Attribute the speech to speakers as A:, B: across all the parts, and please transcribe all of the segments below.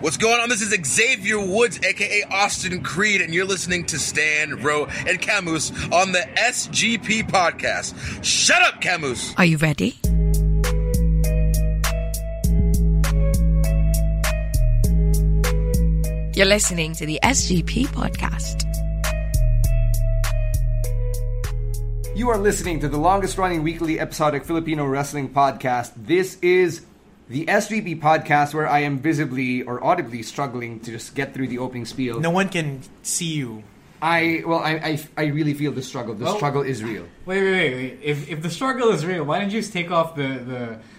A: What's going on? This is Xavier Woods, aka Austin Creed, and you're listening to Stan, Rowe, and Camus on the SGP podcast. Shut up, Camus!
B: Are you ready? You're listening to the SGP podcast.
C: You are listening to the longest running weekly episodic Filipino wrestling podcast. This is the SVP podcast where I am visibly or audibly struggling to just get through the opening spiel.
D: No one can see you.
C: I, well, I, I, I really feel the struggle. The
E: Well-
C: struggle is real.
E: Wait, wait, wait, wait. If, if the struggle is real, why don't you just take off the,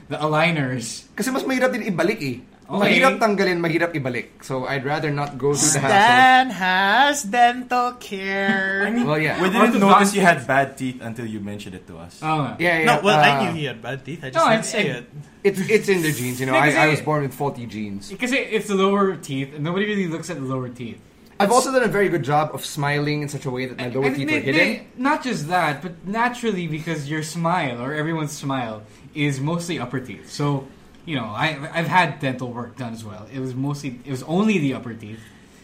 E: the, the aligners?
C: Kasi mas mahirap din ibalik eh.
E: Okay.
C: Mahirap tanggalin, mahirap ibalik. So I'd rather not go through the hassle.
D: Dan has dental care.
C: Well, yeah.
F: We
E: Aren't
F: didn't
E: the
F: notice
E: doc-
F: you had bad teeth until you mentioned it to us.
D: Ah.
E: Oh, nga.
C: yeah, yeah.
D: no, well, I
C: uh,
D: knew he had bad teeth. I just
E: No,
D: didn't
E: and-
D: say
E: and-
D: it.
C: It's, it's in the genes, you know.
E: Because
C: I, I
E: it-
C: was born with faulty genes.
E: Because it, it's the lower teeth, and nobody really looks at the lower teeth.
C: I've also done a very good job of smiling in such a way that my lower
E: And
C: teeth
E: they-
C: are
E: they-
C: hidden.
E: not just that, but naturally because your smile or everyone's smile is mostly upper teeth. So, you know, I I've had dental work done as well. It was mostly it was only the upper teeth.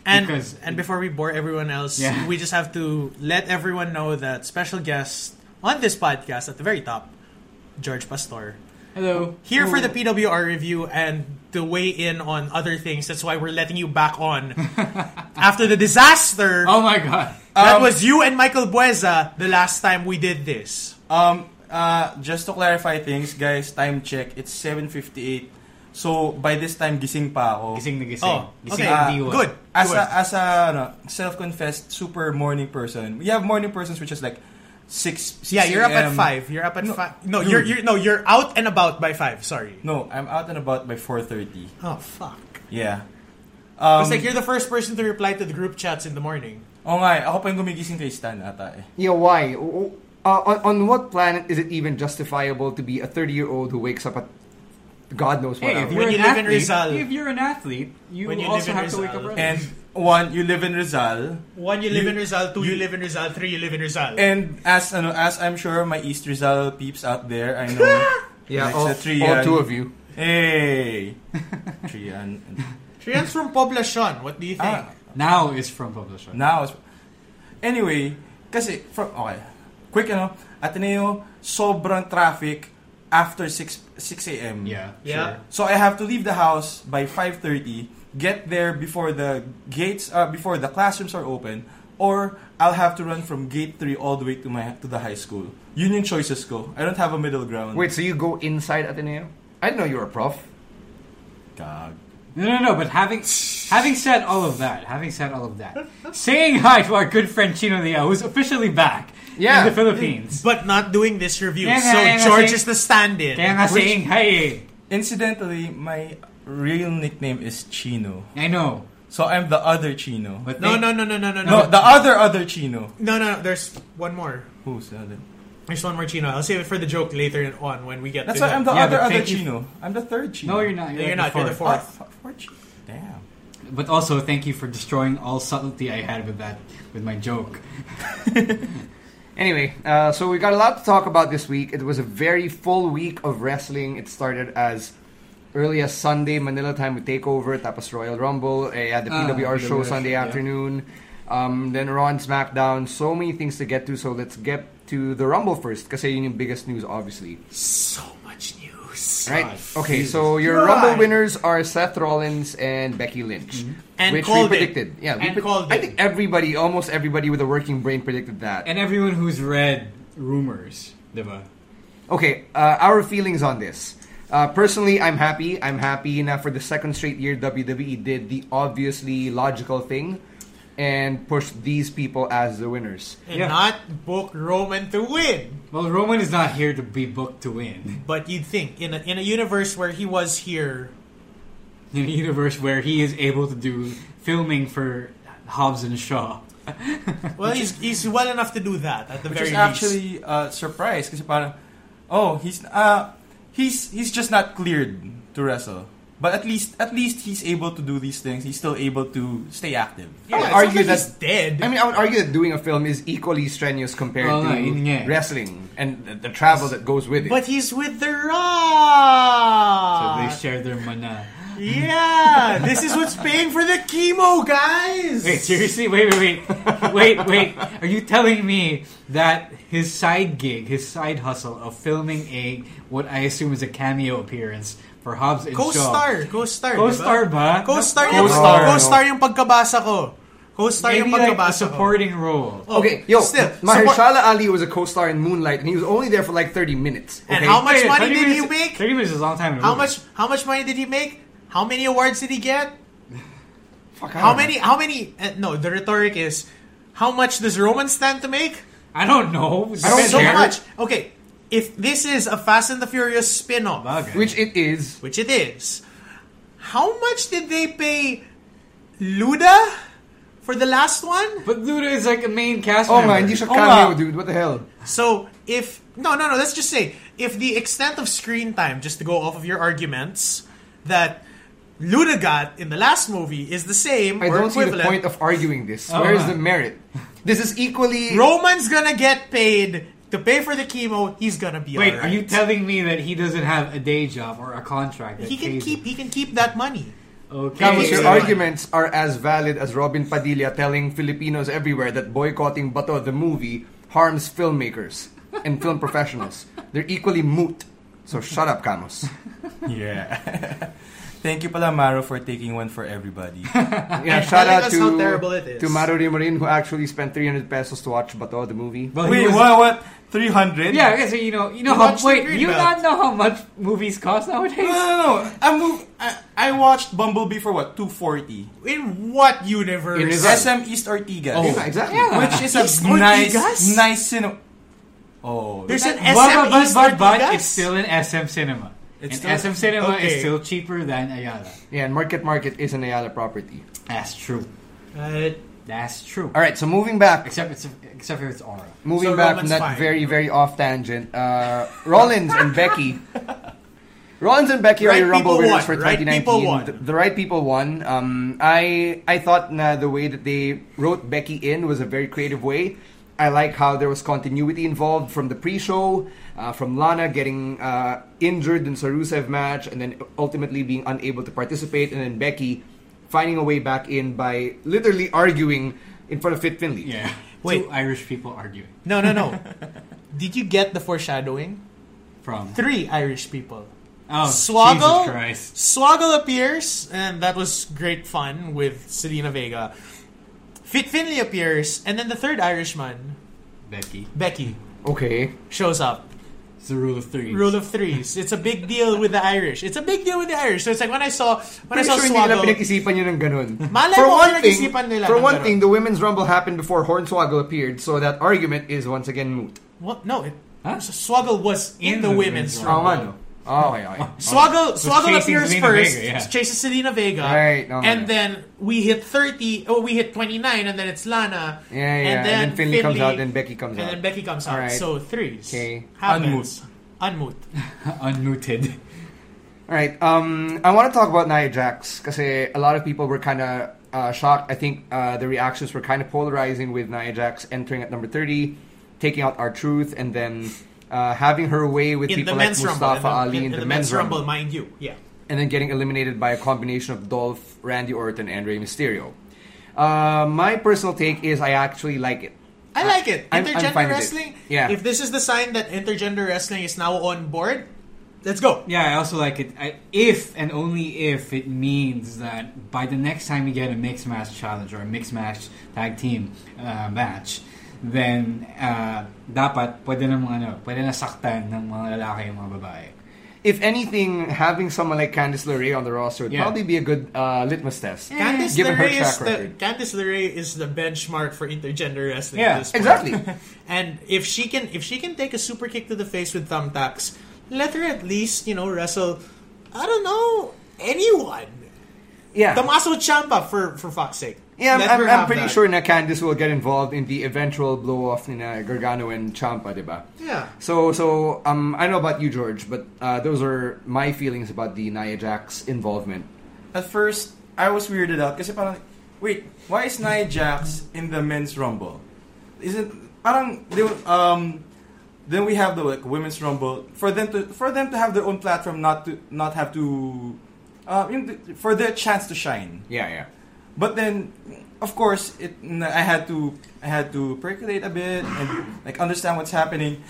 D: And
E: because
D: and before we bore everyone else,
E: Yeah.
D: we just have to let everyone know that special guest on this podcast at the very top, George Pastor,
E: hello
D: here for the PWR review and to weigh in on other things. That's why we're letting you back on after the disaster
E: Oh my god.
D: that was you and Michael Bueza the last time we did this.
F: Um, uh, just to clarify things, guys, time check. It's 7.58. So, by this time, gising pa ako.
E: Gising na gising.
D: Oh,
E: gising
D: okay.
E: ang
D: Ah,
E: diwa.
D: good.
F: As a, as a ano, self-confessed super morning person. We have morning persons which is like 6, 6
D: Yeah, you're up at
F: AM.
D: five. You're up at
F: No,
D: five. No,
F: dude.
D: you're, you're no, you're out and about by five. Sorry.
F: No, I'm out and about by 4.30.
D: Oh fuck.
F: Yeah.
D: it's like you're the first person to reply to the group chats in the morning.
F: Oo nga, eh, ako pa yung gumigising kay Stan ata eh.
C: Yeah, why? O- o- Uh, on, on what planet is it even justifiable to be a 30 year old who wakes up at God knows what
E: Hey,
C: hour?
E: if you're
D: you
E: an
D: live in
E: athlete,
D: Rizal.
E: if you're an athlete, you,
D: When you
E: also
D: live in
E: have to wake
D: Rizal.
E: up early.
F: And one, you live in Rizal.
D: One, you live in Rizal. Two, you, Eh. live in Rizal. Three, you live in Rizal.
F: And as ano, as I'm sure my East Rizal peeps out there, I know.
C: yeah,
F: Like
C: all,
F: sa Trian.
C: all two of you.
F: Hey, Trian.
D: Trian's from Poblacion. What do you think?
F: Ah,
E: now is from publisher.
F: now, it's- anyway, kasi from okay, quick ano, Ateneo, sobrang traffic after 6 6 a.m.
E: Yeah.
D: yeah.
F: So I have to leave the house by 5:30, get there before the gates uh, before the classrooms are open or I'll have to run from gate 3 all the way to my to the high school. Yun yung choices ko. I don't have a middle ground.
C: Wait, so you go inside Ateneo? I didn't know you were a prof.
F: Gag.
E: No, no, no. But having having said all of that, having said all of that, saying hi to our good friend Chino Liao, who's officially back
C: Yeah.
E: in the Philippines.
D: But not doing this review.
E: Yeah,
D: so
E: yeah, yeah,
D: George
E: yeah.
D: is the stand-in.
E: Kaya nga
F: Which-
E: saying hi. eh.
F: Incidentally, my real nickname is Chino.
E: I know,
F: So I'm the other Chino.
E: but
D: No,
E: they-
D: no, no, no, no, no,
F: no,
D: no,
F: the other other Chino.
D: no, no. There's one more.
F: Who's the other?
D: There's one more Chino. I'll save it for the joke later on when we get.
F: That's
D: to
F: why I'm the
E: Yeah,
F: other
E: but
F: other
E: thank you-
F: Chino. I'm the third Chino.
E: No, you're not.
D: No, you're
E: like
D: not. You're the
F: Oh,
D: fourth.
F: f- four Chino. Damn.
E: But also, thank you for destroying all subtlety I had with that, with my joke.
C: Anyway, uh, so we got a lot to talk about this week. It was a very full week of wrestling. It started as early as Sunday, Manila time with Takeover, tapos Royal Rumble, eh, yeah, the
E: Ah,
C: PWR show
E: PWR,
C: Sunday
E: yeah.
C: afternoon, um, then Raw and SmackDown. So many things to get to, so let's get to the Rumble first, kasi yun yung biggest news, obviously.
D: So much news.
C: Right? Okay, so your
D: Right.
C: Rumble winners are Seth Rollins and Becky Lynch.
D: Mm-hmm. And
C: which we
D: called it.
C: predicted. Yeah, we
D: And
C: pre-
D: called
C: I
D: it.
C: think everybody, almost everybody with a working brain predicted that.
E: And everyone who's read rumors, diba?
C: Okay, uh, our feelings on this. Uh, personally, I'm happy. E I'm happy now for the second straight year WWE did the obviously logical thing and push these people as the winners.
D: and
E: Yeah.
D: not book Roman to win.
E: Well, Roman is not here to be booked to win.
D: But you'd think in a, in a universe where he was here,
E: In a universe where he is able to do filming for Hobbs and Shaw.
D: well, he's, he's well enough to do that at the
F: Which
D: very
F: is
D: least.
F: actually uh, surprised kasi parang, oh, he's, uh, he's, he's just not cleared to wrestle. But at least at least he's able to do these things. He's still able to stay active.
C: I
D: yeah,
C: would
D: it's
C: argue
D: not that
C: that-
D: he's dead.
C: I mean, I would argue that doing a film is equally strenuous compared
E: Well,
C: to
E: no, yun nga eh.
C: wrestling and the, the travel that goes with it.
D: but he's with the Rock.
E: they share their mana.
D: yeah, this is what's paying for the chemo, guys.
E: Wait, seriously? Wait, wait, wait. Wait, wait. Are you telling me that his side gig, his side hustle of filming a, what I assume is a cameo appearance for Hobbs and Shaw.
D: Co-star, co-star.
E: Co-star
D: diba?
E: ba?
D: Co-star
E: No,
D: yung,
C: co-star.
D: co-star yung pagkabasa ko. Co-star yung
E: Maybe like a
D: pagkabasa ko. Oh,
E: supporting role.
C: okay, yo,
D: still,
C: Mahershala
D: support-
C: Ali was a co-star in Moonlight, and he was only there for like 30 minutes.
D: And
C: okay?
D: how much
E: Yeah,
D: money
E: 30
D: did
E: minutes-
D: you make?
E: 30 minutes is a long time. in a
D: How
E: movie.
D: much how much money did he make? How many awards did he get?
C: Fuck, I
D: How
C: don't know.
D: many how many uh, no, the rhetoric is how much does Roman stand to make?
E: I don't know.
C: I don't
D: so
C: care.
D: much. Okay. If this is a Fast and the Furious spin-off,
C: Which it is.
D: which it is, how much did they pay Luda for the last one?
E: But Luda is like a main cast
C: Oh
E: member.
C: man, you should
F: Oh,
C: cameo,
F: wow.
C: dude. What the hell?
D: So if no no no, let's just say if the extent of screen time, just to go off of your arguments, that Luda got in the last movie is the same
C: I
D: or
C: don't see
D: equivalent. Oh,
C: the point of arguing this. Where is the merit? This is equally.
D: Roman's gonna get paid to pay for the chemo. He's gonna be
E: Wait,
D: alright.
E: are you telling me that he doesn't have a day job or a contract? That
D: He can
E: pays
D: keep.
E: him?
D: He can keep that money.
E: Okay.
C: Camus,
D: Yeah.
C: your arguments are as valid as Robin Padilla telling Filipinos everywhere that boycotting Bato the movie harms filmmakers and film professionals. They're equally moot. So shut up, Camus.
F: Yeah. Thank you pala, Maro, for taking one for everybody.
C: Yeah,
D: And
C: shout
D: telling
C: out
D: us
C: to,
D: how terrible it is.
C: to Maro Rimorin who actually spent 300 pesos to watch Bato the movie.
E: Well, he
F: Wait,
E: was-
F: what? What? 300?
E: Yeah, okay, so you know, you
D: You
E: know how.
D: watched the
E: Wait,
D: Green
E: you
D: Belt. Uh,
E: not know how much movies cost
F: No,
E: nowadays?
F: no, no. I, move, I, I watched Bumblebee for what? 240.
D: In what universe?
C: In his-
F: SM East Ortigas.
C: Yeah, exactly.
F: Which is a
D: Oh. East
F: nice,
D: Ortigas?
F: nice cinema. Oh.
D: There's an
E: But-
D: SM
E: but, but,
D: East
E: but, but
D: Ortigas?
E: it's still an SM cinema.
F: It's
E: and SM
F: still-
E: cinema
D: okay.
E: is still cheaper than Ayala.
C: Yeah, and Market Market is an Ayala property.
E: That's true.
D: Uh,
E: That's true.
C: All right, so moving back.
E: Except it's except for its aura.
C: Moving
D: So
C: back
D: Roman's
C: from that
D: fine.
C: very, very off tangent, uh, Rollins and Becky. Rollins and Becky
D: Right
C: are your Rumble
D: people
C: winners for
D: won. Right
C: 2019.
D: people won.
C: The, the right people won. Um, I I thought na, the way that they wrote Becky in was a very creative way. I like how there was continuity involved from the pre-show, uh, from Lana getting uh, injured in Sarusev match, and then ultimately being unable to participate, and then Becky finding a way back in by literally arguing in front of Fit Finley.
E: Yeah.
D: Wait.
E: Two Irish people arguing
D: no, no, no. Did you get the foreshadowing?
E: from
D: Three Irish people.
E: oh
D: Swoggle,
E: Jesus Christ.
D: Swoggle appears, and that was great fun with Selena Vega. Fit Finley appears, and then the third Irishman,
E: Becky.
D: Becky,
C: Okay.
D: shows up.
E: It's the rule of three.
D: Rule of threes. It's a big deal with the Irish. It's a big deal with the Irish. So it's like when I saw when
C: Pretty
D: I saw
C: sure hindi nila
D: Swoggle.
C: pinag-isipan yun ng ganun.
D: Malay
C: for one
D: mo kung
C: thing,
D: pinag-isipan nila
C: for
D: ng
C: one
D: ganun.
C: thing, the women's rumble happened before Hornswoggle appeared, so that argument is once again moot.
D: What? No, it, Swoggle was in,
E: In
D: the,
E: the
D: women's
E: women's
C: Oh,
D: room.
C: nga, no? Oh, okay, okay.
D: Swoggle,
E: So
D: Swoggle
E: chasing
D: appears
E: Selena
D: first,
E: Vega, yeah.
D: chases Selena Vega,
C: Right, no, no,
D: and
C: no.
D: then we hit thirty. Oh, we hit twenty nine, and then it's Lana.
C: Yeah, yeah, and then Finley comes out, then Becky comes out.
D: and then Becky comes out.
C: Alright.
D: So threes.
C: Okay.
D: Happens. Unmute.
E: Unmuted.
C: Alright, um, I want to talk about Nia Jax, kasi a lot of people were kind of uh, shocked. I think uh, the reactions were kind of polarizing with Nia Jax entering at number 30, taking out R-Truth, and then uh, having her way with
D: In the
C: people like
D: men's rumble.
C: Mustafa Ali
D: in,
C: in,
D: in
C: the, men's rumble.
D: mind you. Yeah.
C: and then getting eliminated by a combination of Dolph, Randy Orton, and Rey Mysterio. Uh, my personal take is I actually like it.
D: I like it.
C: I'm- I'm
D: Intergender
C: fine with it.
D: wrestling.
C: Yeah.
D: If this is the sign that intergender wrestling is now on board, let's go.
E: Yeah, I also like it. I, if and only if it means that by the next time we get a mixed match challenge or a mixed match tag team uh, match, then uh, dapat pwede na mga ano, pwede na saktan ng mga lalaki yung mga babae.
C: if anything, having someone like Candice LeRae on the roster would
E: Yeah.
C: probably be a good uh, litmus test.
D: Eh. Candice
C: Given her
D: LeRae, is
C: track
D: the,
C: record.
D: Candice LeRae is the benchmark for intergender wrestling.
E: Yeah,
D: at this point.
C: Exactly.
D: And if she can, if she can take a super kick to the face with thumbtacks, let her at least you know wrestle. I don't know anyone.
C: yeah.
D: Tommaso Ciampa for for fuck's sake.
C: Yeah,
D: Let
C: I'm,
D: her
C: I'm, I'm
D: have
C: pretty
D: that.
C: sure na Candice will get involved in the eventual blow off in Gargano and Champa, diba?
D: Yeah.
C: So so um I don't know about you George, but uh, those are my feelings about the Nia Jax involvement.
F: At first, I was weirded out kasi parang, wait, why is Nia Jax in the men's rumble? Isn't, parang, they, were- um, then we have the like women's rumble for them to for them to have their own platform not to not have to uh, in- for their chance to shine
C: Yeah, yeah.
F: But then, of course, it I had to I had to percolate a bit and like understand what's happening.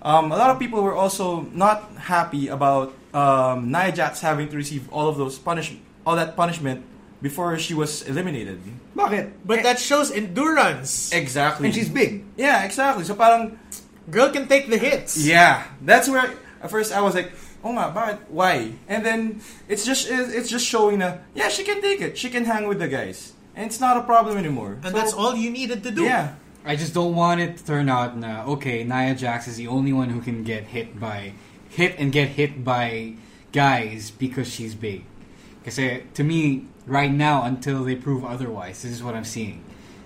F: Um, a lot of people were also not happy about um, Nia Jax having to receive all of those punish all that punishment before she was eliminated.
C: Bakit?
D: But that shows endurance.
F: Exactly,
C: And she's big.
F: Yeah, exactly. So parang
D: Girl can take the hits.
F: yeah, that's where at first I was like, oh my, but why? And then it's just it's it's just showing that yeah she can take it, she can hang with the guys, and it's not a problem anymore.
D: And
F: So,
D: that's all you needed to do.
F: Yeah.
E: I just don't want it to turn out na okay, Nia Jax is the only one who can get hit by hit and get hit by guys because she's big. Kasi to me, right now, until they prove otherwise, this is what I'm seeing.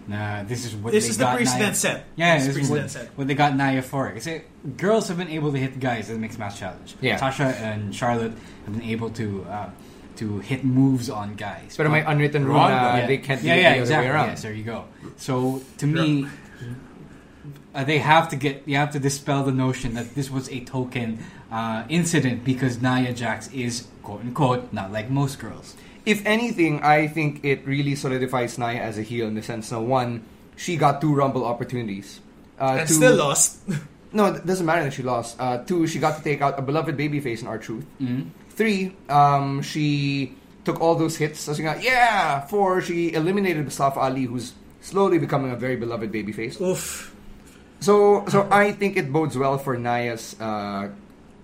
E: Na this is what
D: This is
E: they
D: the
E: got
D: precedent
E: Nia-
D: set.
E: Yeah,
D: This
E: this,
D: is
E: is what,
D: precedent set.
E: what they got Nia for. Kasi girls have been able to hit guys in the mixed match challenge.
C: Yeah.
E: Sasha and Charlotte have been able to uh, to hit moves on guys.
C: But my unwritten rule na
F: Ronda.
C: they can't do
E: Ah,
C: it
E: yeah, yeah,
C: the
E: exactly.
C: other way around.
E: Yes, there you go. So to me, uh, they have to get you have to dispel the notion that this was a token uh, incident because Nia Jax is quote unquote not like most girls.
C: if anything, I think it really solidifies Nia as a heel in the sense that one, she got two rumble opportunities. Uh,
D: And
C: two-
D: still lost.
C: No, it doesn't matter that she lost. Uh, two, she got to take out a beloved babyface in our truth.
E: Mm-hmm.
C: Three, um, she took all those hits. So she got yeah. Four, she eliminated Mustafa Ali, who's slowly becoming a very beloved babyface.
D: Oof.
C: So, so I think it bodes well for Naya's uh,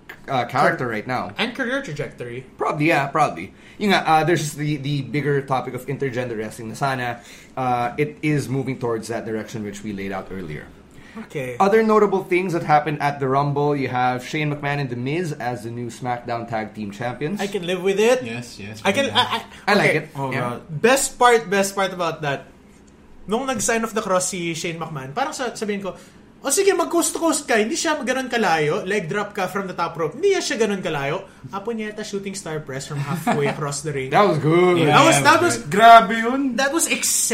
C: c- uh, character right now.
D: And career trajectory.
C: Probably, yeah, probably. Yung nga, uh, there's just the, the bigger topic of intergender wrestling na sana, uh, it is moving towards that direction which we laid out earlier.
D: Okay.
C: Other notable things that happened at the Rumble, you have Shane McMahon and The Miz as the new SmackDown Tag Team Champions.
D: I can live with it.
E: Yes, yes.
D: I can. I,
C: I
D: I,
C: like
D: okay.
C: it. Oh, Yeah.
D: Best part, best part about that, nung nag-sign off the cross si Shane McMahon, parang sa, sabihin ko, o sige, mag-coast to coast ka, hindi siya ganun kalayo, leg drop ka from the top rope, hindi siya ganun kalayo. Apo niya yata shooting star press from halfway across the ring.
C: That was good.
E: Yeah.
D: That was, that was,
F: Grabe yun.
D: that was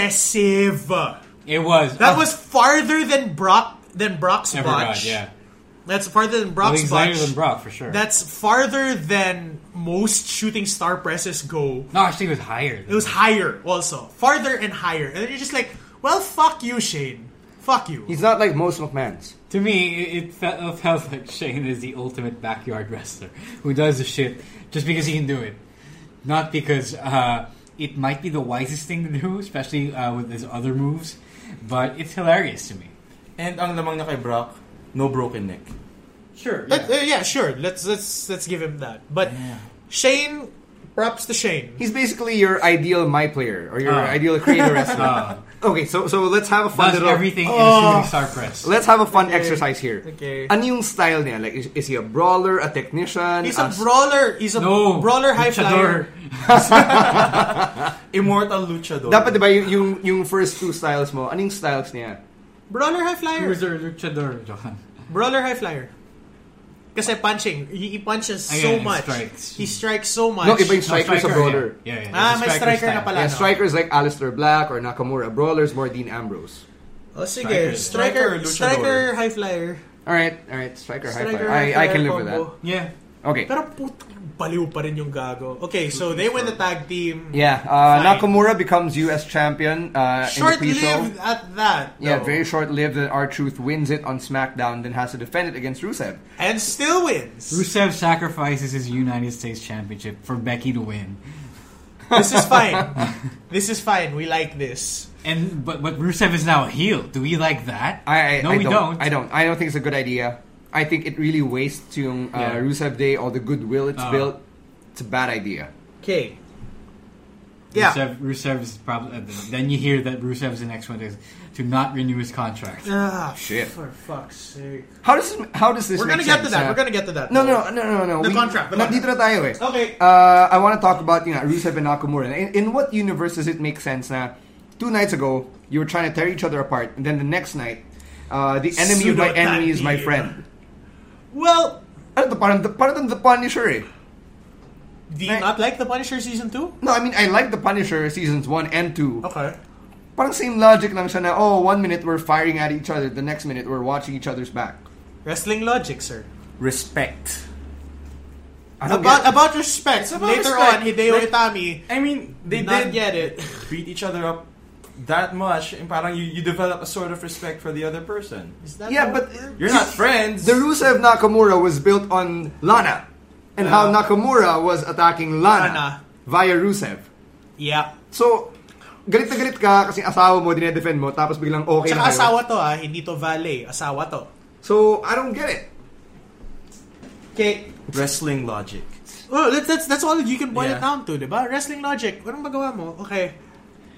D: excessive. That
E: It was
D: was farther than Brock, than Brock's
E: ever
D: botch.
E: yeah.
D: That's farther than
E: I
D: Brock's
E: think
D: botch.
E: Zion and Brock for sure.
D: That's farther than most shooting star presses go.
E: no, actually, it was higher. than
D: It was
E: that.
D: higher also. Farther and higher. And then you're just like, well, fuck you, Shane. Fuck you.
C: He's not like most McMahons.
E: To me, it, it felt, it felt like Shane is the ultimate backyard wrestler who does the shit just because he can do it, not because uh, it might be the wisest thing to do, especially uh, with his other moves. But it's hilarious to me.
F: And ang lamang na kay Brock, no broken neck.
E: Sure.
D: Let- uh, yeah, sure. Let's let's let's give him that. But Shane, props to Shane.
C: He's basically your ideal my player or your
D: Ah.
C: ideal creator wrestler. okay, so so let's have a fun
E: Does
C: little
E: everything in a
D: Oh.
E: shooting star press.
C: Let's have a fun exercise here.
D: Okay.
C: Ano yung style niya? Like, is, is he a brawler, a technician? s-
D: He's a brawler. He's a
E: no
D: brawler high
E: luchador.
D: flyer.
F: Immortal Luchador.
C: Dapat diba yung, yung, yung first two styles mo, anong styles niya?
D: Brawler high
E: He
D: flyer.
E: was a luchador, Johan.
D: Brawler high flyer. Kasi punching. He, he punches so
E: Ayan, and
D: much.
E: strikes.
D: He strikes so much.
C: No, iba yung striker,
E: Ah, striker,
C: sa brawler.
E: Yeah, yeah, yeah
D: Ah,
E: there's a
D: may striker na
E: style.
D: pala.
C: Yeah,
D: no.
C: strikers like Alistair Black or Nakamura. Brawlers more Dean Ambrose.
D: Oh, sige.
F: Striker.
D: Striker, striker,
F: Luchador.
D: high flyer.
C: All right, all right, striker, high
D: Striker
C: five. I,
D: high
C: I
D: flyer
C: can live with that.
D: combo.
E: Yeah.
C: Okay.
D: Pero putang baliw pa rin yung gago. Okay, so they win the tag team.
C: Yeah, uh,
D: Fine.
C: Nakamura becomes US champion uh, in the pre-show.
D: Short-lived at that.
C: Yeah,
D: though.
C: very short-lived. And R Truth wins it on SmackDown, then has to defend it against Rusev.
D: And still wins.
E: Rusev sacrifices his United States Championship for Becky to win.
D: This is fine. this is fine. We like this.
E: And but but Rusev is now a heel. Do we like that?
C: I, I
E: no,
C: I
E: we
C: don't,
E: don't.
C: I don't. I don't think it's a good idea. I think it really wastes yung uh,
E: Yeah. Uh-huh.
C: Rusev Day or the goodwill it's built. It's a bad idea.
D: Okay. Yeah.
E: Rusev, Rusev is probably. uh, then you hear that Rusev's the next one is to not renew his contract.
D: Ah,
C: Shit.
D: For fuck's sake.
C: How does this, how does this?
D: We're
C: make
D: gonna get to
C: sense,
D: that.
C: uh,
D: We're gonna get to that.
C: No, no, no, no, no.
D: The contract, the
C: nandito na
D: contract.
C: tayo eh.
D: Okay.
C: Uh, I want to talk about you know, Rusev and Nakamura. In, in what universe does it make sense na two nights ago, you were trying to tear each other apart, and then the next night, uh, the enemy of my enemy is my
D: Sudotachi.
C: friend.
D: Well,
C: Ano to? Parang, the, parang the Punisher eh.
D: do you
C: Right.
D: not like the Punisher season two?
C: No, I mean, I like the Punisher seasons 1 and 2.
D: Okay.
C: Parang same logic lang siya na, oh, one minute we're firing at each other, the next minute we're watching each other's back.
D: Wrestling logic, sir.
F: Respect.
C: I don't get
D: About
C: it.
D: about respect.
F: It's about
D: Later
F: respect.
D: on, Hideo
F: Like-
D: Itami
F: I mean, they
D: did not
F: did
D: get it.
F: beat each other up that much, and parang you, you develop a sort of respect for the other person.
D: Is that
C: Yeah,
D: how
C: but-
D: it works?
F: You're not friends.
C: The Rusev Nakamura was built on Lana, and how Nakamura was attacking Lana,
D: Lana.
C: via Rusev.
D: yeah.
C: So, galit na galit ka kasi asawa mo, dinedefend mo, tapos biglang okay
D: Tsaka
C: na kayo.
D: asawa to ah, hindi to valet. Asawa to.
C: So, I don't get it.
D: Okay.
F: wrestling logic.
D: Well, Oh, that's, that's, that's all you can boil it
F: Yeah.
D: down to, di ba? Wrestling logic. Anong magawa mo? Okay.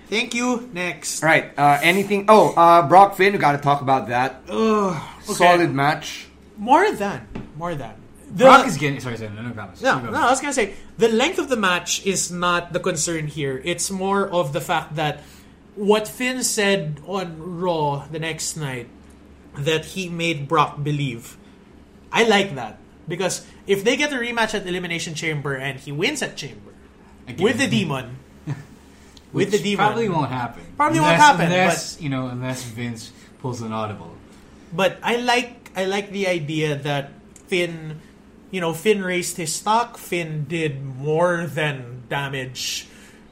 D: Thank you. Next.
C: Alright, uh, anything... Oh, uh, Brock Finn, we gotta talk about that.
D: Ugh, okay.
C: Solid match.
D: More than. More than. The,
E: Brock is getting. Sorry, sorry, no, no comments.
D: No,
E: Keep
D: no,
E: going.
D: I was gonna say the length of the match is not the concern here. It's more of the fact that what Finn said on Raw the next night that he made Brock believe. I like that because if they get a rematch at Elimination Chamber and he wins at Chamber
E: Again.
D: with the demon, with the
E: Which
D: demon,
E: Probably won't happen.
D: Probably won't
E: unless,
D: happen,
E: Unless, you know, unless Vince pulls an audible.
D: But I like I like the idea that Finn, you know, Finn raised his stock. Finn did more than damage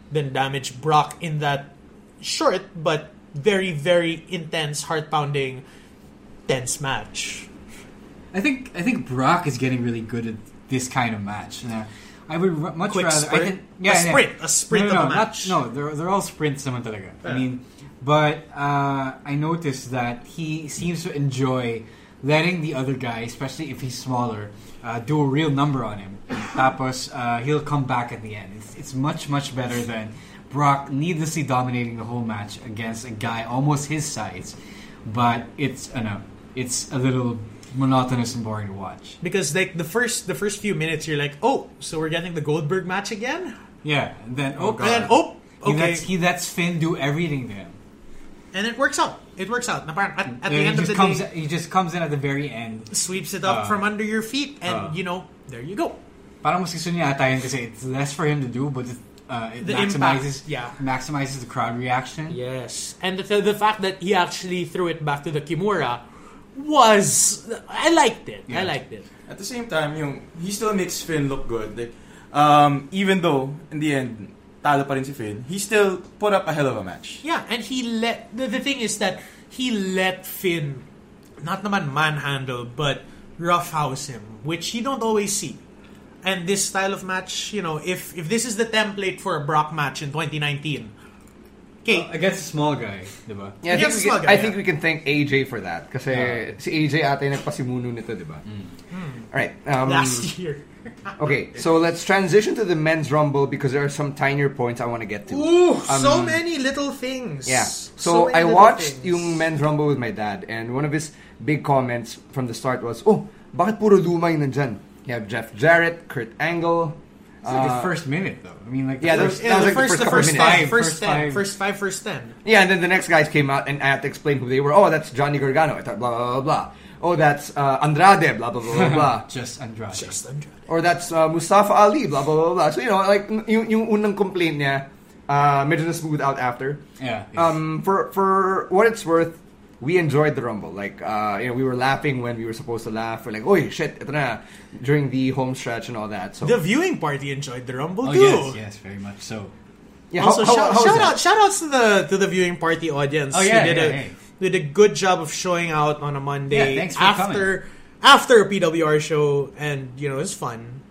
D: than damage Brock in that short but very very intense, heart pounding, tense match.
E: I think I think Brock is getting really good at this kind of match. Now, I would r- much
D: Quick
E: rather.
D: sprint?
E: I think,
D: A sprint, a sprint
E: no, no,
D: of a
E: no,
D: match.
E: Not, no, they're they're all sprints naman talaga. I mean, but uh, I noticed that he seems to enjoy letting the other guy, especially if he's smaller, uh, do a real number on him. Tapos uh, he'll come back at the end. It's, it's much much better than Brock needlessly dominating the whole match against a guy almost his size. But it's I know it's a little monotonous and boring to watch.
D: Because like the first the first few minutes you're like, oh, so we're getting the Goldberg match again?
E: Yeah, and then oh,
D: God. And then, oh,
E: He
D: okay.
E: lets, he lets Finn do everything to him.
D: And it works out. It works out. Na parang At, at the
E: And he
D: end of
E: just
D: the
E: comes, Uh.
D: day,
E: he just comes in at the very end.
D: sweeps it up from under your feet,
E: Uh.
D: and you know, there you go.
E: Parang mas gusto niya ata yun kasi it's less for him to do, but it, uh, it
D: The
E: maximizes,
D: impact, yeah.
E: maximizes the crowd reaction.
D: Yes, and the, the fact that he actually threw it back to the Kimura was I liked it. I liked it.
F: At the same time, yung, he still makes Finn look good. Like, um, even though in the end, talo pa rin si Finn, he still put up a hell of a match.
D: Yeah, and he let the, the thing is that he let Finn not naman manhandle but roughhouse him, which you don't always see. And this style of match, you know, if if this is the template for a Brock match in 2019, okay,
C: Uh,
E: Against a small guy, diba?
C: Yeah, I,
D: Yeah,
C: think we,
D: it's
C: can,
D: not
C: I
D: gonna-
C: think we can thank AJ for that. Kasi si AJ ata yung nagpasimuno nito, di ba? Alright. Um,
D: Mm. last year.
C: okay, so let's transition to the men's rumble because there are some tinier points I want to get to.
D: Ooh, so many little things.
C: Um, Yeah. So, I watched yung men's rumble with my dad and one of his big comments from the start was, Oh, bakit puro luma yung nandyan? You have Jeff Jarrett, Kurt Angle.
E: It's like the first minute though. I mean, like
C: yeah,
E: the
C: there's-
E: first,
C: That was like the
D: Yeah, the first,
C: first
D: the
C: couple
D: first,
C: minutes.
D: five,
E: Five,
D: first
E: first
D: ten,
E: five.
D: first five, first ten.
C: Yeah, and then the next guys came out and I had to explain who they were. Oh, that's Johnny Gargano. I thought, blah, blah, blah, blah. Oh, that's uh, Andrade, blah, blah, blah, blah, blah.
E: just Andrade.
D: Just Andrade.
C: Or that's uh, Mustafa Ali, blah, blah, blah, blah. So, you know, like, n- yung, yung unang complaint niya, uh, medyo na smooth out after.
E: Yeah, yes.
C: Um, for, for what it's worth, we enjoyed the Rumble. Like, uh, you know, we were laughing when we were supposed to laugh. We're like, oy, shit, ito na, during the home stretch and all that. So,
D: The viewing party enjoyed the rumble
E: oh
D: too.
E: yes, yes, very much so.
C: yeah,
D: Also,
C: how- how- how
D: shout,
C: was
D: shout
C: that?
D: out, shout outs to the to the viewing party audience.
E: Oh, yeah,
D: who did
E: yeah,
D: a
E: hey.
D: did a good job of showing out on a Monday
E: Yeah, thanks for
D: after after a PWR show, and you know it was fun.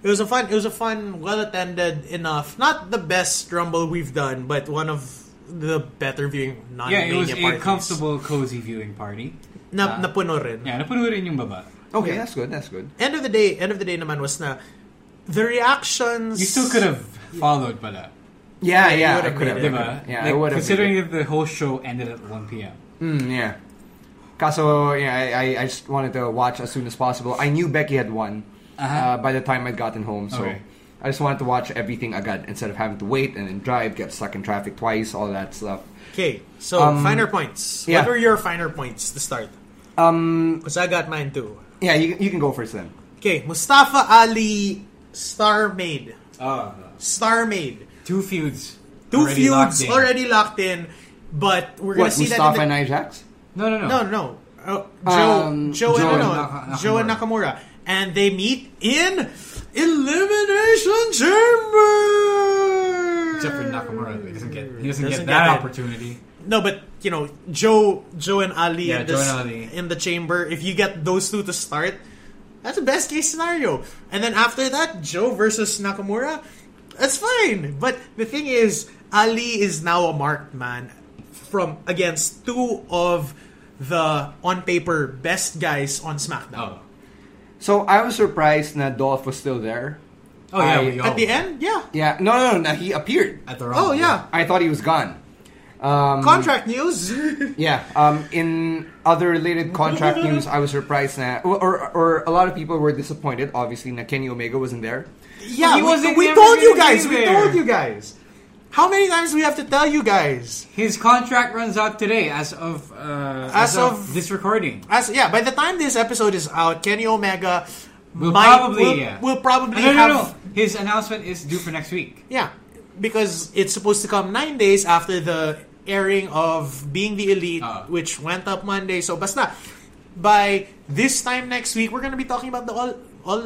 D: It was a fun, it was a fun, well attended enough. Not the best rumble we've done, but one of the better viewing non
E: Yeah, it was
D: parties.
E: a comfortable, cozy viewing party.
D: na, napuno rin.
E: Yeah, napuno rin yung baba.
C: Okay, that's good. That's good.
D: End of the day, end of the day naman was na the reactions...
E: You still could have followed pala.
C: Yeah, yeah,
D: you
C: I
D: would've
C: could have.
D: made it.
E: Diba?
C: Yeah, I
E: like,
C: would've
E: considering that the whole show ended at 1 p.m.
C: Mm, yeah. Kaso, yeah, I, I- I just wanted to watch as soon as possible. I knew Becky had won
D: Uh-huh.
C: uh, by the time I'd gotten home, so
E: Okay.
C: I just wanted to watch everything agad instead of having to wait and then drive, get stuck in traffic twice, all that stuff.
D: Okay, so finer points.
C: Um, yeah.
D: What were your finer points to start? Um, Because I got mine too.
C: Yeah, you, you can go first then.
D: Okay, Mustafa Ali, Star Maid.
E: Oh,
D: Star Maid.
E: two feuds.
D: Two
E: already
D: feuds
E: locked in.
D: already locked in, but we're gonna
C: What,
D: see
C: Mustafa
D: that. in
C: and
D: the-
C: Ajax?
E: No, no, no.
D: No, no. Oh, Joe,
C: Um,
D: Joe,
C: Joe
D: and,
C: and
D: ano,
E: Naka-
D: Joe and Nakamura, and they meet in Elimination Chamber.
E: Except for Nakamura, he doesn't get he doesn't,
D: Doesn't
E: get that
D: get it.
E: opportunity.
D: No, but you know Joe, Joe and Ali,
E: Yeah,
D: in,
E: Joe
D: this-
E: and Ali.
D: in the chamber. If you get those two to start, that's the best case scenario. And then after that, Joe versus Nakamura, that's fine. But the thing is, Ali is now a marked man from against two of the on paper best guys on SmackDown.
E: Oh,
C: So I was surprised that Dolph was still there.
E: oh yeah.
C: I-
E: we all,
D: At the end, yeah.
C: Yeah, no, no, no, no he appeared.
E: at the
D: Oh
E: Rumble,
D: yeah.
C: I thought he was gone.
E: Um,
D: Contract news.
C: Yeah. Um, in other related contract news, I was surprised that, or, or, or a lot of people were disappointed. Obviously, that Kenny Omega wasn't there.
D: Yeah,
E: He
D: we,
E: wasn't
D: we
E: never
D: told you
E: gonna be
D: guys. We
E: there.
D: told you guys. How many times do we have to tell you guys?
E: His contract runs out today, as of uh,
D: As
E: as, of,
D: of-
E: this recording.
D: As yeah, by the time this episode is out, Kenny Omega
E: We'll
D: might-
E: probably
D: will,
E: yeah.
D: will probably
E: no, no,
D: have
E: no, no. His announcement is due for next week.
D: yeah because it's supposed to come nine days after the airing of Being the Elite,
E: Ah.
D: which went up Monday. So basta by this time next week, we're gonna be talking about the all all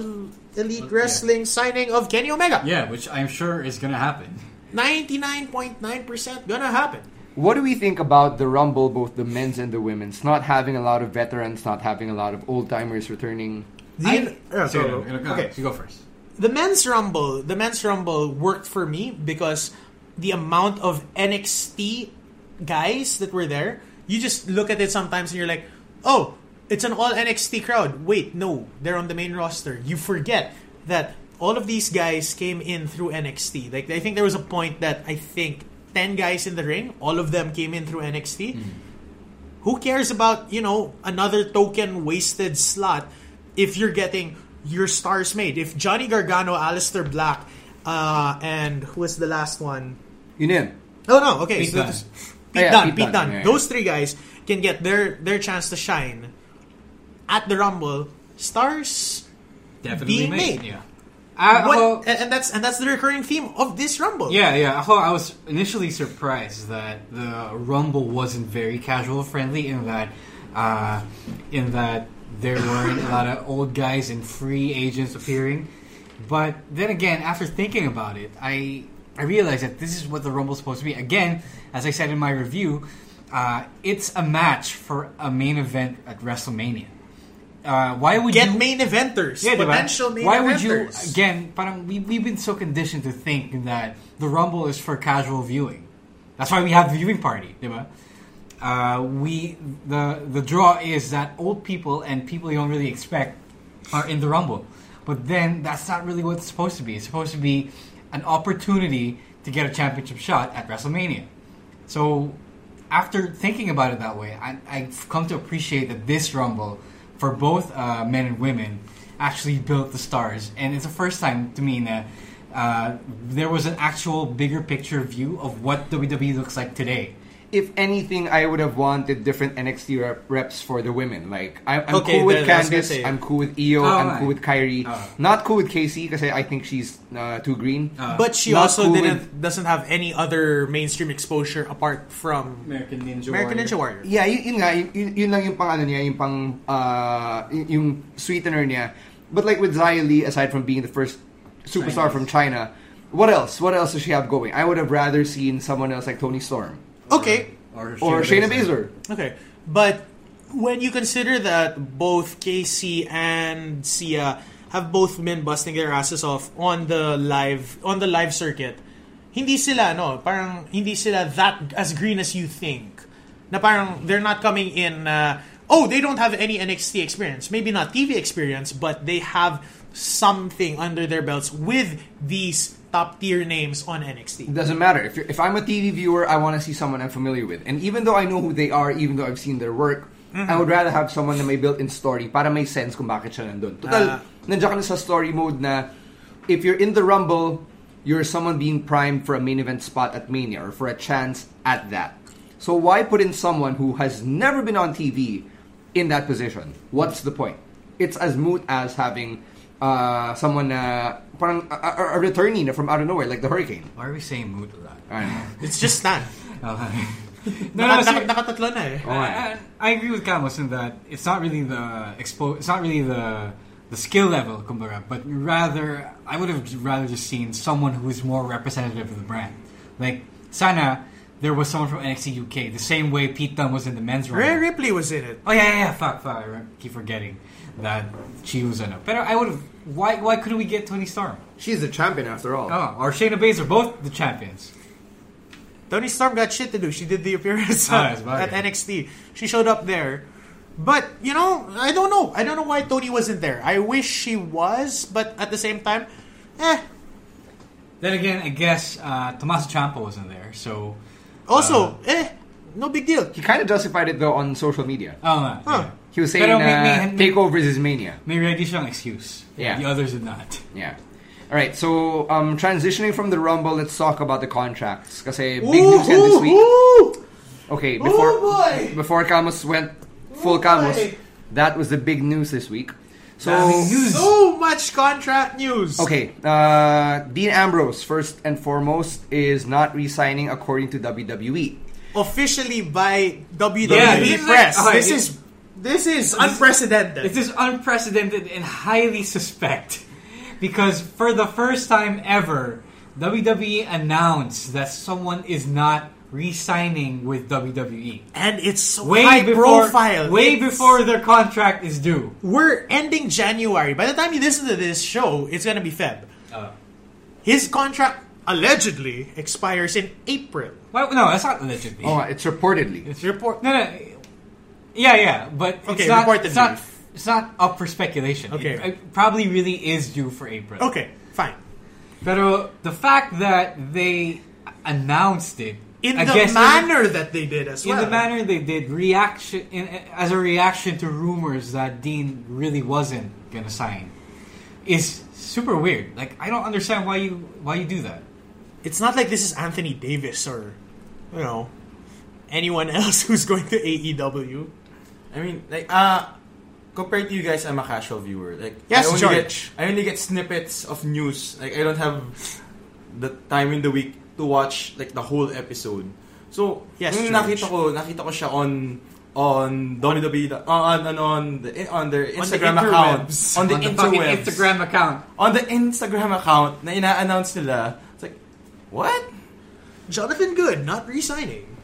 D: elite wrestling signing of Kenny Omega.
E: Yeah, which I'm sure is gonna happen.
D: Ninety nine point nine percent gonna happen.
C: What do we think about the Rumble, both the men's and the women's, not having a lot of veterans, not having a lot of old timers returning?
D: The,
E: I,
D: Yeah,
E: so,
D: go, go.
E: no, no, no,
D: Okay.
E: you go first.
D: the men's rumble the men's rumble worked for me because the amount of NXT guys that were there you just look at it sometimes and you're like oh it's an all NXT crowd wait no they're on the main roster you forget that all of these guys came in through NXT like I think there was a point that I think 10 guys in the ring all of them came in through NXT who cares about you know another token wasted slot if you're getting your stars made if johnny gargano Alistair black uh, and who was the last one
C: You Yunin.
D: Oh no, okay.
E: Pete
D: so
E: Dunne.
D: this-
C: Oh, yeah,
D: Pete Dunne,
C: Pete
D: Pete
C: Dunne,
D: Dunne.
C: yeah, yeah.
D: Those three guys can get their their chance to shine at the Rumble. Stars
E: Definitely
D: Being
E: made.
D: made.
E: Yeah. I,
C: Uh,
D: what
E: well-
D: and, and that's and that's the recurring theme of this Rumble.
E: Yeah, yeah. Ako, I was initially surprised that the Rumble wasn't very casual friendly in that, uh, in that there weren't a lot of old guys and free agents appearing. But then again, after thinking about it, I I realized that this is what the Rumble's supposed to be. Again, as I said in my review, uh, it's a match for a main event at WrestleMania. Uh, why would
D: Get
E: you
D: main eventers.
E: yeah, diba?
D: potential main
E: Why would you
D: eventers.
E: again? Parang we we've been so conditioned to think that the Rumble is for casual viewing. That's why we have the viewing party, diba? Uh, we the the draw is that old people and people you don't really expect are in the Rumble, but then that's not really what it's supposed to be. It's supposed to be an opportunity to get a championship shot at WrestleMania. So after thinking about it that way, I, I've come to appreciate that this Rumble, for both uh, men and women, actually built the stars. And it's the first time to me that uh, there was an actual bigger picture view of what WWE looks like today.
C: If anything, I would have wanted different NXT rep- reps for the women. Like, I, I'm
D: Okay,
C: cool with
D: then I was gonna
C: Candice,
D: say- Oh.
C: I'm cool with Io,
E: Oh,
C: I'm
E: right.
C: cool with Kyrie. Not cool with Casey because I, I think she's uh, too green.
D: But she
C: Not
D: also
C: cool
D: didn't doesn't have any other mainstream exposure apart from
E: American Ninja
D: American Ninja Warrior.
C: Yeah, yun, yun nga, yun, yun- yun lang yung pang ano niya, yung pang, uh, y- yung sweetener niya. But like with Xia Li, aside from being the first superstar from China, what else? What else does she have going? I would have rather seen someone else like Tony Storm.
D: Okay.
E: Or,
C: Or Shayna Baszler.
D: Okay, but when you consider that both Casey and Sia have both been busting their asses off on the live on the live circuit, hindi sila no, parang hindi sila that as green as you think. Na parang they're not coming in uh, oh, they don't have any NXT experience, maybe not TV experience, but they have something under their belts with these top tier names on NXT.
C: It doesn't matter. If, you're, if I'm a TV viewer, I want to see someone I'm familiar with. And even though I know who they are, even though I've seen their work, I would rather have someone na may built-in story para may sense kung bakit siya nandun. Total, nandiyan ka na sa story mode na if you're in the Rumble, you're someone being primed for a main event spot at Mania or for a chance at that. So why put in someone who has never been on TV in that position? What's the point? It's as moot as having uh, someone na parang a, a, a returnee na from out of nowhere like the Hurricane.
E: Why are we saying mood a lot?
C: I don't know.
D: It's just Stan.
E: Okay. no,
D: Naka, naka,
E: no, see- Oh.
D: nakatatlo na eh.
E: I, I I agree with Camus in that it's not really the expo- it's not really the the skill level, kumbaga, but rather I would have rather just seen someone who is more representative of the brand. Like Sana, there was someone from NXT UK, the same way Pete Dunne was in the men's
D: Rhea
E: room.
D: Ripley was in it.
E: Oh yeah, yeah, yeah. Fuck, fuck. I re- keep forgetting that she was in it. But I would have. Why, why couldn't we get Tony Storm?
C: She's the champion after all.
E: Oh, or Shayna Baszler, both the champions.
D: Tony Storm got shit to do. She did the appearance
E: Ah,
D: at-
E: it's about
D: at
E: it.
D: NXT. She showed up there. But, you know, I don't know. I don't know why Tony wasn't there. I wish she was, but at the same time, eh.
E: Then again, I guess uh, Tommaso Ciampa wasn't there, so
D: Also,
E: Uh.
D: eh, no big deal.
C: He kind of justified it though on social media.
E: I don't know.
D: Huh.
E: yeah.
C: He was saying
E: Pero
C: uh,
E: may- may- may-
C: takeovers is mania.
E: May ready siyang excuse.
C: Yeah.
E: The others did not.
C: Yeah. All right. So um, transitioning from the rumble, let's talk about the contracts. Because big
D: Ooh,
C: news yan this
D: ooh,
C: week.
D: ooh!
C: Okay. Before
D: boy!
C: before Camus went full
D: Ooh,
C: Camus,
D: boy!
C: that was the big news this week. So
E: Daming news.
D: So much contract news.
C: okay, uh, Dean Ambrose first and foremost is not resigning according to E. WWE.
D: Officially by WWE
E: Yeah, this is like-
D: Press.
E: okay,
D: this
E: it-
D: is this is unprecedented.
E: It is unprecedented and highly suspect because for the first time ever, WWE announced that someone is not re-signing with WWE.
D: and it's so
E: Way
D: high
E: before,
D: profile.
E: way
D: It's-
E: before their contract is due.
D: we're ending January. By the time you listen to this show, it's gonna be Feb. His contract allegedly expires in April.
E: Well, no, that's not allegedly.
C: Oh, it's reportedly.
D: It's report.
E: No, no. Yeah, yeah, but
D: Okay,
E: it's not.
D: report the
E: it's not,
D: news.
E: it's not up for speculation.
D: Okay.
E: it, it probably really is due for April.
D: Okay, fine.
E: Pero the fact that they announced it
D: In
E: I
D: the
E: guess
D: manner that they did as
E: in,
D: well.
E: the manner they did, reaction in, as a reaction to rumors that Dean really wasn't gonna sign, is super weird. Like I don't understand why you why you do that.
D: It's not like this is Anthony Davis or, you know, anyone else who's going to E AEW.
F: I mean, like, uh, compared to you guys, I'm a casual viewer. Like,
D: Yes,
F: I only
D: George.
F: get I only get snippets of news. Like, I don't have the time in the week to watch like the whole episode. So,
D: Yes,
F: nung
D: George.
F: nakita ko, nakita ko siya on on WWE da- uh, on on on the eh, on their Instagram account
D: interwebs.
F: on the
E: On the fucking
F: interwebs
E: Instagram account.
F: on the Instagram account na ina-announce nila. It's like, what?
D: Jonathan Good not resigning.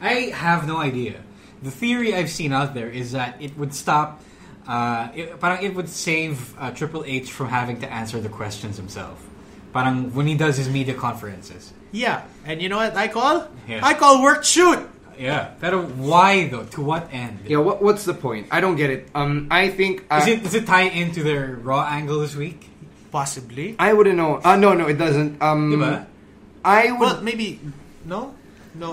E: I have no idea. The theory I've seen out there is that it would stop. Uh, it, parang it would save uh, Triple H from having to answer the questions himself. Parang when he does his media conferences.
D: Yeah, and you know what I call?
E: Yeah.
D: I call work shoot.
E: Yeah. Pero why though? To what end?
C: Yeah. What, what's the point? I don't get it. Um, I think uh,
E: Does it does it tie into their Raw angle this week?
D: Possibly.
C: I wouldn't know. Uh, no, no, it doesn't. Um,
E: Diba?
C: I would.
D: Well, maybe no. No.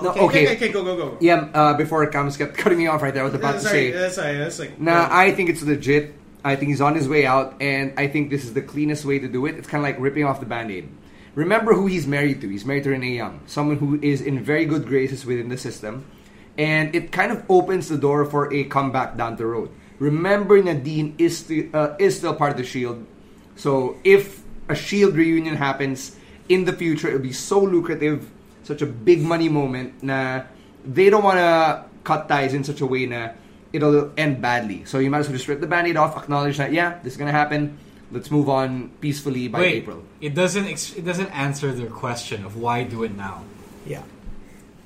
C: No,
D: okay,
C: okay.
D: okay. okay, go, go, go. go.
C: yeah. Uh, before Camus kept cutting me off right there, I was about
D: Yeah,
C: to
D: sorry, uh,
C: say.
D: that's right, that's like.
C: Nah, I think it's legit. I think he's on his way out, and I think this is the cleanest way to do it. It's kind of like ripping off the band aid. Remember who he's married to. He's married to Renee Young, someone who is in very good graces within the system, and it kind of opens the door for a comeback down the road. Remember, Nadine is, sti- uh, is still part of the Shield, so if a Shield E reunion happens in the future, it'll be so lucrative, such a big money moment. Na they don't want to cut ties in such a way na it'll end badly. So you might as well just rip the band-aid off, acknowledge that yeah, this is gonna happen. Let's move on peacefully by
E: Wait,
C: April.
E: it doesn't ex- it doesn't answer their question of why do it now.
D: Yeah.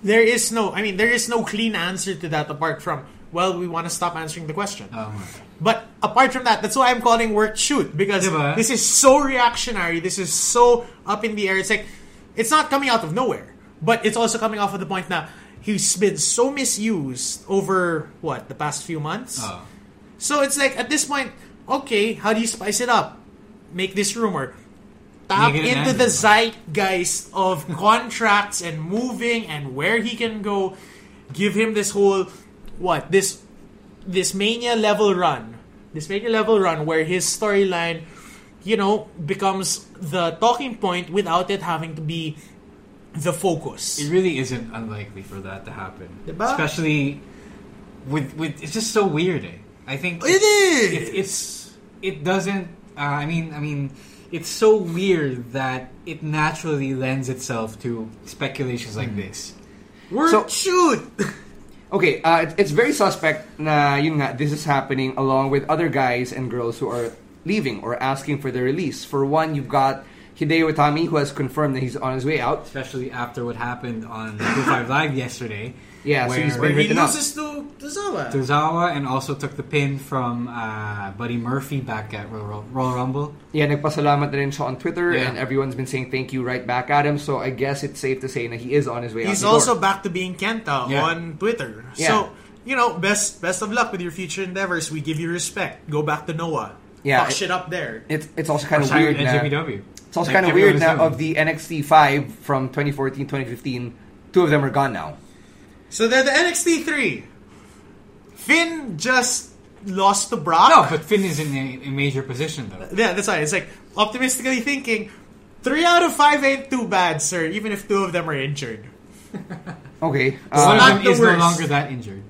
D: There is no. I mean, there is no clean answer to that apart from well, we want to stop answering the question. But apart from that, that's why I'm calling work shoot because
E: Diba?
D: this is so reactionary. This is so up in the air. It's like it's not coming out of nowhere, but it's also coming off of the point now. he's been so misused over what the past few months.
E: Oh. Uh,
D: So it's like at this point, okay, how do you spice it up? Make this rumor tap
E: Make it an
D: into the
E: annual.
D: zeitgeist of contracts and moving and where he can go. Give him this whole what this this mania level run, this mania level run where his storyline, you know, becomes the talking point without it having to be the focus.
E: It really isn't unlikely for that to happen,
D: Diba?
E: especially with with. It's just so weird. Eh? I think
D: It is.
E: It, it's it doesn't. Uh, I mean, I mean, it's so weird that it naturally lends itself to speculations like this.
D: Word
C: So-
D: shoot.
C: Okay, uh, it- it's very suspect na yun nga, this is happening along with other guys and girls who are leaving or asking for their release. For one, you've got Hideo Itami who has confirmed that he's on his way out.
E: Especially after what happened on Go Five Live yesterday.
C: Yeah, so
E: where
C: he's
D: Where he
C: written up.
D: loses to Tozawa.
E: Tozawa and also took the pin from uh, Buddy Murphy back at Royal, Ru- Royal Rumble.
C: Yeah, nagpasalamat na rin siya on Twitter
E: Yeah.
C: and everyone's been saying thank you right back at him. So I guess it's safe to say that he is on his way out.
D: He's
C: the door.
D: also back to being Kenta
E: Yeah.
D: on Twitter.
C: Yeah.
D: So you know, best best of luck with your future endeavors. We give you respect. Go back to Noah.
C: Yeah,
D: Fuck
C: it-
D: shit up there.
C: It's, it's also kind of
E: Sorry,
C: weird
E: and
C: na,
E: JPW.
C: It's also kind
E: Like,
C: of weird
E: everyone is
C: na
E: doing.
C: of the NXT 5 from 2014, 2015, two of them are gone now.
D: So they're the NXT three. Finn just lost to Brock.
E: No, but Finn is in a, a major position
C: Uh,
E: though.
D: yeah, that's why it's like optimistically thinking. Three out of five ain't too bad, sir. Even if two of them are injured.
C: Okay.
E: One
C: Uh,
D: not
E: of them
D: the
E: is
D: worst.
E: no longer that injured.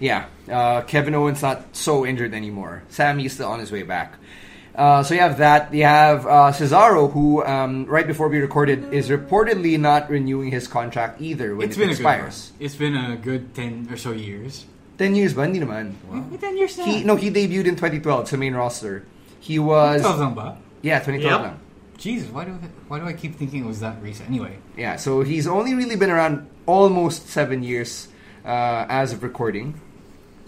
C: yeah. Uh, Kevin Owens not so injured anymore. Sammy is still on his way back. Uh, so you have that. You have uh, Cesaro, who um, right before we recorded is reportedly not renewing his contract either when
E: it's
C: it
E: been
C: expires.
E: a good. Run. It's been a good ten or so years.
C: Ten years, ba? Hindi naman.
E: Ten years na.
C: He, no, he debuted in 2012 sa main roster. He was
E: Twelve lang ba?
C: yeah 2012
D: Yep.
C: lang.
E: Jesus, why do why do I keep thinking it was that recent? Anyway,
C: Yeah, so he's only really been around almost seven years uh, as of recording.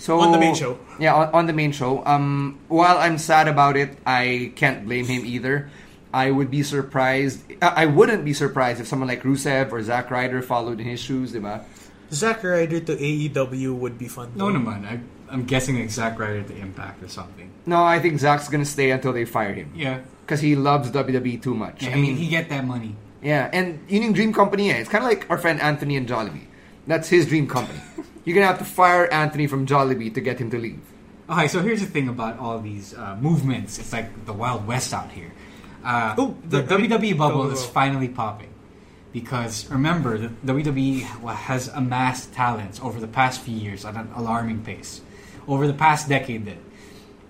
C: So
D: On the main show.
C: Yeah, on, on the main show. Um, while I'm sad about it, I can't blame him either. I would be surprised. I I wouldn't be surprised if someone like Rusev or Zack Ryder followed in his shoes, diba?
D: Zack Ryder to AEW would be fun.
E: no
D: though.
E: naman. I, I'm guessing exact right at the impact or something.
C: No, I think Zack's gonna stay until they fire him.
E: Yeah.
C: Because he loves WWE too much. I
E: Yeah,
C: mean,
E: he, he get that money.
C: yeah, and yun yung dream company eh. It's kind of like our friend Anthony and Jollibee. That's his dream company. You're gonna have to fire Anthony from Jollibee to get him to leave.
E: Okay, so here's the thing about all these uh, movements. It's like the Wild West out here. Uh,
D: Oh,
E: the,
D: the-
E: WWE bubble
D: the-
E: is finally popping because remember, the WWE has amassed talents over the past few years at an alarming pace. Over the past decade, then,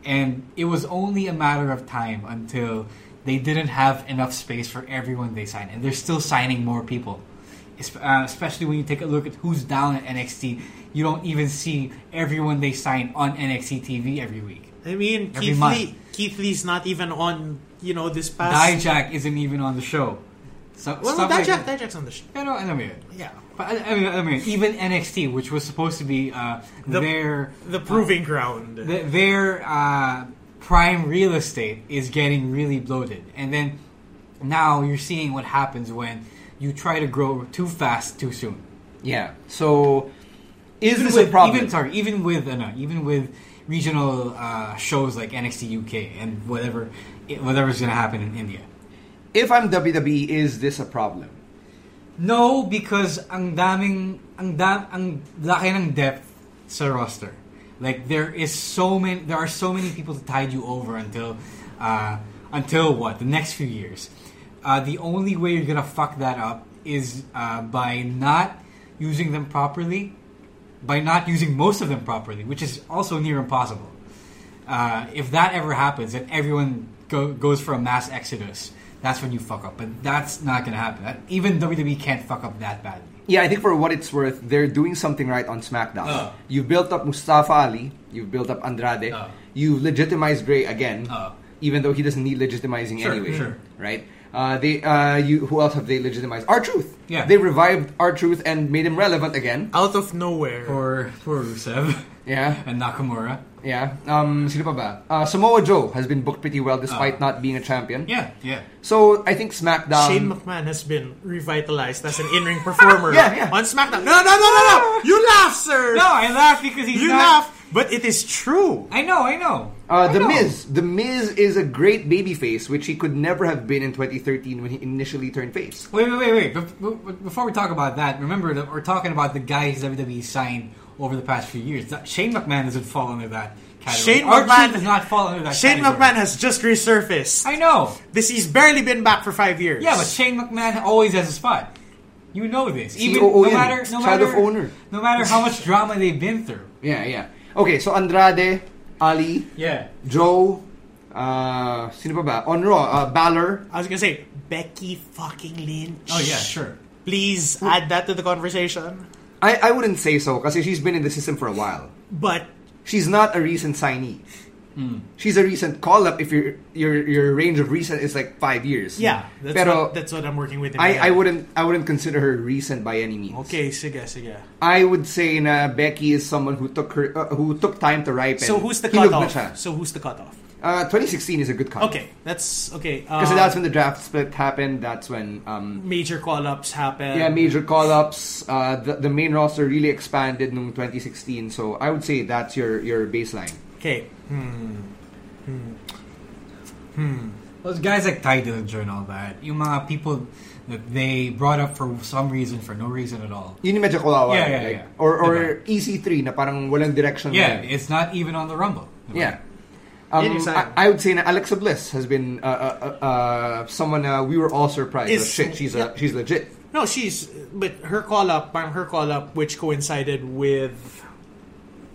E: and it was only a matter of time until they didn't have enough space for everyone they signed, and they're still signing more people. Es- uh, especially when you take a look at who's down at NXT, you don't even see everyone they sign on NXT TV every week.
D: I mean,
E: Every
D: Keith
E: month.
D: Lee, Keith Lee's not even on, you know, this past.
E: Dijak isn't even on the show. So,
D: well, no,
E: stuff like
D: Dijak,
E: that.
D: Dijak's on the show.
E: Pero alam mo yun.
D: Yeah.
E: But al- alam mo yun, alam mo yun, even NXT, which was supposed to be uh,
D: The-
E: their
D: The proving ground.
E: th- their uh, prime real estate is getting really bloated, and then now you're seeing what happens when you try to grow too fast too soon.
C: Yeah. So is
E: even
C: this
E: with,
C: a problem?
E: Even, sorry, even with uh, no, even with regional uh, shows like NXT UK and whatever it, whatever's going to happen in India.
C: if I'm WWE, is this a problem?
E: No, because ang daming ang dam ang laki ng depth sa roster. Like there is so many there are so many people to tide you over until uh, until what the next few years. Uh, the only way you're gonna fuck that up is uh, by not using them properly, by not using most of them properly, which is also near impossible. Uh, if that ever happens, and everyone go, goes for a mass exodus, that's when you fuck up. But that's not going to happen. That, even WWE can't fuck up that badly.
C: Yeah, I think for what it's worth, they're doing something right on SmackDown.
E: Uh.
C: You've built up Mustafa Ali, you've built up Andrade,
E: Uh.
C: you've legitimized Bray again,
E: Uh.
C: even though he doesn't need legitimizing anyway,
E: sure.
C: right? Uh, they uh, you who else have they legitimized? Our truth.
E: Yeah.
C: They revived our truth and made him relevant again.
D: Out of nowhere.
E: Poor, poor Rusev
C: Yeah.
E: and Nakamura.
C: Yeah. Um, sino pa ba? Uh, Samoa Joe has been booked pretty well despite not being a champion.
E: Yeah, yeah.
C: So I think SmackDown.
D: Shane
E: um,
D: McMahon has been revitalized as an in-ring performer
C: Yeah, yeah.
D: on SmackDown. No, no, no, no, no! You laugh, sir.
E: No, I laugh because he's
D: you
E: not-
D: laugh, but it is true.
E: I know, I know.
C: Uh,
E: I
C: the
E: know.
C: Miz. The Miz is a great babyface, which he could never have been in 2013 when he initially turned face.
E: Wait, wait, wait, wait. Bef- be- be- Before we talk about that, remember that we're talking about the guys WWE E signed over the past few years. That- Shane McMahon doesn't fall under that category.
D: Shane
E: R-Truth
D: McMahon
E: does not fall under that.
D: Shane
E: category.
D: McMahon has just resurfaced.
E: I know.
D: This he's barely been back for five years.
E: Yeah, but Shane McMahon always has a spot. You know this.
C: COO
E: no
C: yan.
E: matter, no
C: Child
E: matter,
C: of owner.
E: No matter how much drama they've been through.
C: Yeah, yeah. Okay, so Andrade, Ali,
E: Yeah.
C: Joe, uh, sino pa ba? On Raw, uh, Balor.
D: I was gonna say Becky fucking Lynch.
E: Oh yeah, sure.
D: Please add that to the conversation.
C: I, I wouldn't say so because she's been in the system for a while.
D: But
C: She's not a recent signee.
D: Hmm.
C: She's a recent call up. If your your your range of recent is like five years.
D: yeah, that's,
C: Pero
D: what, that's what I'm working with. in my
C: I, I
D: head.
C: wouldn't I wouldn't consider her recent by any means.
D: Okay, sige, sige.
C: I would say na Becky is someone who took her uh, who took time to ripen.
D: So who's the
C: Hilog na
D: cutoff?
C: siya.
D: So who's the cutoff?
C: Uh, 2016 is a good cut.
D: Okay, that's okay. Uh,
C: Because that's when the draft split happened. That's when um,
D: major call-ups happen.
C: yeah major call ups. Uh, the, the main roster really expanded in 2016. So I would say that's your your baseline.
D: Okay,
E: Those guys like Ty Dillinger and all that. You mga people that they brought up for some reason, for no reason at all.
C: Yun yung medyo kawawa.
E: Yeah, yeah,
C: like,
E: yeah.
C: Or, or EC3 na parang walang direction.
E: Yeah,
C: na yun.
E: it's not even on the Rumble.
C: yeah.
D: Yun
C: Um,
D: yung sayang.
C: I, I would say na Alexa Bliss has been uh, uh, uh, uh, someone uh, we were all surprised.
D: Is-
C: oh, shit, she's uh, she's legit.
D: no, she's but her call-up, parang her call-up, which coincided with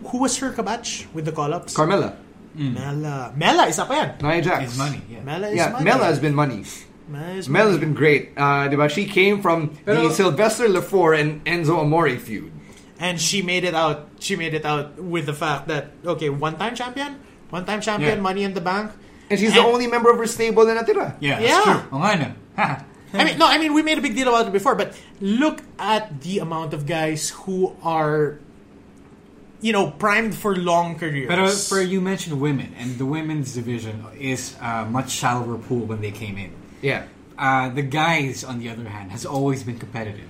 D: who was her kabatch with the call-ups?
C: Carmela,
D: Mela. Mela, isa pa yan.
C: Nia Jax,
E: It's money. Yeah.
D: Mela is
C: Yeah,
D: money.
C: Mela has been money.
D: Mela is
C: Mela has
D: money.
C: been great. Uh, diba? She came from the
E: Pero-
C: Sylvester Lafore and Enzo Amore feud.
D: and she made it out. She made it out with the fact that okay, one-time champion, one-time champion,
E: Yeah.
D: Money in the Bank.
C: And she's the
D: And-
C: only member of her stable na natira.
D: Yeah.
E: Yeah, that's true. Oh, I know. Ha.
D: I mean, no, I mean we made a big deal about it before, but look at the amount of guys who are, you know, primed for long careers.
E: But uh, for you mentioned women, and the women's division is a much shallower pool when they came in.
C: Yeah.
E: Uh, the guys, on the other hand, has always been competitive.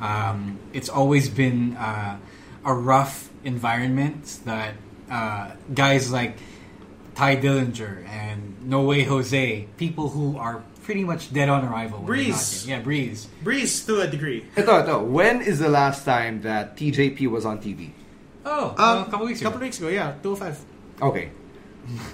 E: Um, it's always been uh, a rough environment that uh, guys like Ty Dillinger and No Way Jose, people who are pretty much dead on arrival. when they're not
D: Breeze.
E: in. Yeah, Breeze.
D: Breeze to a degree.
C: Ito, ito. When is the last time that TJP was on TV?
E: Oh, a couple weeks
D: A Uh, Um,
E: ago.
D: couple weeks ago, yeah, two or five.
C: Okay.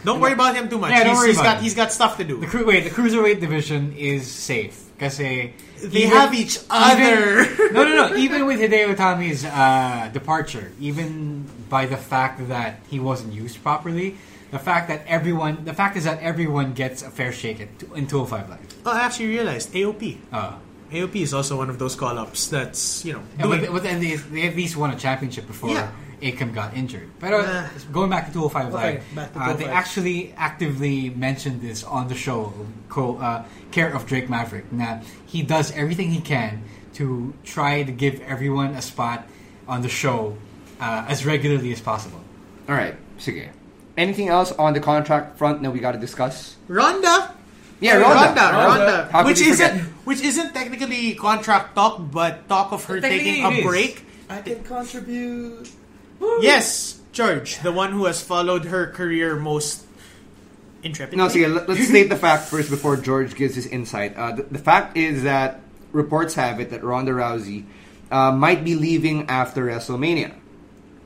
D: Don't worry about him too much.
E: Yeah, don't
D: he's,
E: worry
D: he's
E: about
D: got
E: him.
D: he's got stuff to do.
E: The cru- wait, the cruiserweight division is safe because they
D: They have each other.
E: no, no, no. Even with Hideo Itami's uh, departure, even by the fact that he wasn't used properly, the fact that everyone, the fact is that everyone gets a fair shake at, in 205 Live.
D: oh, I actually realized AOP.
E: Uh,
D: AOP is also one of those call-ups that's you know
E: yeah,
D: doing
E: but, but and they, they at least won a championship before
D: Yeah.
E: Akam got injured. But uh,
D: Nah.
E: going back to
D: Okay,
E: 205 Live,
D: back to
E: uh, they
D: 205.
E: actually actively mentioned this on the show, co- uh, care of Drake Maverick. Now he does everything he can to try to give everyone a spot on the show uh, as regularly as possible.
C: All right. Sige. Anything else on the contract front that we got to discuss?
D: Ronda.
C: Yeah,
D: Ronda,
C: Ronda.
D: Ronda,
C: How could
D: Oh, which
C: you
D: isn't
C: forget?
D: which isn't technically contract talk, but talk of her taking
E: Technically it
D: a
E: is.
D: break.
F: I can contribute.
D: Yes, George, the one who has followed her career most intrepidly.
C: No, sige, let- let's state the fact first before George gives his insight. Uh, the, the fact is that reports have it that Ronda Rousey uh, might be leaving after WrestleMania.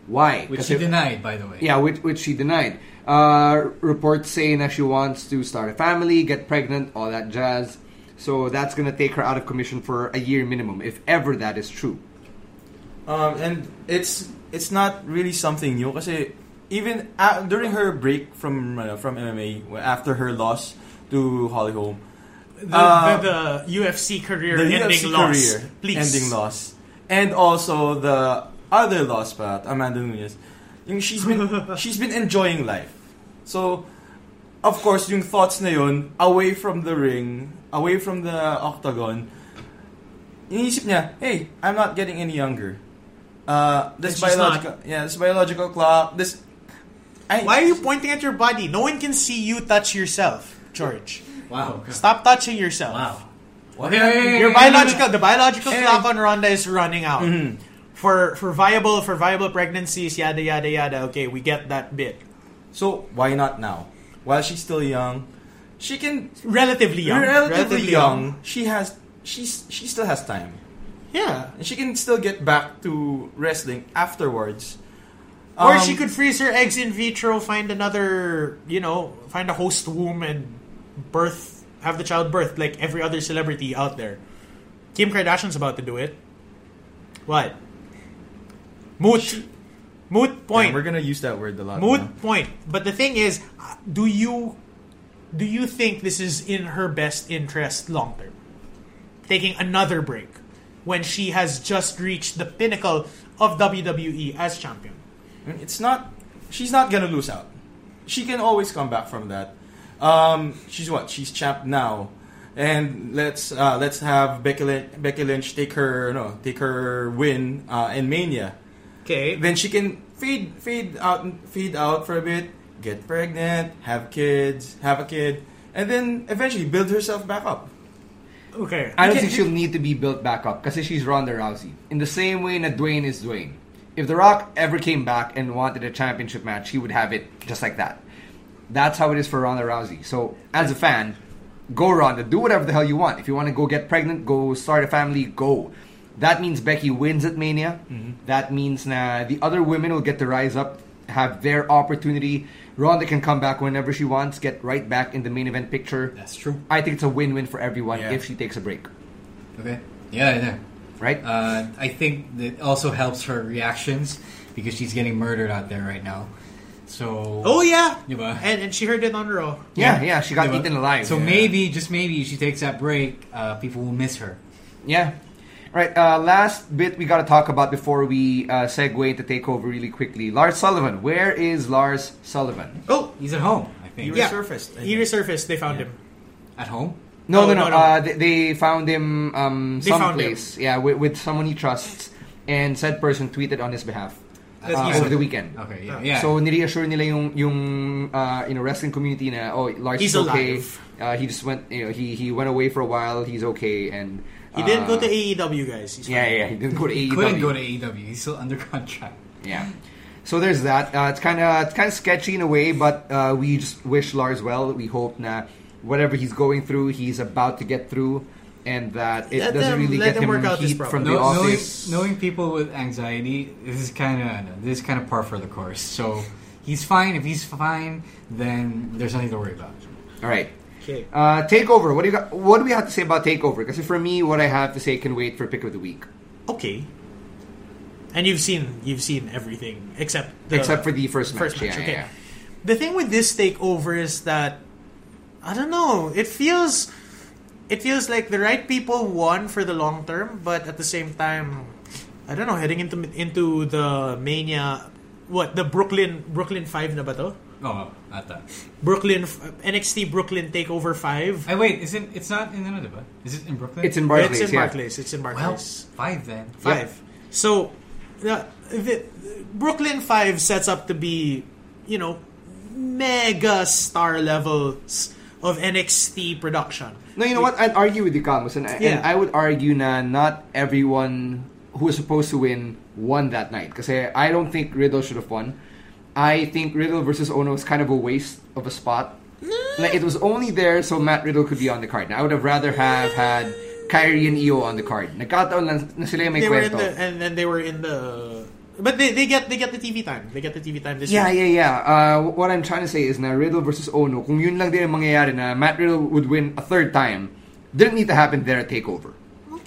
C: Why? 'Cause
E: Which he
C: if-
E: denied, by the way.
C: Yeah, which, which she denied. Uh, reports saying that she wants to start a family, get pregnant, all that jazz. So that's going to take her out of commission for a year minimum, if ever that is true.
F: Um, and it's it's not really something new kasi even uh, during her break from uh, from MMA well, after her loss to Holly Holm,
D: the, the, the UFC career
F: the
D: ending
F: UFC
D: loss.
F: career
D: Please,
F: ending loss, and also the other loss pa Amanda Nunes. Yung she's been she's been enjoying life. So of course, yung thoughts na yun, away from the ring, away from the octagon, iniisip niya, hey, I'm not getting any younger. Uh,
D: And
F: this
D: she's not.
F: biological, yeah, this biological clock, this... I,
D: Why are you pointing at your body? No one can see you touch yourself, George.
E: Wow.
D: Stop touching yourself.
E: Wow.
D: Your biological, the biological clock on Ronda is running out. For for viable for viable pregnancies, yada yada yada. Okay, we get that bit.
F: So, why not now? While she's still young, she can...
D: Relatively young.
F: Relatively, young, she has... She's, she still has time.
D: Yeah.
F: And she can still get back to wrestling afterwards.
D: or
F: Um,
D: she could freeze her eggs in vitro, find another, you know, find a host womb and birth, have the child birthed like every other celebrity out there. Kim Kardashian's about to do it. What? Moot. Moot point.
F: Yeah, we're gonna use that word a lot.
D: Moot
F: now.
D: point. But the thing is, do you do you think this is in her best interest long term? Taking another break when she has just reached the pinnacle of WWE as champion.
F: It's not. She's not gonna lose out. She can always come back from that. Um, she's what? She's champ now, and let's uh, let's have Becky Lynch, Becky Lynch take her no take her win uh, in Mania.
D: Okay.
F: Then she can fade fade out fade out for a bit, get pregnant, have kids, have a kid, and then eventually build herself back up.
D: Okay.
C: I don't
F: Okay,
C: think
F: you-
C: she'll need to be built back up because she's Ronda Rousey. In the same way that Dwayne is Dwayne. If The Rock ever came back and wanted a championship match, he would have it just like that. That's how it is for Ronda Rousey. So, as a fan, go Ronda, do whatever the hell you want. If you want to go get pregnant, go start a family, go. That means Becky wins at Mania. That means nah, the other women will get to rise up, have their opportunity. Ronda can come back whenever she wants, get right back in the main event picture.
E: That's true.
C: I think it's a win-win for everyone
F: Yeah.
C: if she takes a break.
E: Okay. Yeah, yeah.
C: Right?
E: Uh, I think that also helps her reactions because she's getting murdered out there right now. So.
D: Oh yeah.
E: Diba?
D: And and she heard it on Raw.
C: yeah, yeah, she got
E: Diba?
C: eaten alive.
E: So
C: yeah.
E: maybe, just maybe, if she takes that break, uh, people will miss her.
C: Yeah. All right, uh, last bit we got to talk about before we uh, segue into TakeOver really quickly. Lars Sullivan. Where is Lars Sullivan?
D: Oh.
E: He's at home, I think.
D: Yeah.
F: resurfaced, I
D: He resurfaced. They found him.
E: At home?
C: No,
D: Oh,
C: no, no.
D: no, no.
C: Uh, they, they found him um,
D: They found
C: someplace. Yeah, with, with someone he trusts. And said person tweeted on his behalf uh,
D: That's
C: over
D: easy.
C: the weekend.
E: Okay, yeah. yeah.
C: So nireassure nila yung yung uh, you know wrestling community na oh Lars
D: He's
C: is okay.
D: alive.
C: Uh, he just went you know he he went away for a while. He's okay and
D: He
C: uh,
D: didn't go to AEW guys. He's
C: Yeah,
D: fine.
C: yeah, he didn't go to AEW.
E: couldn't go to AEW. He's still under contract.
C: Yeah. So there's that. Uh, it's kind of it's kind of sketchy in a way, but uh, we just wish Lars well. We hope that whatever he's going through, he's about to get through, and that it
D: Let
C: doesn't
D: them-
C: really get
D: let them
C: him
D: work out this
C: heat
D: problem.
C: from the
E: Know- knowing,
C: office.
E: knowing people with anxiety, this is kind of this is kind of par for the course. So he's fine. If he's fine, then there's nothing to worry about. Oh,
C: All right.
D: Okay.
C: Uh, takeover. What do you got, What do we have to say about takeover? Because for me, what I have to say can wait for pick of the week,
D: Okay. And you've seen you've seen everything except the,
C: except for the first match.
D: first match.
C: Yeah,
D: okay.
C: yeah,
D: The thing with this takeover is that I don't know. It feels it feels like the right people won for the long term, but at the same time, I don't know. Heading into into the mania, what the Brooklyn Brooklyn Five na ba to?
E: Oh, not that.
D: Brooklyn NXT Brooklyn Takeover Five.
E: I wait. Isn't it's not in another but is it in Brooklyn?
C: It's in Barclays.
D: it's in
C: yeah.
D: Barclays. It's in
E: well
D: Barclays.
E: five then.
D: five. So the, the Brooklyn Five sets up to be, you know, mega star levels of NXT production.
C: No, you know what? I'd argue with you, Camus, and, I
D: Yeah.
C: and I would argue na not everyone who was supposed to win won that night. Because I don't think Riddle should have won. I think Riddle versus Ono was kind of a waste of a spot.
D: Mm.
C: Like, it was only there so Matt Riddle could be on the card. Now, I would have rather have had Kyrie and Io on the card. Nagkataon lang na sila yung may
D: They were in
C: kwento.
D: the and then they were in the, but they, they get they get the TV time. They get the TV time this
C: Yeah,
D: year.
C: yeah, yeah. Uh, what I'm trying to say is na Riddle versus Ono, kung yun lang din ang mangyayari na Matt Riddle would win a third time, didn't need to happen there at TakeOver.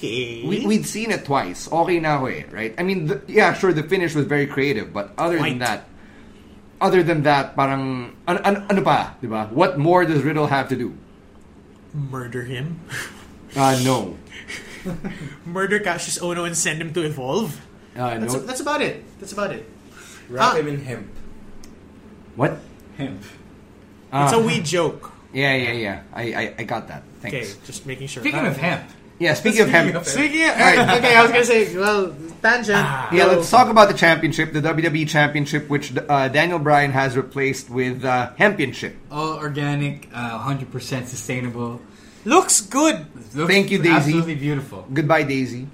D: Okay.
C: We, we'd seen it twice. Okay na ako eh, right? I mean, the, yeah, sure, the finish was very creative, but other than that,
D: Quite.
C: other than that, parang, an, an, ano pa, di ba? What more does Riddle have to do?
D: murder him,
C: Uh, no.
D: murder Cassius Ono, and send him to evolve.
C: Uh,
D: That's,
C: no.
D: that's about it. That's about it. Ah.
F: Wrap him in hemp.
C: What?
E: Hemp.
C: Ah.
D: It's a wee joke.
C: Yeah, yeah, yeah. I, I, I got that.
D: Okay,
C: Thanks.
D: just making sure.
E: Speaking of hemp,
C: Yeah, speaking of hemp.
D: Speaking of, okay, I was gonna say, well, tangent.
C: Yeah,
D: Go.
C: let's talk about the championship, the WWE Championship, which uh, Daniel Bryan has replaced with uh, Hempionship.
E: all organic, uh, 100% sustainable.
D: Looks good.
E: Looks
C: Thank you, Daisy.
E: Absolutely beautiful.
C: Goodbye, Daisy.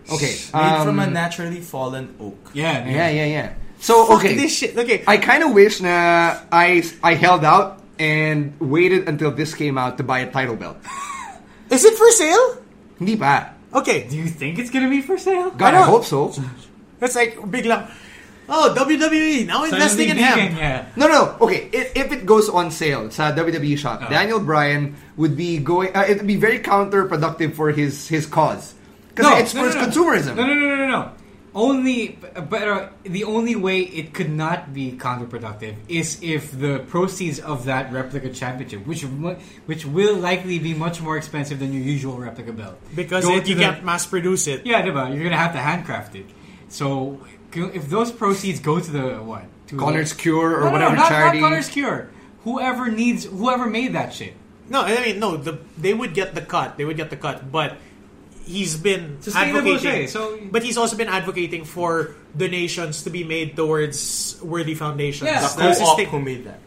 C: Okay.
F: Made
C: um,
F: from a naturally fallen oak.
E: Yeah, man.
C: yeah, yeah, yeah. So
D: Fuck
C: okay,
D: this shit. Okay. Uh,
C: I kind of wish na I I held out and waited until this came out to buy a title belt.
D: Is it for sale?
C: Hindi pa.
D: Okay.
E: Do you think it's gonna be for sale?
C: God, I,
D: I know.
C: hope so.
D: That's like big lang. Oh, WWE now investing in
E: Suddenly
D: hemp.
E: vegan, Yeah.
C: No, no. Okay, if, if it goes on sale sa WWE shop, E
E: Oh.
C: Daniel Bryan would be going. Uh, it'd be very counterproductive for his his cause because it's for his consumerism.
E: No, no, no, no, no, no. Only, but uh, the only way it could not be counterproductive is if the proceeds of that replica championship, which mu- which will likely be much more expensive than your usual replica belt,
D: Because
E: Go
D: it, you
E: to the-
D: can't mass produce it.
E: Yeah, diba? you're gonna have to handcraft it. So go- if those proceeds go to the what? To
C: Connor's
E: the,
C: Cure or
E: No, no,
C: whatever
E: no, not,
C: charity.
E: Not Connor's Cure. Whoever needs, whoever made that shit.
D: No, I mean no. The, they would get the cut. They would get the cut, but he's been
E: Sustainable
D: advocating.
E: siya eh, so-
D: but he's also been advocating for donations to be made towards worthy foundations.
E: Yeah.
F: The
D: That's
E: That's
D: his
F: co-op
D: thing.
F: who made that.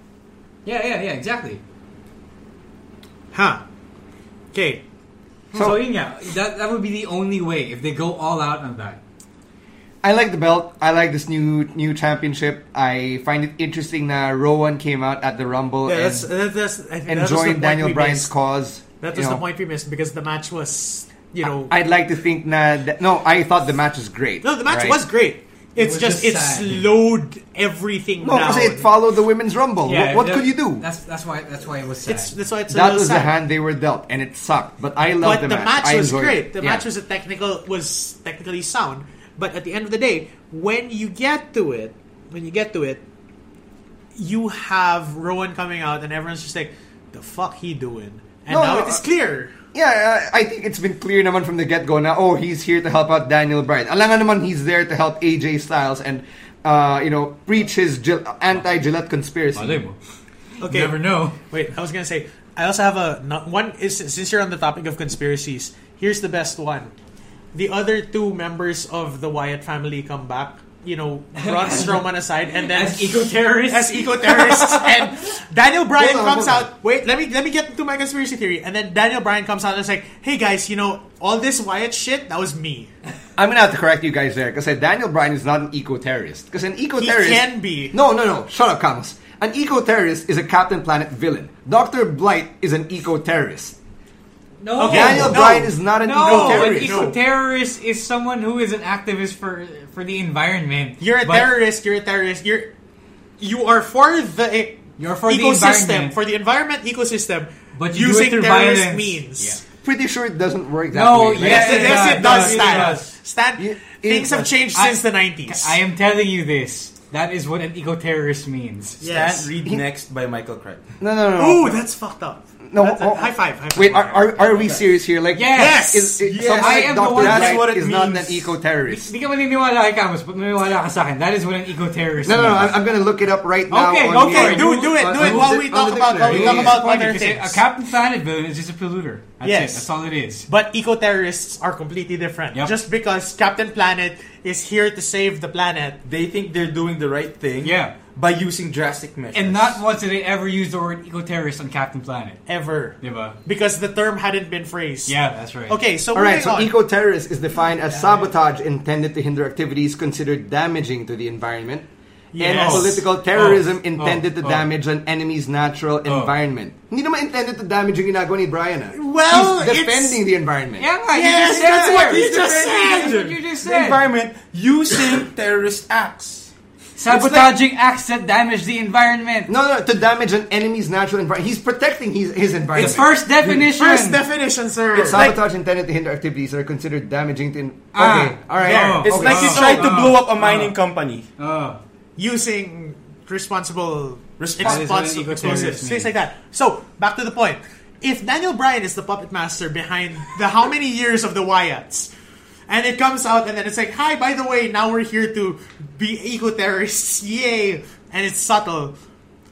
E: Yeah, yeah, yeah, exactly.
D: Huh. Okay.
E: So, yun nga, that that would be the only way if they go all out on that.
C: I like the belt. I like this new new championship. I find it interesting that Rowan came out at the Rumble
D: Yeah,
C: and,
D: that's, that- that's, I think
C: and
D: that was the
C: joined
D: point
C: Daniel
D: we
C: Bryan's
D: missed.
C: cause.
D: That
C: you
D: was the
C: know.
D: point we missed because the match was, you know,
C: I'd like to think that, that- no, I thought the match was great.
D: no, the match
C: right?
D: was great. It's
E: was
D: just,
E: just
D: it
E: sad.
D: slowed everything
C: No,
D: down.
C: because it followed the women's rumble.
E: Yeah,
C: what what
E: that-
C: could you do?
E: That's that's why that's why it was sad.
D: it's, that's why it's a
C: That
D: little
C: was the
D: sad.
C: hand they were dealt, and it sucked. But I
D: But
C: loved
D: the,
C: the,
D: match,
C: I
D: was
C: enjoyed
D: great.
C: It.
D: The
C: Yeah.
D: match was a technical was technically sound. But at the end of the day, when you get to it, when you get to it, you have Rowan coming out, and everyone's just like, "The fuck he doing?" And
C: No,
D: now
C: no,
D: it is
C: uh,
D: clear.
C: Yeah, uh, I I think it's been clear naman from the get-go now, oh, he's here to help out Daniel Bryan. Alam nga naman he's there to help AJ Styles and, uh, you know, preach his Gil- anti-Gillette conspiracy.
E: Malay mo.
D: Okay,
E: Never know.
D: Wait, I was gonna say. I also have a not- one. Is since you're on the topic of conspiracies, here's the best one. The other two members of the Wyatt family come back. You know, Braun Strowman aside, and then
E: As eco-terrorists.
D: as eco terrorists, and Daniel Bryan
C: Hold on,
D: comes
C: hold on.
D: out. Wait, let me let me get to my conspiracy theory, and then Daniel Bryan comes out and is like, "Hey guys, you know all this Wyatt shit? That was me.
C: I'm gonna have to correct you guys there because Daniel Bryan is not an eco-terrorist. Because an eco-terrorist
D: can be.
C: No, no, no. Shut up, Camus. An eco-terrorist is a Captain Planet villain. Doctor Blight is an eco-terrorist.
E: No,
D: Okay.
C: Daniel
D: no.
C: Bryan is not an
E: no, an
C: eco-terrorist.
E: eco-terrorist is someone who is an activist for for the environment.
D: You're a
E: But-
D: terrorist. You're a terrorist. You're you are for the
E: You're for the
D: ecosystem
E: environment.
D: for the environment ecosystem,
E: But you do
D: using
E: it through
D: terrorist
E: violence.
D: means.
C: Pretty sure it doesn't work that
E: No,
C: way. Like,
E: yes,
D: Yes, yes, it
E: it
D: does,
E: does,
D: Stan.
E: it does.
D: Stan,
C: It-
D: things
C: it-
D: have changed
E: I-
D: since the 90s.
E: I am telling you this. That is what an eco-terrorist means.
D: yes.
F: Stan, read next by Michael Craig.
C: No, no, no. no.
D: Ooh, that's fucked up.
C: No,
D: That's-
C: oh, oh.
D: high five. High five.
C: Wait, are, are, are we serious here? Like,
E: Yes!
C: is, is
E: Yes!
C: someone
E: I
C: like
E: am the
C: Dr.
E: one-
C: Blight
E: That's
F: what it
C: is not an
F: means.
C: eco-terrorist.
E: Hindi ka maniniwala kay Camus, but maniniwala ka sa akin. That is what an eco-terrorist
C: No, no, no.
E: means.
C: I'm, I'm gonna look it up right now.
E: Okay,
C: on
E: go
C: the-
E: for it. Do
D: it, do it,
C: on-
D: do
C: on
D: it while
C: the-
D: we
C: on
D: talk
C: the
D: about- while we
C: dictionary.
D: talk
E: It's
D: about
E: pointed
D: other
E: kasi
D: things.
E: A Captain Planet villain is just a polluter. That's
D: Yes.
E: it. That's all it is.
D: But eco terrorists are completely different.
E: Yep.
D: Just because Captain Planet is here to save the planet.
F: They think they're doing the right thing
E: Yeah.
F: by using drastic measures.
E: And not once did they ever use the word eco-terrorist on Captain Planet.
D: Ever.
E: Diba?
D: Because the term hadn't been phrased.
E: Yeah, that's right.
D: Okay, so
C: All right,
D: moving
C: so
D: on.
C: eco-terrorist is defined as sabotage intended to hinder activities considered damaging to the environment, and
D: Yes.
C: political terrorism
E: Oh,
C: intended to
E: oh, oh.
C: damage an enemy's
D: Oh.
C: natural environment. Hindi naman intended to damage yung ginagawa ni Brian, ah.
D: Well,
C: He's
D: it's-
C: defending the environment.
E: Yeah, nga, you
D: Yes,
E: just said
D: that's
E: it.
D: what you just
E: That's
D: said.
E: what you just
F: the
E: said.
F: environment using terrorist acts.
E: Sabotaging acts that damage the environment.
C: No, no, to damage an enemy's natural environment. He's protecting his, his
E: The
C: environment.
E: first definition.
D: First definition, sir.
C: It's sabotage intended to hinder activities that are considered damaging to. In-
E: Ah,
C: okay, all right.
E: yeah.
F: It's
C: okay.
F: like you
E: So,
F: tried to
E: uh,
F: blow up a mining company.
E: Oh.
D: using responsible
F: Responsible
D: responsible
E: eco-terrorist
D: explosives,
E: means.
D: things like that. So back to the point. If Daniel Bryan is the puppet master behind the how many years of the Wyatts, and it comes out and then it's like, hi, by the way, now we're here to be eco terrorists, yay! And it's subtle.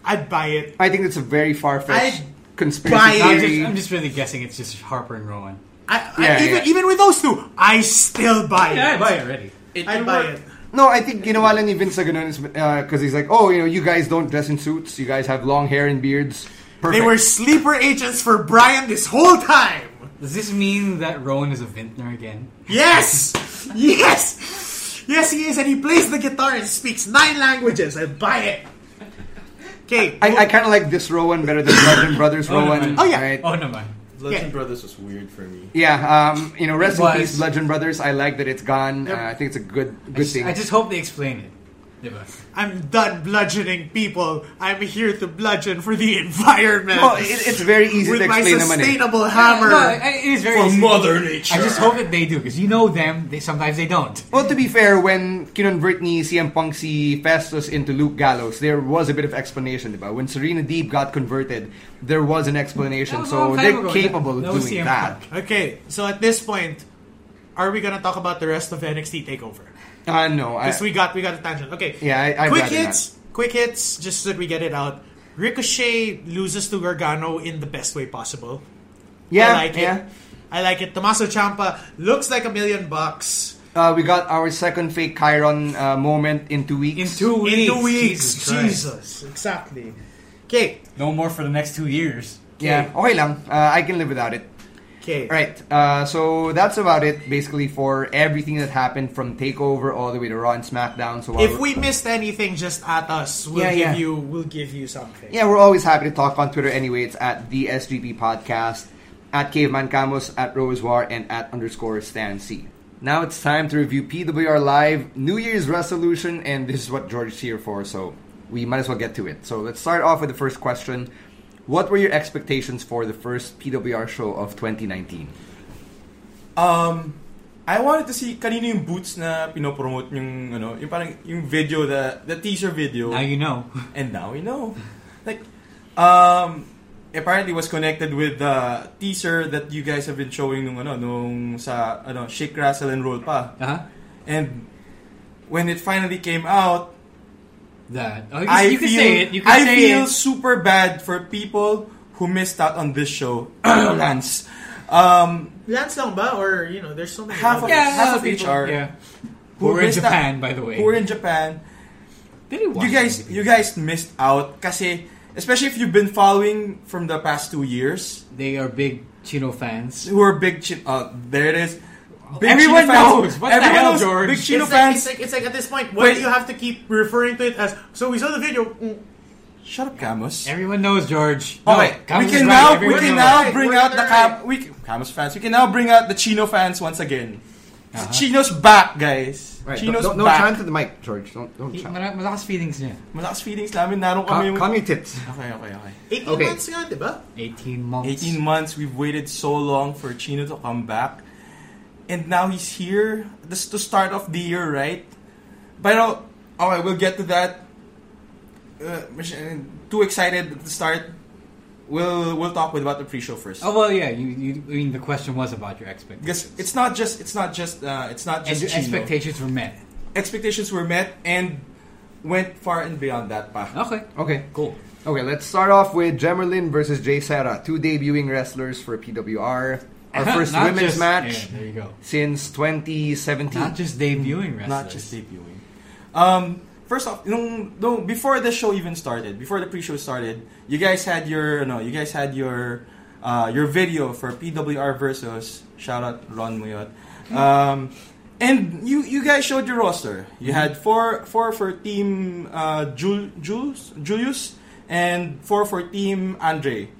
D: I'd buy it.
C: I think it's a very far fetched
D: I
C: conspiracy
D: buy it.
E: I'm
C: theory.
E: just, I'm just really guessing it's just Harper and Rowan.
D: I,
C: Yeah,
D: I, even
C: yeah.
D: even with those two, I still buy it.
E: it already.
D: I'd buy it.
C: No, I think ginawa lang ni Vince Agunan is because he's like, oh, you know, you guys don't dress in suits. You guys have long hair and beards. Perfect.
D: They were sleeper agents for Brian this whole time.
E: Does this mean that Rowan is a vintner again?
D: Yes, yes, yes. He is, and he plays the guitar and speaks nine languages. I buy it. Okay.
C: I, I kind of like this Rowan better than Blood and Brothers Rowan.
E: no. Oh,
D: yeah.
C: right?
E: Oh, no, man.
D: Yeah.
F: Legend Brothers was weird for me.
C: Yeah, um, you know, rest in
E: was.
C: peace, Legend Brothers. I like that it's gone. Uh, I think it's a good good thing.
E: I just hope they explain it. Diba?
D: I'm done bludgeoning people. I'm here to bludgeon for the environment.
C: Well, it- it's very easy
D: With
C: to
D: my
C: explain naman eh.
D: sustainable hammer.
E: No, I- it is very easy.
F: Mother
E: I
F: Nature.
E: just hope that they do, because you know them, they sometimes they don't.
C: Well, to be fair, when kinonvert ni CM Punk si Festus into Luke Gallows, there was a bit of explanation, diba? When Serena Deep got converted, there was an explanation.
E: That was a
C: so
E: long time
C: they're
E: ago.
C: capable
E: That
C: of
E: was
C: doing
E: CM
C: that.
D: Okay, so at this point, are we gonna talk about the rest of NXT Takeover?
C: Uh, no, I,
D: Because we got we got a tangent. Okay.
C: Yeah, I- I'd
D: quick
C: rather
D: hits. Quick hits. Just so that we get it out. Ricochet loses to Gargano in the best way possible.
C: yeah,
D: I like
C: yeah.
D: it. I like it. Tommaso Ciampa looks like a million bucks.
C: Uh, we got our second fake Chiron uh, moment in two weeks.
E: In two weeks.
D: In two weeks.
E: Jesus Christ.
D: Jesus. Exactly. Okay.
E: No more for the next two years.
C: Yeah, okay lang. Uh, I can live without it.
D: Okay.
C: Right. Uh, so that's about it, basically, for everything that happened from Takeover all the way to Raw and SmackDown. So while
D: If
C: we're-
D: we missed anything, just at us. We'll
C: Yeah,
D: give
C: yeah.
D: you. We'll give you something.
C: Yeah, we're always happy to talk on Twitter anyway. It's at the SGP Podcast, at Caveman Camos, at Rosewar, and at underscore Stan C. Now it's time to review PWR Live New Year's resolution, and this is what George is here for, so we might as well get to it. So let's start off with the first question. What were your expectations for the first PWR show of 2019?
F: I wanted to see kanino yung boots na pinopromote yung ano, yung parang yung video the the teaser video.
E: Now you know.
F: And now we know. Like, um, apparently was connected with the teaser that you guys have been showing nung ano, nung sa ano, shake, wrestle, and roll pa.
E: Uh-huh.
F: And when it finally came out,
E: That. Oh, you,
F: I
E: you
F: feel
E: can say it. You can
F: I
E: say
F: feel
E: it.
F: super bad for people who missed out on this show, Lance. Um,
D: Lance lang ba? Or you know, there's so many.
F: half of
D: others.
E: Yeah,
F: half of
E: people-
F: HR
E: Yeah.
F: who
E: We're in
F: missed out-
E: Japan, by the way.
F: who were in Japan.
E: Did he watch
F: you guys
E: it?
F: you guys missed out kasi especially if you've been following from the past two years
E: They are big Chino fans.
F: who are big chi- uh, there it is Big
E: Everyone
F: Chino fans-
E: knows. What the
F: everyone
E: hell,
F: knows
E: George?
F: big Chino
D: it's like,
F: fans
D: it's like it's like at this point, why do
F: Wait.
D: you have to keep referring to it as? So we saw the video. Mm,
F: shut up Camus
E: Everyone knows George. No,
F: okay
E: Camus
F: Oh,
E: is
F: we can
E: right.
F: now we
E: Everyone
F: can
E: knows.
F: now
D: Right,
F: bring
D: we're
F: out the
D: right.
F: Cam- we, can- Camus fans we can now bring out the Chino fans once again
E: Uh-huh.
F: Chino's back guys Chino's
C: don't, don't
F: back
C: chant to the mic, George. Don't, don't
E: He-
C: chant.
E: mala- Malakas feelings niya.
F: malakas feelings namin naroon
C: Ca-
F: kami yung-
C: calm your tits.
F: okay okay okay
D: 18
C: Okay.
D: months nga, di ba?
E: 18 months.
F: 18 months we've waited so long for Chino to come back and now he's here this to start off the year right but oh, no, all right we'll get to that uh, masy- too excited at the start we'll we'll talk with about the pre-show first
E: Oh well, yeah. You, you, I mean, the question was about your expectations.
F: because it's not just it's not just uh, it's not
E: And
F: just
E: your
F: Chino.
E: expectations were met.
F: expectations were met and went far and beyond that pa.
E: Okay.
C: Okay.
E: Cool.
C: Okay, let's start off with Gemerlin versus Jay Serra, two debuting wrestlers for PWR. Our first
E: Not
C: women's
E: just-
C: match
E: yeah, there you go.
C: since 2017.
E: Not just debuting wrestlers.
F: not just debuting. Um, first off, nung, nung, before the show even started, before the pre-show started, you guys had your no, you guys had your uh, your video for PWR versus shout out Ron Muyot. Um, and you you guys showed your roster. You had four four for team uh, Jul, Jules, Julius and four for team Andre.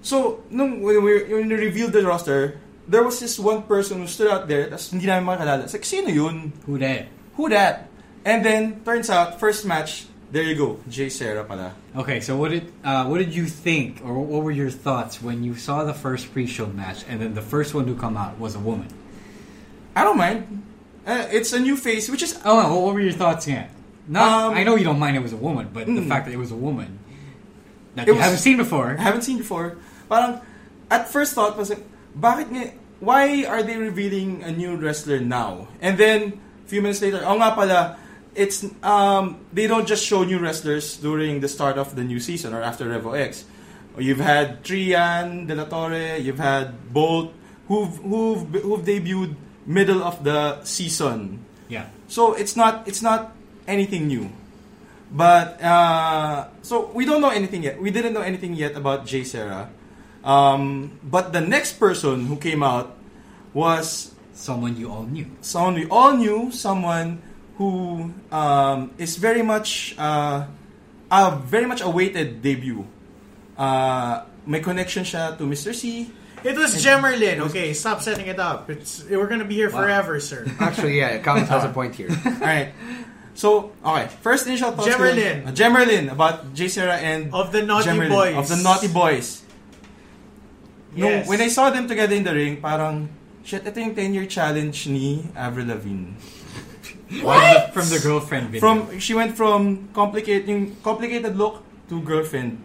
F: So, nung, when, we, when we revealed the roster, there was this one person who stood out there, tapos hindi namin makalala. It's like, sino yun?
E: Who that?
F: Who that? And then, turns out, first match, there you go. Jay Serra pala.
E: Okay, so what did uh, what did you think, or what were your thoughts when you saw the first pre-show match, and then the first one to come out was a woman?
F: I don't mind. Uh, it's a new face, which is...
E: Oh, well, what were your thoughts? Yeah, not.
F: Um,
E: I know you don't mind it was a woman, but the fact that it was a woman that you
F: was-
E: haven't seen before.
F: I haven't seen before. Parang, at first thought, was like, bakit nga, why are they revealing a new wrestler now? And then, few minutes later, oh nga pala, it's um, they don't just show new wrestlers during the start of the new season or after Revo X. You've had Trian, De La Torre, you've had Bolt, who've who've who've debuted middle of the season.
E: Yeah.
F: So it's not it's not anything new. But uh, so we don't know anything yet. We didn't know anything yet about Jay Serra. Um, but the next person who came out was
E: Someone you all knew.
F: someone we all knew, someone who um, is very much uh, a very much awaited debut. Uh, may connection siya to Mr. C.
D: It was Jemerlin. Okay, stop setting it up. It's we're gonna be here forever, sir.
C: Actually, yeah, Kamis has a point here.
F: All right. So, okay. First initial thoughts.
D: Jemerlin.
F: Uh, Jemerlin about J. Sarah and
D: Of the Naughty
F: Jemerlin,
D: Boys.
F: Of the Naughty Boys. No,
D: Yes.
F: when I saw them together in the ring, parang shit. Ito yung 10-year challenge ni Avril Lavigne.
E: What? From the, girlfriend video.
F: From she went from complicated yung complicated look to girlfriend.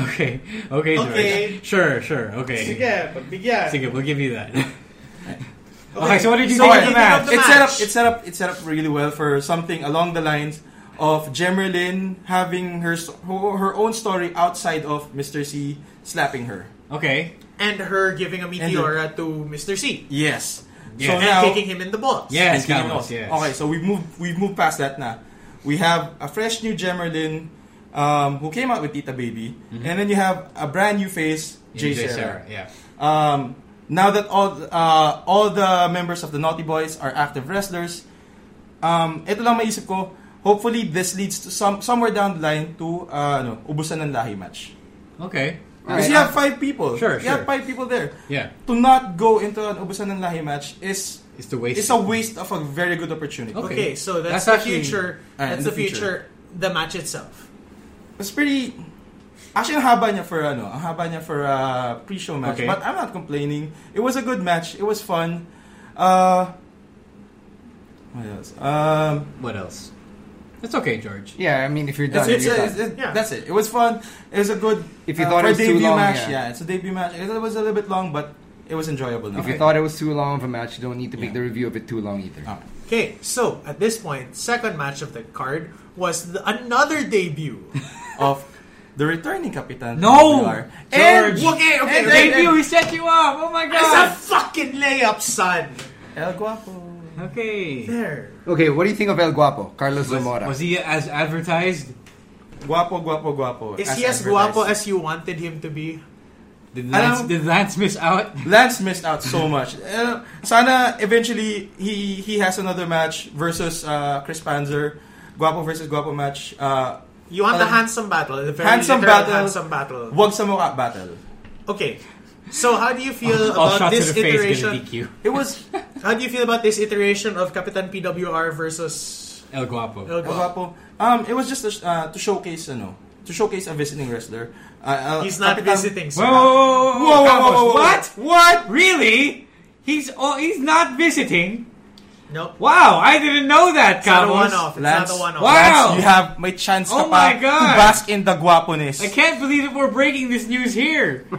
E: okay, okay, George.
D: Okay.
E: Sure, sure. Okay.
D: Sige, pagbigyan.
E: Sige, we'll give you that. okay, so what did you
D: so
E: think
D: I-
E: of the
D: I
E: match?
D: think
F: It set up
D: match.
F: it set up it set up really well for something along the lines of Jemerlin having her s- her her own story outside of Mr. C slapping her.
E: Okay.
D: And her giving a meteora to Mr. C.
F: Yes.
E: Yeah.
F: So
D: And
F: now
D: kicking him in the balls.
E: Yes,
F: kicking him
E: Camus,
F: out.
E: yes.
F: Okay, so we've moved we've moved past that now. We have a fresh new Jemerlin um, who came out with Tita Baby, and then you have a brand new face, Jay,
E: Jay Mm-hmm. Sarah,
F: Sarah.
E: yeah.
F: Um, now that all uh, all the members of the Naughty Boys are active wrestlers, um, ito lang maisip ko. Hopefully, this leads to some somewhere down the line to uh, ano, ubusan ng lahi match.
E: Okay.
F: Because you have five people.
E: Sure,
F: You
E: sure.
F: have five people there.
E: Yeah.
F: To not go into an ubusan ng lahi match is
E: It's the waste.
F: It's a waste of a very good opportunity.
D: Okay,
E: Okay.
D: so that's,
E: That's
D: the
E: actually- uh,
D: future.
F: Ah,
D: that's
F: in
D: the
F: the
D: future. The match itself.
F: It's pretty. Actually, ang haba niya for ano, ang haba niya for uh, pre-show match.
E: Okay.
F: But I'm not complaining. It was a good match. It was fun. Uh, what else? Um,
E: What else? That's okay, George.
C: Yeah, I mean, if you're
F: it's,
C: done,
F: it's,
C: you're
F: a-
C: done.
F: it's- it-
D: Yeah.
F: That's it. It was fun. It was a good. uh,
C: If you thought it was
F: for
C: too
F: debut
C: long,
F: match,
C: yeah.
F: it's a debut match. It was a little bit long, but it was enjoyable. Now.
C: if you thought it was too long of a match, you don't need to make
F: Yeah.
C: the review of it too long
E: Uh,
C: either.
F: Ah.
D: Okay, so at this point, second match of the card was the, another debut.
F: of the returning Capitan
E: No!
F: WR.
E: George!
F: and okay, okay,
E: And
F: okay,
E: debut, we set you up! Oh my
D: It's a
E: god!
D: fucking layup, son.
F: El Guapo.
E: Okay.
D: There.
C: Okay, what do you think of El Guapo, Carlos Zamora?
E: Was he as advertised?
F: Guapo, guapo, guapo.
D: Is he as
F: advertised.
D: guapo as you wanted him to be?
E: Did Lance,
F: Alam-
E: did Lance miss out?
F: Lance missed out so much. Uh, sana eventually he he has another match versus uh, Chris Panzer, Guapo versus Guapo match. Uh,
D: You want the
F: Alam-
D: handsome battle, the very
F: Handsome
D: literal
F: battle.
D: handsome battle.
F: wag sa mukha battle.
D: Okay. So how do you feel
E: All
D: about
E: shots
D: this
E: to the face
D: iteration?
E: gonna DQ.
F: It was
D: How do you feel about this iteration of Capitan PWR versus
E: El Guapo.
D: El Guapo?
F: Guapo. Um, it was just to, uh, to showcase ano, to showcase a visiting wrestler. Uh, uh,
D: He's not
F: Kapitan-
D: visiting.
E: Whoa,
D: Sir.
E: whoa, whoa,
F: Whoa, whoa, whoa, whoa, whoa.
E: What? What? Really? He's oh, he's not visiting.
D: No.
E: Wow, I didn't know that,
D: It's not a
E: Camos.
D: one-off. It's
F: Lance,
D: not a one-off.
E: Wow.
F: Lance, you have my chance
E: Oh
F: ka pa
E: my God.
F: to bask in the guaponess.
E: I can't believe that we're breaking this news here.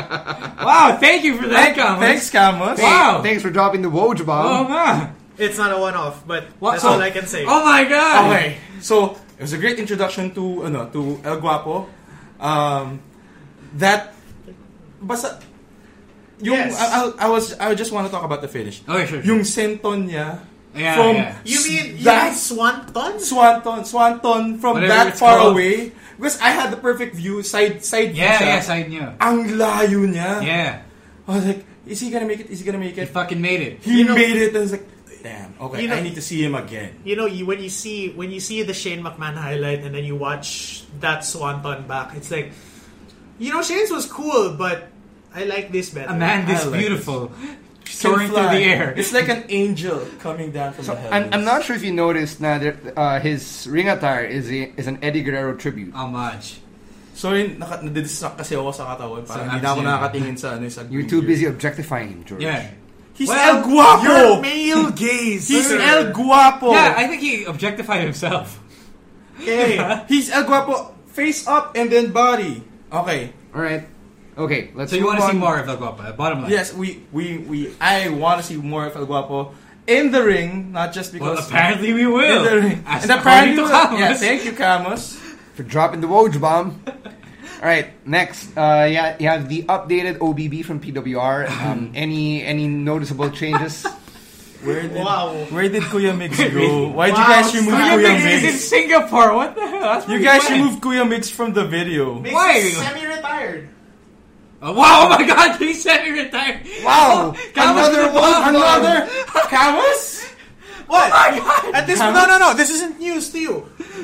E: wow, thank you for that, Camos.
F: Thanks, Camus.
E: Wow.
C: Thanks for dropping the Woj
E: Oh,
C: bomb.
E: ma.
D: It's not a one-off, but
E: Wow.
D: that's all I can say.
E: Oh my god.
F: Okay, so it was a great introduction to ano to El Guapo. Um, that basta yung
D: Yes.
F: I, I- I was I just want to talk about the finish.
E: Okay, sure, sure.
F: Yung senton niya
E: Yeah,
F: from
E: yeah.
D: You mean you mean
F: that
D: Swanton?
F: swanton swanton from
E: Whatever
F: that
E: it's
F: far
E: called.
F: away because I had the perfect view side side view
E: Yeah,
F: siya.
E: yes, I knew.
F: Ang layo niya.
E: Yeah.
F: I was like, is he gonna make it? Is he gonna make
E: He
F: it?
E: fucking made it.
F: He
D: You know-
F: made it. I was like, damn.
D: You
F: Okay,
D: know-
F: I need to see him again.
D: You know, you when you see when you see the Shane McMahon highlight and then you watch that Swanton back, it's like, you know, Shane's was cool, but I like this better.
E: A man this
F: I like
E: beautiful
F: Can
E: soaring through
F: fly.
E: the air.
F: It's like an angel coming down from the heavens.
C: I'm, I'm not sure if you noticed now that uh, his ring attire is a, is an Eddie Guerrero tribute.
E: How much?
F: Sorry, naka, nadidistract kasi ako sa katawan. Parang
E: Sa
F: hindi na ako
E: abs niya.
F: nakakatingin sa ano sa
C: You're
F: green
C: too
F: gear.
C: busy objectifying him, George.
E: Yeah.
F: He's
E: Well,
F: El Guapo!
D: Your male gaze.
F: He's
D: sir.
F: El Guapo!
E: Yeah, I think he objectified himself.
D: Okay.
F: He's El Guapo face up and then body. Okay.
C: All right. Okay, let's
E: So you
C: move
E: want to
C: on.
E: see more of El Guapo? Bottom line.
F: Yes, we, we, we, I want to see more of El Guapo. in the ring, not just
E: Well,
F: because.
E: apparently we will.
F: in the ring.
E: As
F: and apparently,
E: according to
F: yeah,
E: Camus.
F: thank you, Camus.
C: for dropping the Woj bomb. All right, next, uh, yeah, you have the updated OBB from PWR. Um, any any noticeable changes?
F: Where did,
D: Wow.
F: where did Kuya Mix go? Why'd you
D: Wow,
F: guys remove
D: stop.
E: Kuya
F: Kuya
E: Mix is in
F: Mix?
E: Singapore. What the hell? That's
F: You
E: pretty
F: guys
E: funny.
F: removed Kuya Mix from the video.
D: Makes
E: Why?
D: us semi-retired.
E: Oh, wow! Oh my God! He semi-retired.
C: Wow,
E: Camus
C: another
E: is the
C: one,
E: bomb.
C: another
F: Camus?
D: What?
E: God!
D: At this, no, no, no. This isn't news to you.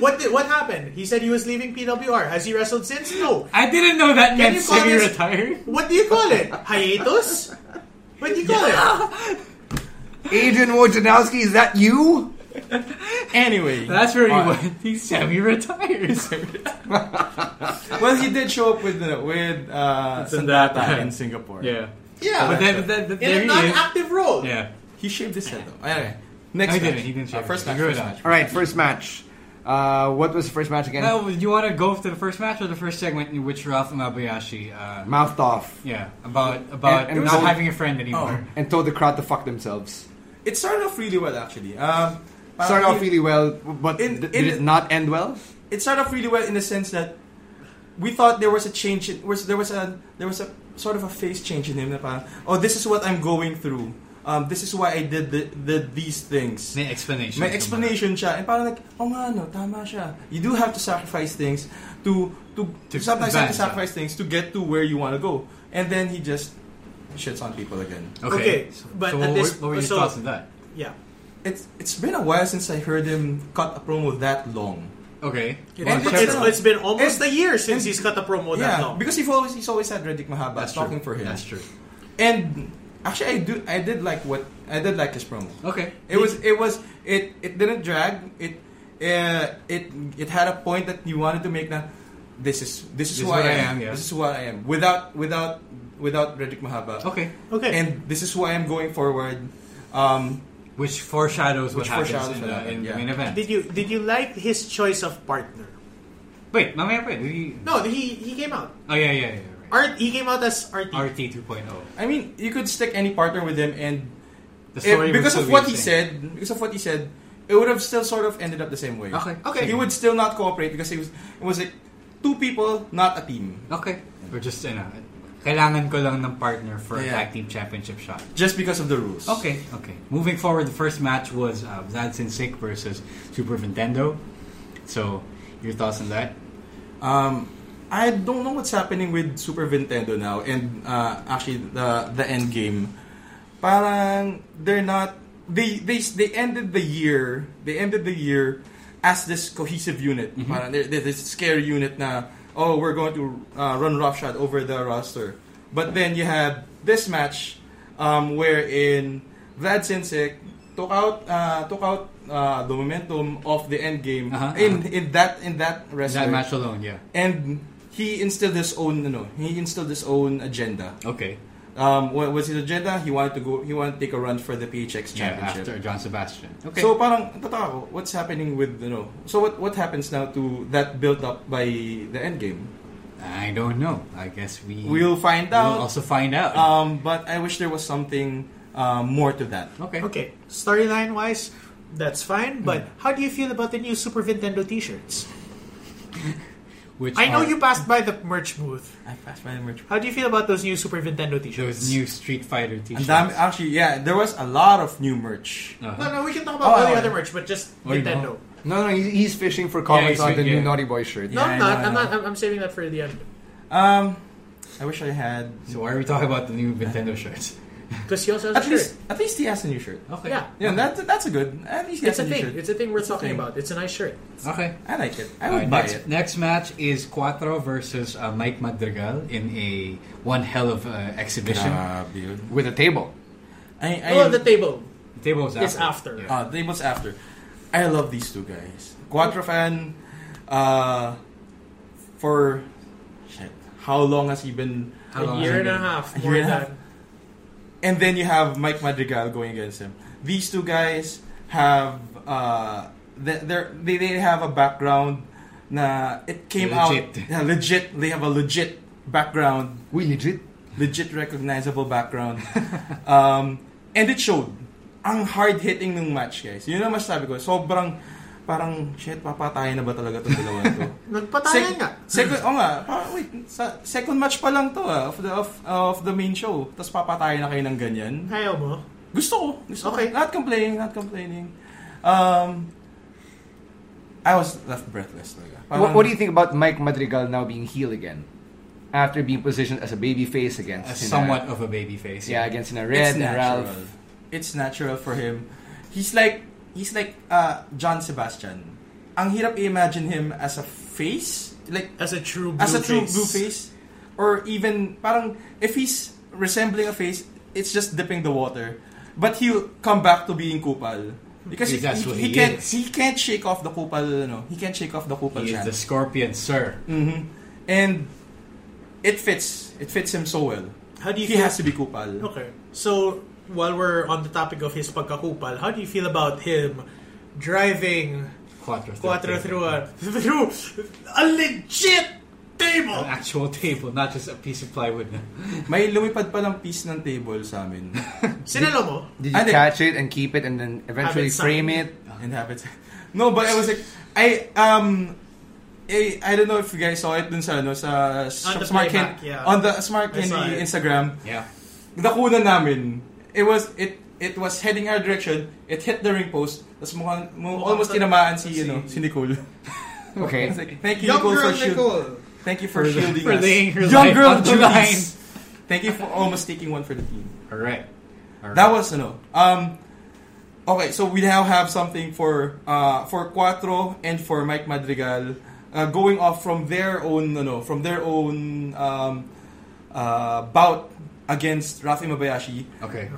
D: What did, what happened? He said he was leaving PWR. Has he wrestled since? No.
E: I didn't know that meant
D: you call this-
E: semi-retired.
D: What do you call it? Hiatus? What do you call it?
C: Adrian Wojnarowski. Is that you?
F: Anyway.
E: That's where he went. He semi-retired.
F: Well, he did show up with the, with uh,
E: Sandata.
F: Sandata in Singapore.
E: yeah.
D: Yeah.
E: But then, but then, but
D: in
E: there
D: a
E: he is.
D: non-active role.
E: Yeah.
F: He shaved his head though. Anyway, next
E: No, he
F: match.
E: didn't. He didn't
F: Uh,
E: shave
F: first
E: his head.
F: match.
E: Good
F: First
E: on.
F: match.
C: All right, first match. Uh, what was the first match again?
E: Now, do Oh, you want to go to the first match or the first segment in which Ralph Mabayashi, uh,
C: Mouthed off
E: yeah, about about
C: And- and so-
E: not having a friend
F: Oh.
E: anymore?
C: and told the crowd to fuck themselves.
F: It started off really well actually. Um, parang
C: Started off
F: he-
C: really well, but
F: In-
C: th-
F: in-
C: did it not end well?
F: it started off really well in the sense that we thought there was a change in, was there was a there was a sort of a face change in him na parang, oh this is what I'm going through um, this is why I did the, did these things
E: May explanation.
F: may explanation siya and parang like oh nga no tama siya you do have to sacrifice things to to,
E: To
F: sometimes you have
E: advance,
F: to sacrifice things to get to where you want to go and then he just shits on people again
E: Okay.
D: Okay,
E: So,
D: but
E: so
D: at
E: what, were-
D: this-
E: what were your
D: so-
E: thoughts on that?
D: Yeah.
F: it's it's been a while since I heard him cut a promo that long
E: Okay.
F: Well,
D: And
F: check
D: it's,
F: it out.
D: it's been almost a
F: And-
D: year since he's cut a promo Oh, that
F: yeah
D: long.
F: because he always he's always had Redick Mahaba talking for him
E: That's true.
F: And actually, I do. I did like what I did like his promo.
E: Okay.
F: It was. It was. It. It didn't drag. It. Uh, it. It had a point that you wanted to make. That this is. This is
E: This is
F: who I
E: what I
F: am.
E: am, yeah.
F: This is who I am. Without. Without. Without Redick Mahaba.
E: Okay.
D: Okay.
F: And this is who I am going forward. Um,
E: Which foreshadows
F: Which
E: what happens
F: foreshadows
E: in,
F: what
E: the,
F: happened,
E: in
F: yeah.
E: the main event.
D: did you did you like his choice of partner?
E: wait, mamaya wait. Did you,
D: No, he he came out.
E: Oh yeah, yeah, yeah. Right.
D: Art he came out as RT.
E: RT 2.0.
F: I mean, you could stick any partner with him, and
E: The
F: it-
E: story would
F: because
E: still
F: of
E: be
F: what
E: the
F: he
E: same.
F: said, because of what he said, it would have still sort of ended up the same way.
E: Okay.
D: Okay.
F: He would still not cooperate because he was. It was like two people, not a team.
E: Okay. Or just you know, kailangan ko lang ng partner for a
F: Yeah.
E: tag team championship shot.
F: just because of the rules.
E: Okay, okay. Moving forward, the first match was uh, Vlad Sinsik versus Super Nintendo. So, your thoughts on that?
F: Um, I don't know what's happening with Super Nintendo now, and uh, actually the the end game. Parang they're not. They they they ended the year. They ended the year as this cohesive unit.
E: Mm-hmm.
F: Parang they're, they're this scary unit. Na oh, we're going to uh, run roughshod over the roster. But then you had this match, um, wherein Vlad Sinsek took out uh, took out uh, the momentum of the end game
E: Uh-huh,
F: in in that in that wrestler
E: That match alone, yeah.
F: and he instilled his own no he instilled his own agenda
E: Okay.
F: um what was his agenda he wanted to go he wanted to take a run for the PHX
E: Yeah,
F: championship
E: after John Sebastian. Okay.
F: so parang tataka ko, what's happening with you know so what what happens now to that built up by the end game
E: I don't know. I guess we
F: we'll find out
E: we'll also find out.
F: um but i wish there was something um, more to that
E: okay.
D: Okay, storyline wise, that's fine. But
F: Hmm.
D: how do you feel about the new Super Nintendo T-shirts?
E: Which
D: I know
E: are
D: you passed by the merch booth.
F: i passed my merch
D: How do you feel about those new Super Nintendo T-shirts?
E: those new Street Fighter
F: and
E: t-shirts. Uh-huh.
F: I'm, actually yeah there was a lot of new merch
D: No, no, we can talk about
F: Oh,
D: all the
F: yeah.
D: other merch, but just
E: Oh, you
D: Nintendo.
C: No, no, he's, he's fishing for comments on
E: Yeah, he's
C: the
E: fi- yeah.
C: new Naughty Boy shirt.
D: No, I'm
F: I know,
D: not.
F: I
D: I'm
F: know.
D: not. I'm, I'm saving that for the end
F: um i wish i had
E: so why are we talking about the new Nintendo shirts?
D: because he also has a
F: at least
D: shirt.
F: at least he has a new shirt
E: Okay.
D: Yeah.
F: yeah that, that's a good at least he
D: It's
F: has
D: a
F: new
D: thing.
F: shirt.
D: It's a thing we're
F: a
D: talking
F: thing.
D: about. It's a nice shirt.
E: Okay.
F: I like it. I
E: Alright,
F: would buy
E: next,
F: it.
E: next match is Cuatro versus uh, Mike Madrigal in a one hell of uh, exhibition.
C: With a table.
F: I, I,
D: Oh, the table.
E: the table was
D: It's
E: after.
D: after.
E: Yeah.
F: uh, tables after. I love these two guys. Quatrofan, uh, for shit, how long has he been?
E: How
D: A
E: long
D: year
E: has
D: and
E: it
D: a
E: been?
D: half.
F: A
D: More
F: year and a half.
D: than.
F: And then you have Mike Madrigal going against him. These two guys have uh, they they're- they they have a background. Na it came
E: Legit.
F: out yeah, legit. They have a legit background.
C: We legit.
F: legit recognizable background. um, and it showed. ang hard-hitting ng match, guys. Yun ang masasabi ko. Sobrang, parang, shit, papatayin na ba talaga itong dalawa to?
D: Nagpatayan nga.
F: Second, oh nga, parang, wait, sa second match pa lang to, ah, of the, of, of the main show. Tapos papatayin na kayo ng ganyan.
D: Ayaw mo?
F: Gusto ko. Gusto
D: Okay.
F: ko. Not complaining, not complaining. Um, I was left breathless talaga.
C: What, what do you think about Mike Madrigal now being heel again? After being positioned as a babyface against
E: As
C: Cena-
E: somewhat of a baby face.
C: yeah, against Cena Red and Ralph.
F: It's natural for him. He's like he's like uh, John Sebastian. Ang hirap i-imagine him as a face, like
D: As a true blue
F: as a true
D: face.
F: blue face, or even parang if he's resembling a face, it's just dipping the water. But he'll come back to being kupal because he,
E: That's
F: he-
E: what
F: he
E: he
F: can't
E: is.
F: he can't shake off the kupal. No, he Mm. can't shake off the kupal.
E: He is
F: chant.
E: the scorpion, sir.
F: and it fits. It fits him so well.
D: How do you
F: he
D: feel-
F: has to be kupal.
D: Okay. So, while we're on the topic of his pagkakupal, how do you feel about him driving
E: Quattro.
D: Quattro through a, through a legit
E: An
D: table?
E: actual table, not just a piece of plywood.
F: May lumipad palang piece ng table sa amin.
D: Sinalo mo?
C: Did you
F: I think-
C: catch it and keep it and then eventually
D: Have it
C: frame
D: signed.
C: it?
F: And have it. No, but I was like, I, um, I, I don't know if you guys saw it dun sa, ano, sa,
D: the
F: sa Smart
D: playback,
F: Ken-
D: yeah.
F: on the Smart
D: I saw
F: Candy
D: it.
F: Instagram.
E: yeah.
F: Nakunan namin. It was, it, it was heading our direction. It hit the ring post. Tapos mukhang, mu-
D: Mukhang
F: almost
D: ta-
F: tinamaan si,
D: si-
F: you know, si Nicole. I
C: Okay.
F: was like, thank you,
D: Young
F: Nicole,
D: girl oh,
F: for shield-
D: Nicole.
F: Thank you for, shielding
E: for
F: us.
E: laying her
F: Young
E: life
F: girl
E: on the line.
F: Louise. Thank you for almost taking one for the team.
E: All right. All right.
F: That was ano. Um Okay, so we now have something for uh for Cuatro and for Mike Madrigal uh, going off from their own ano, from their own um uh bout against Rafi Mabayashi.
E: okay.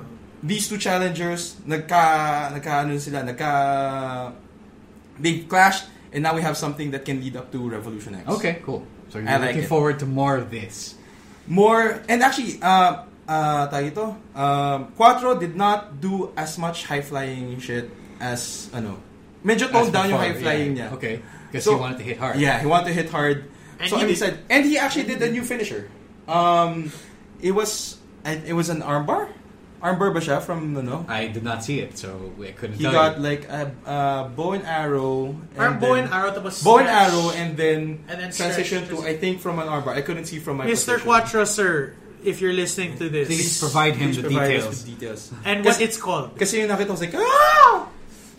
F: These two challengers nagka nagka ano sila, nagka they clashed and now we have something that can lead up to Revolution X.
E: Okay. Cool. So you're
F: I like
E: looking
F: it.
E: forward to more of this.
F: more and actually uh uh tawag ito, um Quattro did not do as much high flying shit as ano medyo
E: As
F: toned down yung
E: before,
F: high flying
E: yeah.
F: niya
E: Okay. Because
F: So-
E: he wanted to hit hard.
F: yeah he wanted to hit hard
D: And
F: so
D: he
F: and he
D: did-
F: said and he actually did a new finisher um it was and it was an armbar armbar ba siya from ano
E: I did not see it, so I couldn't
F: he
E: tell
F: got
E: you.
F: like a, a bow and arrow and
D: Parang bow and
F: then-
D: arrow, tapos
F: bow and
D: stretch.
F: arrow and then,
D: And then stretch.
F: transition to I think from an armbar I couldn't see from my
D: Mr.
F: position.
D: Quattro, sir, if you're listening to this.
E: Please provide him the
F: Please provide us
E: details.
F: with details.
D: And
F: Kasi-
D: what it's called.
F: Kasi yung nakita ko, I was like, ah!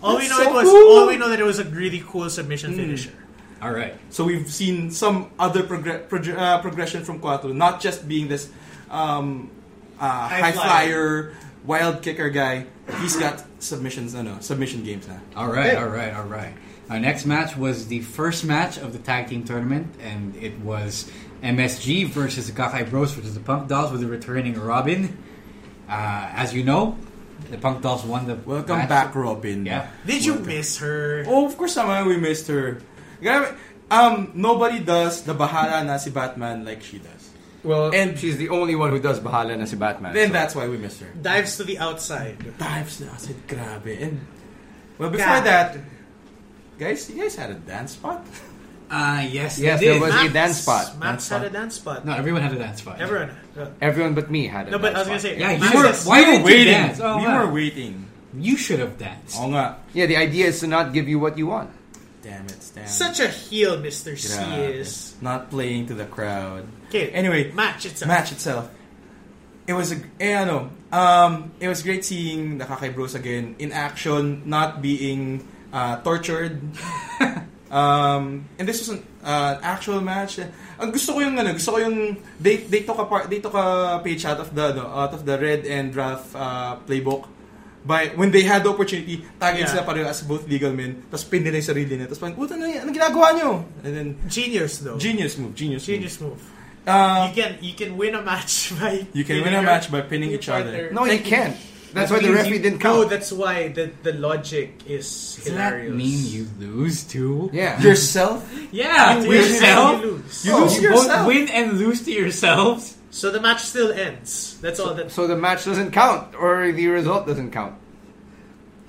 D: All we
F: That's
D: know
F: so
D: it was
F: cool!
D: all we know that it was a really cool submission
E: Mm.
D: finisher.
E: All right.
F: So we've seen some other progre- prog- uh, progression from Cuatro, not just being this um, uh, high, flyer. wild kicker guy. He's got submissions, ano, submission games na.
E: All right, all right, all right. Our next match was the first match of the tag team tournament, and it was MSG versus the Kakai Bros versus the Punk Dolls with the returning Robin. Uh, as you know, the Punk Dolls won the
F: Welcome
E: match.
F: back, Robin.
E: Yeah,
D: Did you miss her?
F: Oh, of course naman, we missed her. Grabe, Um, nobody does the bahala na si Batman like she does.
C: Well,
F: And-
C: and she's the only one who does Bahala na si Batman.
F: Then
C: so-
F: that's why we missed her.
D: Dives to the outside.
F: dives na. I said, grabe. And, well, before
D: God.
F: that, guys, you guys had a dance spot?
E: uh, yes,
C: Yes,
E: they
C: there
E: did.
C: was-
D: Max-
C: a dance spot.
D: Max
F: Dance
D: had
F: spot.
D: a dance spot.
E: no, everyone had a dance fight.
D: Everyone. uh,
C: everyone but me had it.
D: No, but I was gonna say.
E: Yeah, you
D: Max
E: were-
D: has-
E: why didn't you
F: waiting.
E: dance? Oh,
F: we
E: wow.
F: were waiting.
E: you should have danced.
F: Oo nga.
C: Yeah, the idea is to not give you what you want.
F: Damn it, Stan.
D: Such a heel, Mr. C
F: Grabe.
D: is.
F: Not playing to the crowd.
D: Okay.
F: Anyway,
D: match itself.
F: match itself. It was a eh, ano, um, it was great seeing the Kakai Bros again in action, not being uh, tortured. um, and this was an uh, actual match. Ang gusto ko yung ano, gusto ko yung they they took a part, they took a page out of the ano, out of the Red and Ralph uh, playbook. By, when they had the opportunity, tagging
D: Yeah.
F: sila pareho as both legal men, tapos pin nila yung sarili nila, tapos parang, puta na yan, anong ginagawa nyo? And then,
D: Genius though.
F: genius move, genius,
D: Genius move.
F: move. Um,
D: You can you can win a match by
F: You can
D: pinning
F: win a
D: your-
F: match by pinning
D: your
F: each other.
D: partner.
C: No, you can't. That's why the
E: means
C: referee
E: you-
C: didn't
D: No,
C: count.
D: that's why the the logic is
E: Does that
D: hilarious.
E: mean you lose too?
C: yeah.
F: yourself?
E: Yeah,
D: You
E: to
D: lose,
E: yourself.
D: You lose. Oh.
F: You lose
E: You both
F: yourself.
E: win and lose to yourselves.
D: So the match still ends. That's all that
C: So the match doesn't count, or the result doesn't count.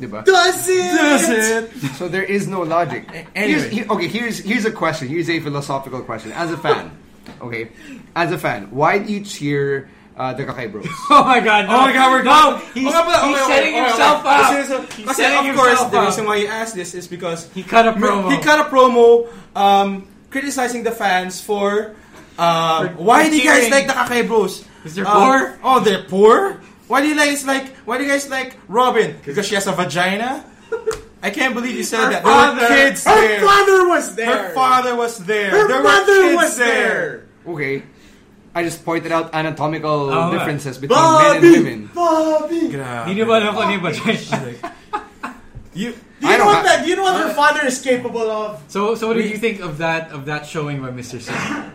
C: Diba?
D: does it.
F: Does it?
C: So there is no logic.
F: anyway.
C: Here's- here- okay, here's here's a question. Here's a philosophical question. As a fan, okay, as a fan, why do you cheer uh, the Kakay Bros.
E: Oh my god, no.
F: Oh my God, we're
E: No,
F: going-
E: he's,
F: Oh, pala,
E: he's
F: okay,
E: setting
F: okay, okay.
E: himself up.
F: Kasi, so-
E: He's
F: kasi
E: setting
F: of course,
E: himself
F: the
E: up.
F: reason why you asked this is because
E: He cut a promo.
F: He cut a promo um, criticizing the fans for, um, why do you guys
E: cheering.
F: like the Kakay Bros?
E: Because they're
F: Um,
E: poor.
F: Oh, they're poor. Why do you guys like? Why do you guys like Robin? Because she has a vagina. I can't believe you said that. There were kids
D: her
F: there.
D: father was there.
F: Her father was there.
D: Her
F: there
D: mother
F: were
D: was
F: kids there.
C: Okay. I just pointed out anatomical
E: Oh, okay.
C: differences between men
D: Bobby!
C: and women.
D: Bobby!
F: Grabe.
E: Hindi ba alam ko ano yung budget?
F: You,
D: Do you
C: I
D: know
C: don't
D: what
C: ha-
D: that? Do you know what her father is capable of?
E: So, so what did you think of that of that showing by Mr. Singh?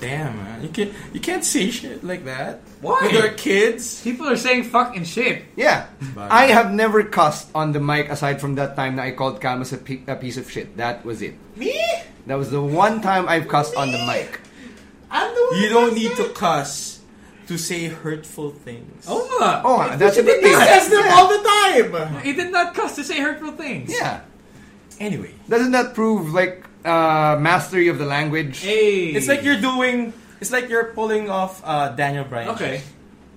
F: damn man, you can't you can't say shit like that. Why? With our kids.
E: People are saying fuck and shit.
C: Yeah.
F: bad.
C: I have never cussed on the mic aside from that time that I called Camus a, pi- a piece of shit. That was it.
D: Me?
C: That was the one time I've cussed on the mic.
D: I'm the one.
F: You don't
D: who
F: need
D: does
F: to cuss to say hurtful things.
E: Oh,
C: Oh, that's a good
D: that. He
C: thing.
D: says them all the time.
E: he did not cuss to say hurtful things.
C: Yeah.
F: Anyway,
C: Doesn't that prove like uh, mastery of the language?
E: Hey,
F: it's like you're doing. It's like you're pulling off uh, Daniel Bryan.
E: okay.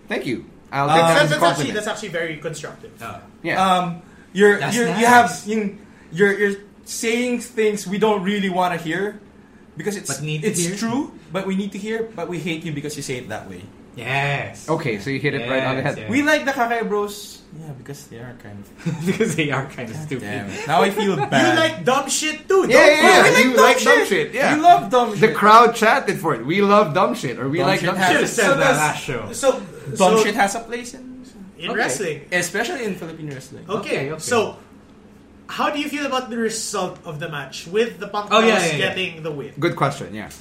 C: Thank you. I'll take that
D: Uh,
C: as a
D: That's, that's actually
C: compliment.
D: that's actually very constructive.
E: Oh. Uh,
C: Yeah.
F: Um, you're,
E: That's
F: you're
E: nice.
F: you have you, you're you're saying things we don't really want to hear because it's
E: But need to
F: it's
E: hear.
F: true, but we need to hear, but we hate you because you say it that way.
E: Yes.
C: okay, so you hit it right on the
E: Yes,
C: head.
E: yes.
F: We like the Kakay Bros. Yeah, because they are kind of.
E: because they are kind of stupid.
F: Damn it. Now I feel bad.
D: You like dumb shit too.
C: Yeah,
D: don't
C: yeah, yeah.
D: you?
C: you like dumb shit. Yeah.
F: You love dumb
C: The
F: shit.
C: crowd chanted for it. We love dumb shit, or we
F: Dumb
C: like
F: shit
C: dumb
F: has-
C: shit.
E: Should have said
F: So
E: that
F: does-
E: last show.
D: So,
F: dumb
D: so
F: shit has a place in,
D: in wrestling.
F: especially in Philippine wrestling.
D: Okay,
E: Okay, okay.
D: so how do you feel about the result of the match with the Punk
E: Oh, yeah, yeah, yeah.
D: getting the win?
C: Good question. Yeah.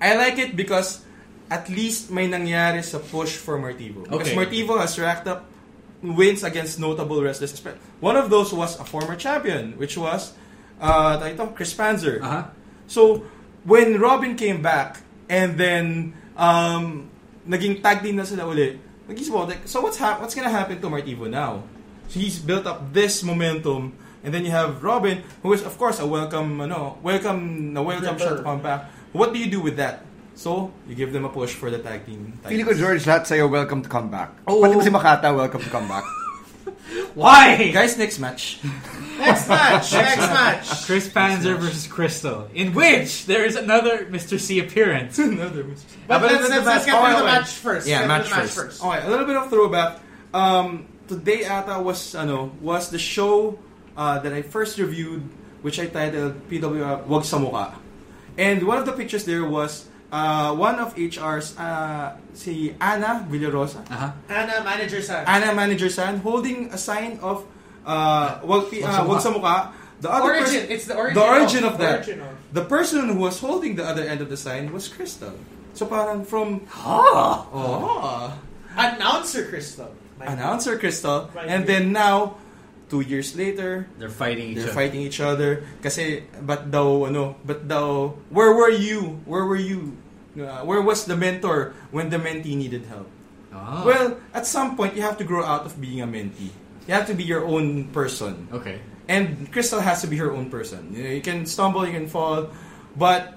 F: I like it because at least may nangyari sa push for Martivo. Because
E: Okay.
F: Martivo has racked up wins against notable wrestlers. Espe- One of those was a former champion, which was uh, tawag ito, Chris Panzer.
E: Uh-huh.
F: So, when Robin came back and then um, naging tag team na sila uli, naging sumabot, like, so what's hap- what's gonna happen to Martivo now? So he's built up this momentum and then you have Robin who is of course a welcome ano, welcome na welcome shot to come back. What do you do with that? So, you give them a push for the tag team.
C: Feeling ko George
F: titles.
C: lahat sa'yo, welcome to come back.
F: Oo.
C: Pati mo si Makata, welcome to come back.
E: Why?
F: Guys, next match.
D: Next match, next match.
E: Chris Panzer versus Crystal, in which there is another Mr. C appearance.
F: Another match.
D: But let's,
F: But it's
D: let's, let's
F: the match.
D: get through
F: Okay,
D: the
F: okay.
D: match first.
C: Yeah,
D: Get
C: match
D: through the
C: first.
F: Okay, a little bit of throwback. Um, today ata was ano was the show uh, that I first reviewed, which I titled PWR Wag sa Mukha. And one of the pictures there was uh, one of HR's uh, si Ana Villarosa,
D: Uh-huh. Anna, uh, manager son.
F: Ana manager san holding a sign of uh, wag, pi- uh, wag sa mukha. The other
D: Origin.
F: person-
D: It's the origin
F: The origin
D: of-
F: of, that.
D: origin of.
F: The person who was holding the other end of the sign was Crystal. So parang from oh.
D: Announcer Crystal. My
F: announcer Crystal,
D: Right
F: and
D: here.
F: then now, two years later,
E: They're fighting each
F: they're
E: other.
F: fighting each other. Kasi, but daw, ano, but daw, where were you? Where were you? Uh, where was the mentor when the mentee needed help?
E: Ah.
F: Well, at some point, you have to grow out of being a mentee. You have to be your own person.
E: Okay.
F: And Crystal has to be her own person. You know, you can stumble, you can fall, but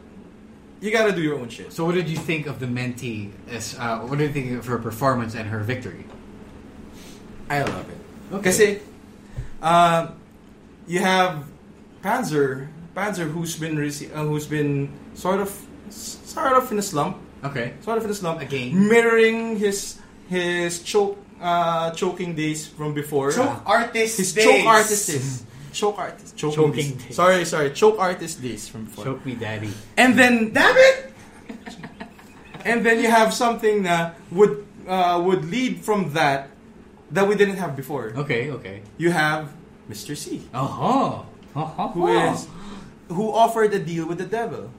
F: you gotta do your own shit.
E: So, what did you think of the mentee? As uh, what did you think of her performance and her victory?
F: I love it.
E: Okay.
F: Kasi, uh, you have Panzer, Panzer who's been rece- uh, who's been sort of sort of in a slump,
E: Okay.
F: sort of in a slump
E: Again.
F: mirroring his his choke uh, choking days from before. Ah.
D: choke artist.
F: his
D: days.
F: choke artist days. Choke artist. Choking,
E: Choking
F: days.
E: days.
F: Sorry, sorry. Choke artist days from before.
E: Choke me, daddy.
F: And then, damn it! and then you have something that would uh, would lead from that that we didn't have before
E: Okay. Okay.
F: you have Mr. C,
E: Oh.
F: who is who offered a deal with the devil.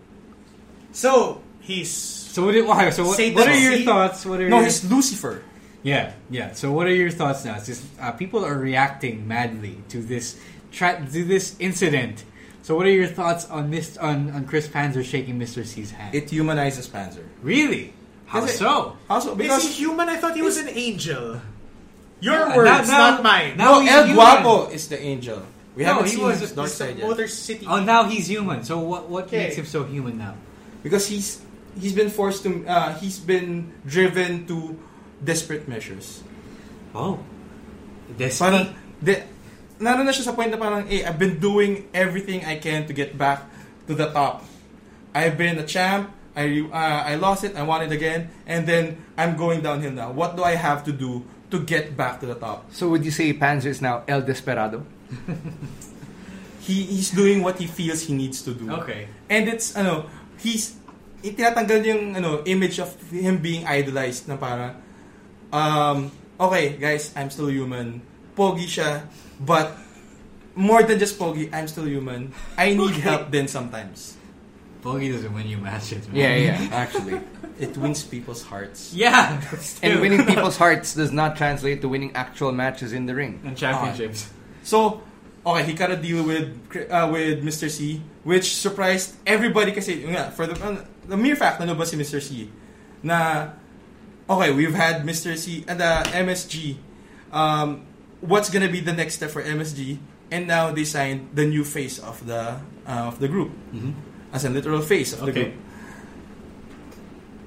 D: So he's
E: So what, did, why- so what,
D: Satan
E: what are your
D: C.
E: thoughts? What are
F: No,
E: your,
F: he's Lucifer.
E: yeah yeah. So what are your thoughts now? It's just, uh, people are reacting madly to this tra- to this incident. So what are your thoughts on this on, on Chris Panzer shaking Mr. C's hand?
F: It humanizes Panzer.
E: really? How
F: Is it-
E: so?
F: Also,
D: is
F: because
D: he human? I thought he was an angel. Your
E: Yeah,
D: words,
E: now- now-
D: not mine.
E: now-
F: no,
E: he's
F: El
E: human.
F: Guapo is the angel. We
E: No,
F: haven't
E: he
F: seen
E: was-
F: his dark
D: It's the
F: side yet.
D: Motor City.
E: Oh, now he's human. So what what
D: Okay.
E: makes him so human now?
F: Because he's he's been forced to uh, he's been driven to desperate measures.
G: Oh. This
F: Parang de, naroon na siya sa point na parang eh I've been doing everything I can to get back to the top. I've been a champ. I uh, I lost it. I won it again, and then I'm going downhill now. What do I have to do to get back to the top?
C: So would you say Panzer is now El Desperado?
F: he he's doing what he feels he needs to do.
G: Okay.
F: And it's ano, he's itinatanggal niya yung ano image of him being idolized na para um okay, guys, I'm still human. Pogi siya, but more than just pogi, I'm still human. I need help then sometimes.
E: Bogey doesn't win you matches, man.
C: Yeah, yeah, actually.
F: It wins people's hearts.
G: Yeah.
C: and winning people's hearts does not translate to winning actual matches in the ring.
G: and championships.
F: So, okay, he got a deal with uh, with Mr. C, which surprised everybody kasi yun nga, for the, uh, the mere fact na ba si Mr. C na okay, we've had Mr. C and uh, MSG. Um, what's gonna be the next step for MSG? And now they signed the new face of the uh, of the group, as a literal face of the
G: Okay.
F: group.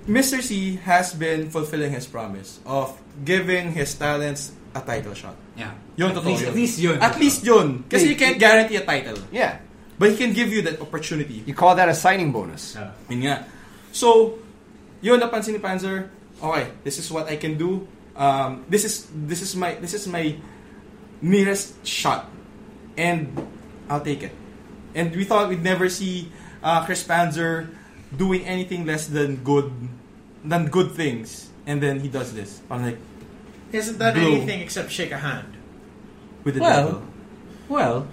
F: Mr. C has been fulfilling his promise of giving his talents a title shot.
E: Yeah.
F: Yun,
E: at
F: totoo
E: least,
F: yun.
E: At least yun.
F: At least yun. Kasi
C: Hey,
F: you can't guarantee a title.
C: Yeah.
F: But he can give you that opportunity.
C: You call that a signing bonus.
F: Yun nga. So, yun napansin ni Panzer, okay, this is what I can do. Um, this is this is my this is my nearest shot. And I'll take it. And we thought we'd never see uh, Chris Panzer doing anything less than good than good things. And then he does this. I'm like,
D: Hasn't done
F: Blow.
D: anything except shake a hand.
F: with the
E: Well,
F: devil.
E: Well,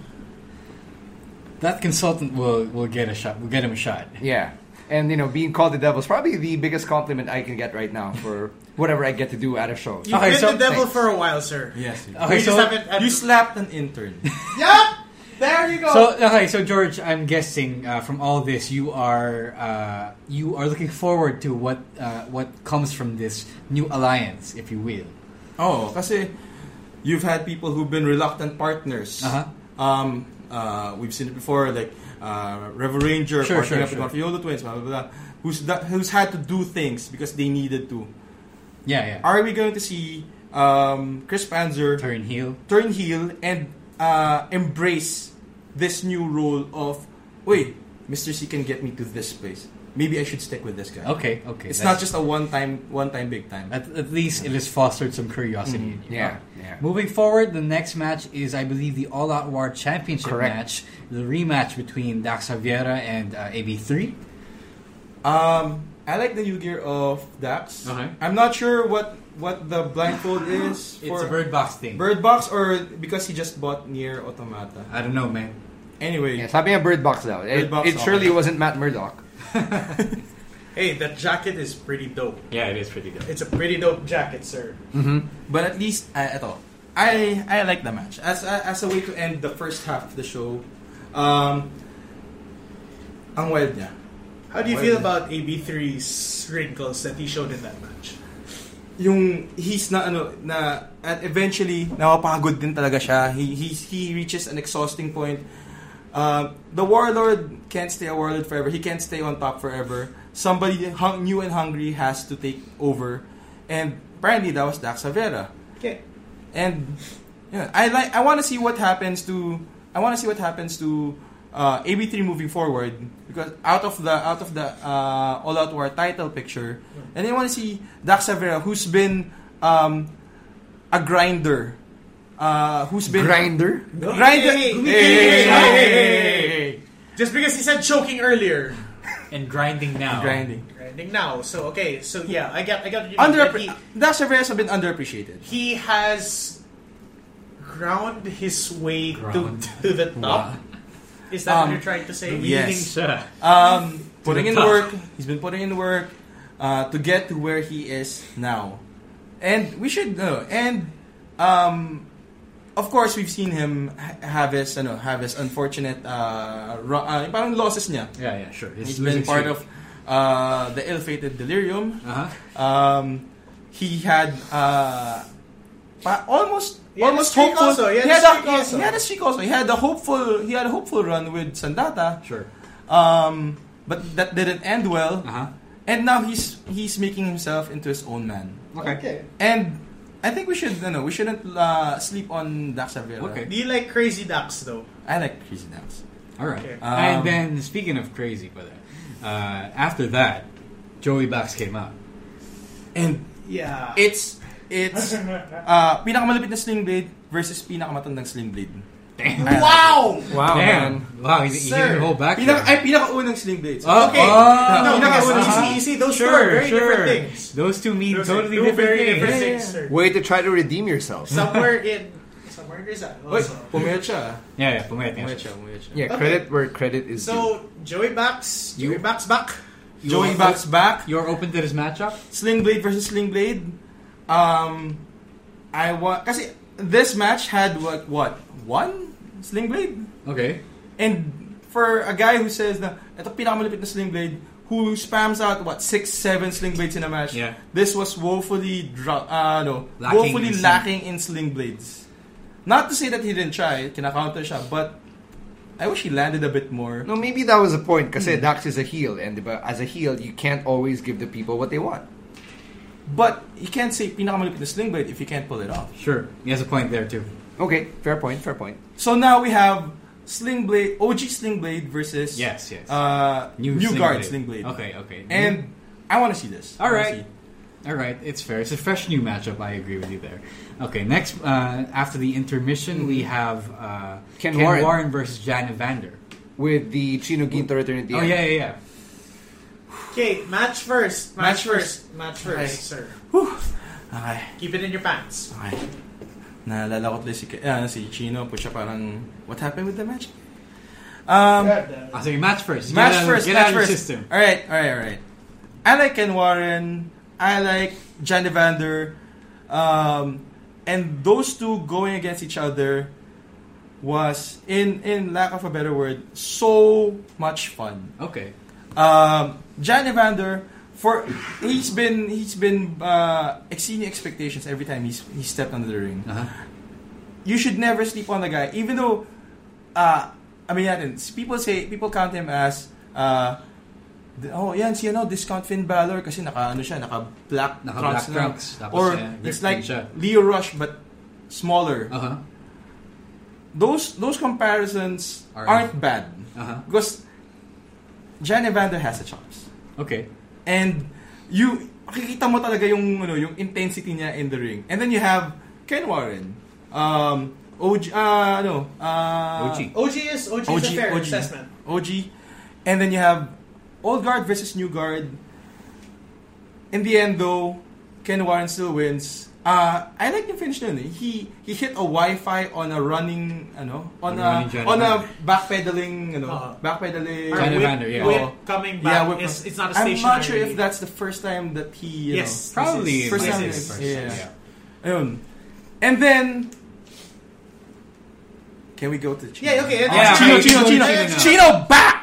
E: that consultant will will get a shot. Will get him a shot.
C: Yeah. And you know, being called the devil is probably the biggest compliment I can get right now for whatever I get to do at a show.
D: You've
E: Okay,
D: been
E: so-
D: the devil
C: thanks.
D: for a while, sir.
F: Yes. you-
E: Okay,
D: We
E: so
D: just haven't. had-
F: You slapped an intern.
D: Yup! There you go.
E: so okay, so George, I'm guessing uh, from all this, you are uh, you are looking forward to what uh, what comes from this new alliance, if you will.
F: Oh, kasi you've had people who've been reluctant partners.
E: Uh-huh.
F: Um, uh, we've seen it before, like uh, Rebel Ranger
E: Sure,
F: partnering
E: sure,
F: up with
E: sure.
F: Morfiolo Twins, blah, blah, blah, who's, that, who's had to do things because they needed to.
E: Yeah, yeah.
F: Are we going to see um, Chris Panzer turn,
E: Turn heel.
F: heel and uh, embrace this new role of, wait, Mr. C can get me to this place. Maybe I should stick with this guy.
E: Okay, okay.
F: It's
E: that's-
F: not just a one time, one time, big time.
E: At, at least it has fostered some curiosity.
F: Mm,
E: in you.
C: Yeah,
E: Okay.
C: yeah.
E: Moving forward, the next match is, I believe, the All Out War Championship
C: Correct.
E: match, the rematch between Dax Xaviera and uh, AB3.
F: Um, I like the new gear of Dax.
G: Okay.
F: I'm not sure what what the blindfold is
E: It's a bird box thing.
F: Bird box or because he just bought near automata.
E: I don't know, man.
F: Anyway,
C: Yeah, sabi niya bird box daw. It,
F: Bird box,
C: it surely
F: okay.
C: wasn't Matt Murdock.
D: hey, that jacket is pretty dope.
G: Yeah, it is pretty good.
D: It's a pretty dope jacket, sir.
F: but at least I at all. I I like the match as a- as a way to end the first half of the show. Um, ang wild niya.
D: How do you
F: Well,
D: feel
F: then.
D: about AB3's wrinkles that he showed in that match?
F: yung he's na ano na at eventually napapagod din talaga siya. He he he reaches an exhausting point. Uh, the warlord can't stay a warlord forever. He can't stay on top forever. Somebody hung, new and hungry has to take over. And apparently that was Dax Savera.
D: Okay.
F: And yeah, I like I want to see what happens to I want to see what happens to uh, AB3 moving forward because out of the out of the uh, All Out War title picture, and I want to see Dax Savera who's been um, a grinder, uh, who's been
C: Grinder?
F: grinder.
D: Hey, hey, hey, hey, hey, hey, Just because he said choking earlier.
G: And grinding now.
F: grinding.
D: Grinding now. So okay, so yeah, I got I got you.
F: Under
D: he,
F: Dax Savera's have been underappreciated.
D: he has ground his way
E: Ground.
D: to to the top. Is that
F: Um,
D: what you're trying to say?
F: Yes.
G: Siya.
F: Um, putting in
G: top.
F: work. He's been putting in work uh, to get to where he is now, and we should know. And um, of course, we've seen him ha- have his, ano, have his unfortunate uh, ro- uh, parang losses niya.
E: Yeah, yeah, sure. It's
F: He's been part of uh, the ill-fated delirium.
E: Uh-huh.
F: Um, he had uh, pa- almost
D: He had a
F: almost
D: streak also.
F: hopeful.
D: He had a
F: a,
D: streak
F: he,
D: also.
F: he had a streak also. He had a hopeful. He had a hopeful run with Sandata.
E: Sure.
F: Um, but that didn't end well.
E: Uh-huh.
F: And now he's he's making himself into his own man.
C: Okay.
F: And I think we should no, we shouldn't uh, sleep on Dax Avila.
E: Okay.
D: Do you like Crazy Ducks though?
F: I like Crazy Dax.
E: All
D: Okay.
E: right.
F: Um,
E: and then, speaking of crazy, brother, uh, after that, Joey Box came out.
F: And
D: Yeah.
F: it's it's uh, pinakamalapit na Sling Blade versus pinakamatandang Sling Blade.
E: Damn.
D: wow.
F: Wow,
E: Damn. Wow, he, he
D: Sir.
E: didn't hold back.
F: Pinaka
E: there.
F: ay pinakaunang Sling Blade.
E: Oh,
D: Okay.
E: oh,
D: no, because
F: uh-huh.
D: you see, you see, those two are
E: sure,
D: very
E: sure.
D: different things.
E: Those two mean
D: Those are
E: totally
D: two
E: different
D: very
E: things.
D: different
E: Yeah,
D: things,
E: yeah,
D: sir.
E: yeah.
C: Way to try to redeem yourself.
D: Somewhere in somewhere in Rizal.
F: Uy,
D: Also.
F: pumayat siya.
E: Yeah, yeah, pumayat nga
F: Pumayat
E: siya.
F: siya, pumayat siya.
C: Yeah, credit where credit is due.
D: So Joey Bax, Joey Bax back.
F: Joey backs back.
E: You're open to this matchup?
F: Sling Blade versus Sling Blade. Um, I want kasi this match had what what one Sling Blade
E: Okay.
F: and for a guy who says na ito pinakamalapit na Sling Blade who spams out what six seven Sling Blades in a match.
E: Yeah.
F: This was woefully dro- uh, no,
E: Lacking
F: woefully
E: in Sling-
F: lacking in Sling Blades. Not to say that he didn't try, kinakounter siya, but I wish he landed a bit more.
C: No, maybe that was the point because Dax is a heel, and diba, as a heel, you can't always give the people what they want.
F: But you can't say pinakamalapit na Sling Blade if you can't pull it off.
E: Sure. He has a point there, too.
C: Okay, fair point, fair point.
F: So now we have Sling Blade, OG Sling Blade versus
E: Yes, yes.
F: uh, new,
E: Sling Blade.
F: guard Sling Blade.
E: Okay, okay.
F: and I want to see this.
E: All
F: I wanna
E: right. All right, it's fair. It's a fresh new matchup. I agree with you there. Okay, next uh, after the intermission, we have uh,
C: Ken Warren.
E: versus Jan Evander.
C: With the Chino Ginto return at the
E: Oh
C: end.
E: yeah, yeah, yeah.
D: Okay, match first.
F: Match
D: Match,
F: first.
D: first. Match first,
F: Okay.
D: sir.
F: see. Okay,
D: Keep it in your pants.
F: okay. Naalala ko tuloy si, ah, si Chino po siya parang, what happened with the match? Um,
E: Ah, so you match first. You
F: match
E: get out,
F: first,
E: Get
F: match
E: out of your
F: first.
E: system.
F: All right, all right, all right. I like Ken Warren. I like Jan Evander. Um, and those two going against each other was, in in lack of a better word, so much fun.
E: Okay.
F: Um, Jan Evander for he's been he's been uh, exceeding expectations every time he's he stepped under the ring.
E: Uh-huh.
F: You should never sleep on the guy, even though uh, I mean, natin, people say people count him as uh, the- oh yan si ano discount Finn Balor kasi naka ano siya naka black
E: Naka
F: trunks
E: black
F: na.
E: trunks. Tapos,
F: or
E: yeah, ripped
F: it's like
E: din siya.
F: Leo Rush but smaller.
E: Uh huh.
F: Those those comparisons
E: Are-
F: aren't bad
E: Uh huh.
F: because Jan Evander has the chops.
E: Okay.
F: And you makikita mo talaga yung ano, yung intensity niya in the ring. And then you have Ken Warren. Um OG uh, ano, uh,
E: OG.
D: OG is OG, is a fair
F: OG,
D: assessment.
F: OG. And then you have old guard versus new guard. In the end though, Ken Warren still wins. Uh, I like yung finish nun. eh. He he hit a Wi-Fi on a running ano,
E: On a
F: on a,
E: running Jan
F: on a
E: Evander.
F: backpedaling ano,
D: Uh-huh.
F: backpedaling
E: Jan
D: Whip-
E: Evander, yeah.
D: whip
F: Oh.
D: coming back.
F: Yeah,
D: it's,
F: we're-
D: it's not a
F: I'm
D: stationary.
F: not sure if that's the first time that he. You
D: Yes.
F: know,
E: Probably
D: is-
F: first time.
D: this is
E: first.
F: yeah.
E: Yeah.
F: Ayun. And then. Can we go to Chino?
D: Yeah, okay.
F: Ah,
E: Yeah,
F: Chino,
E: okay,
F: Chino,
E: Chino,
F: Chino,
E: Chino
F: Chino,
E: now.
F: back.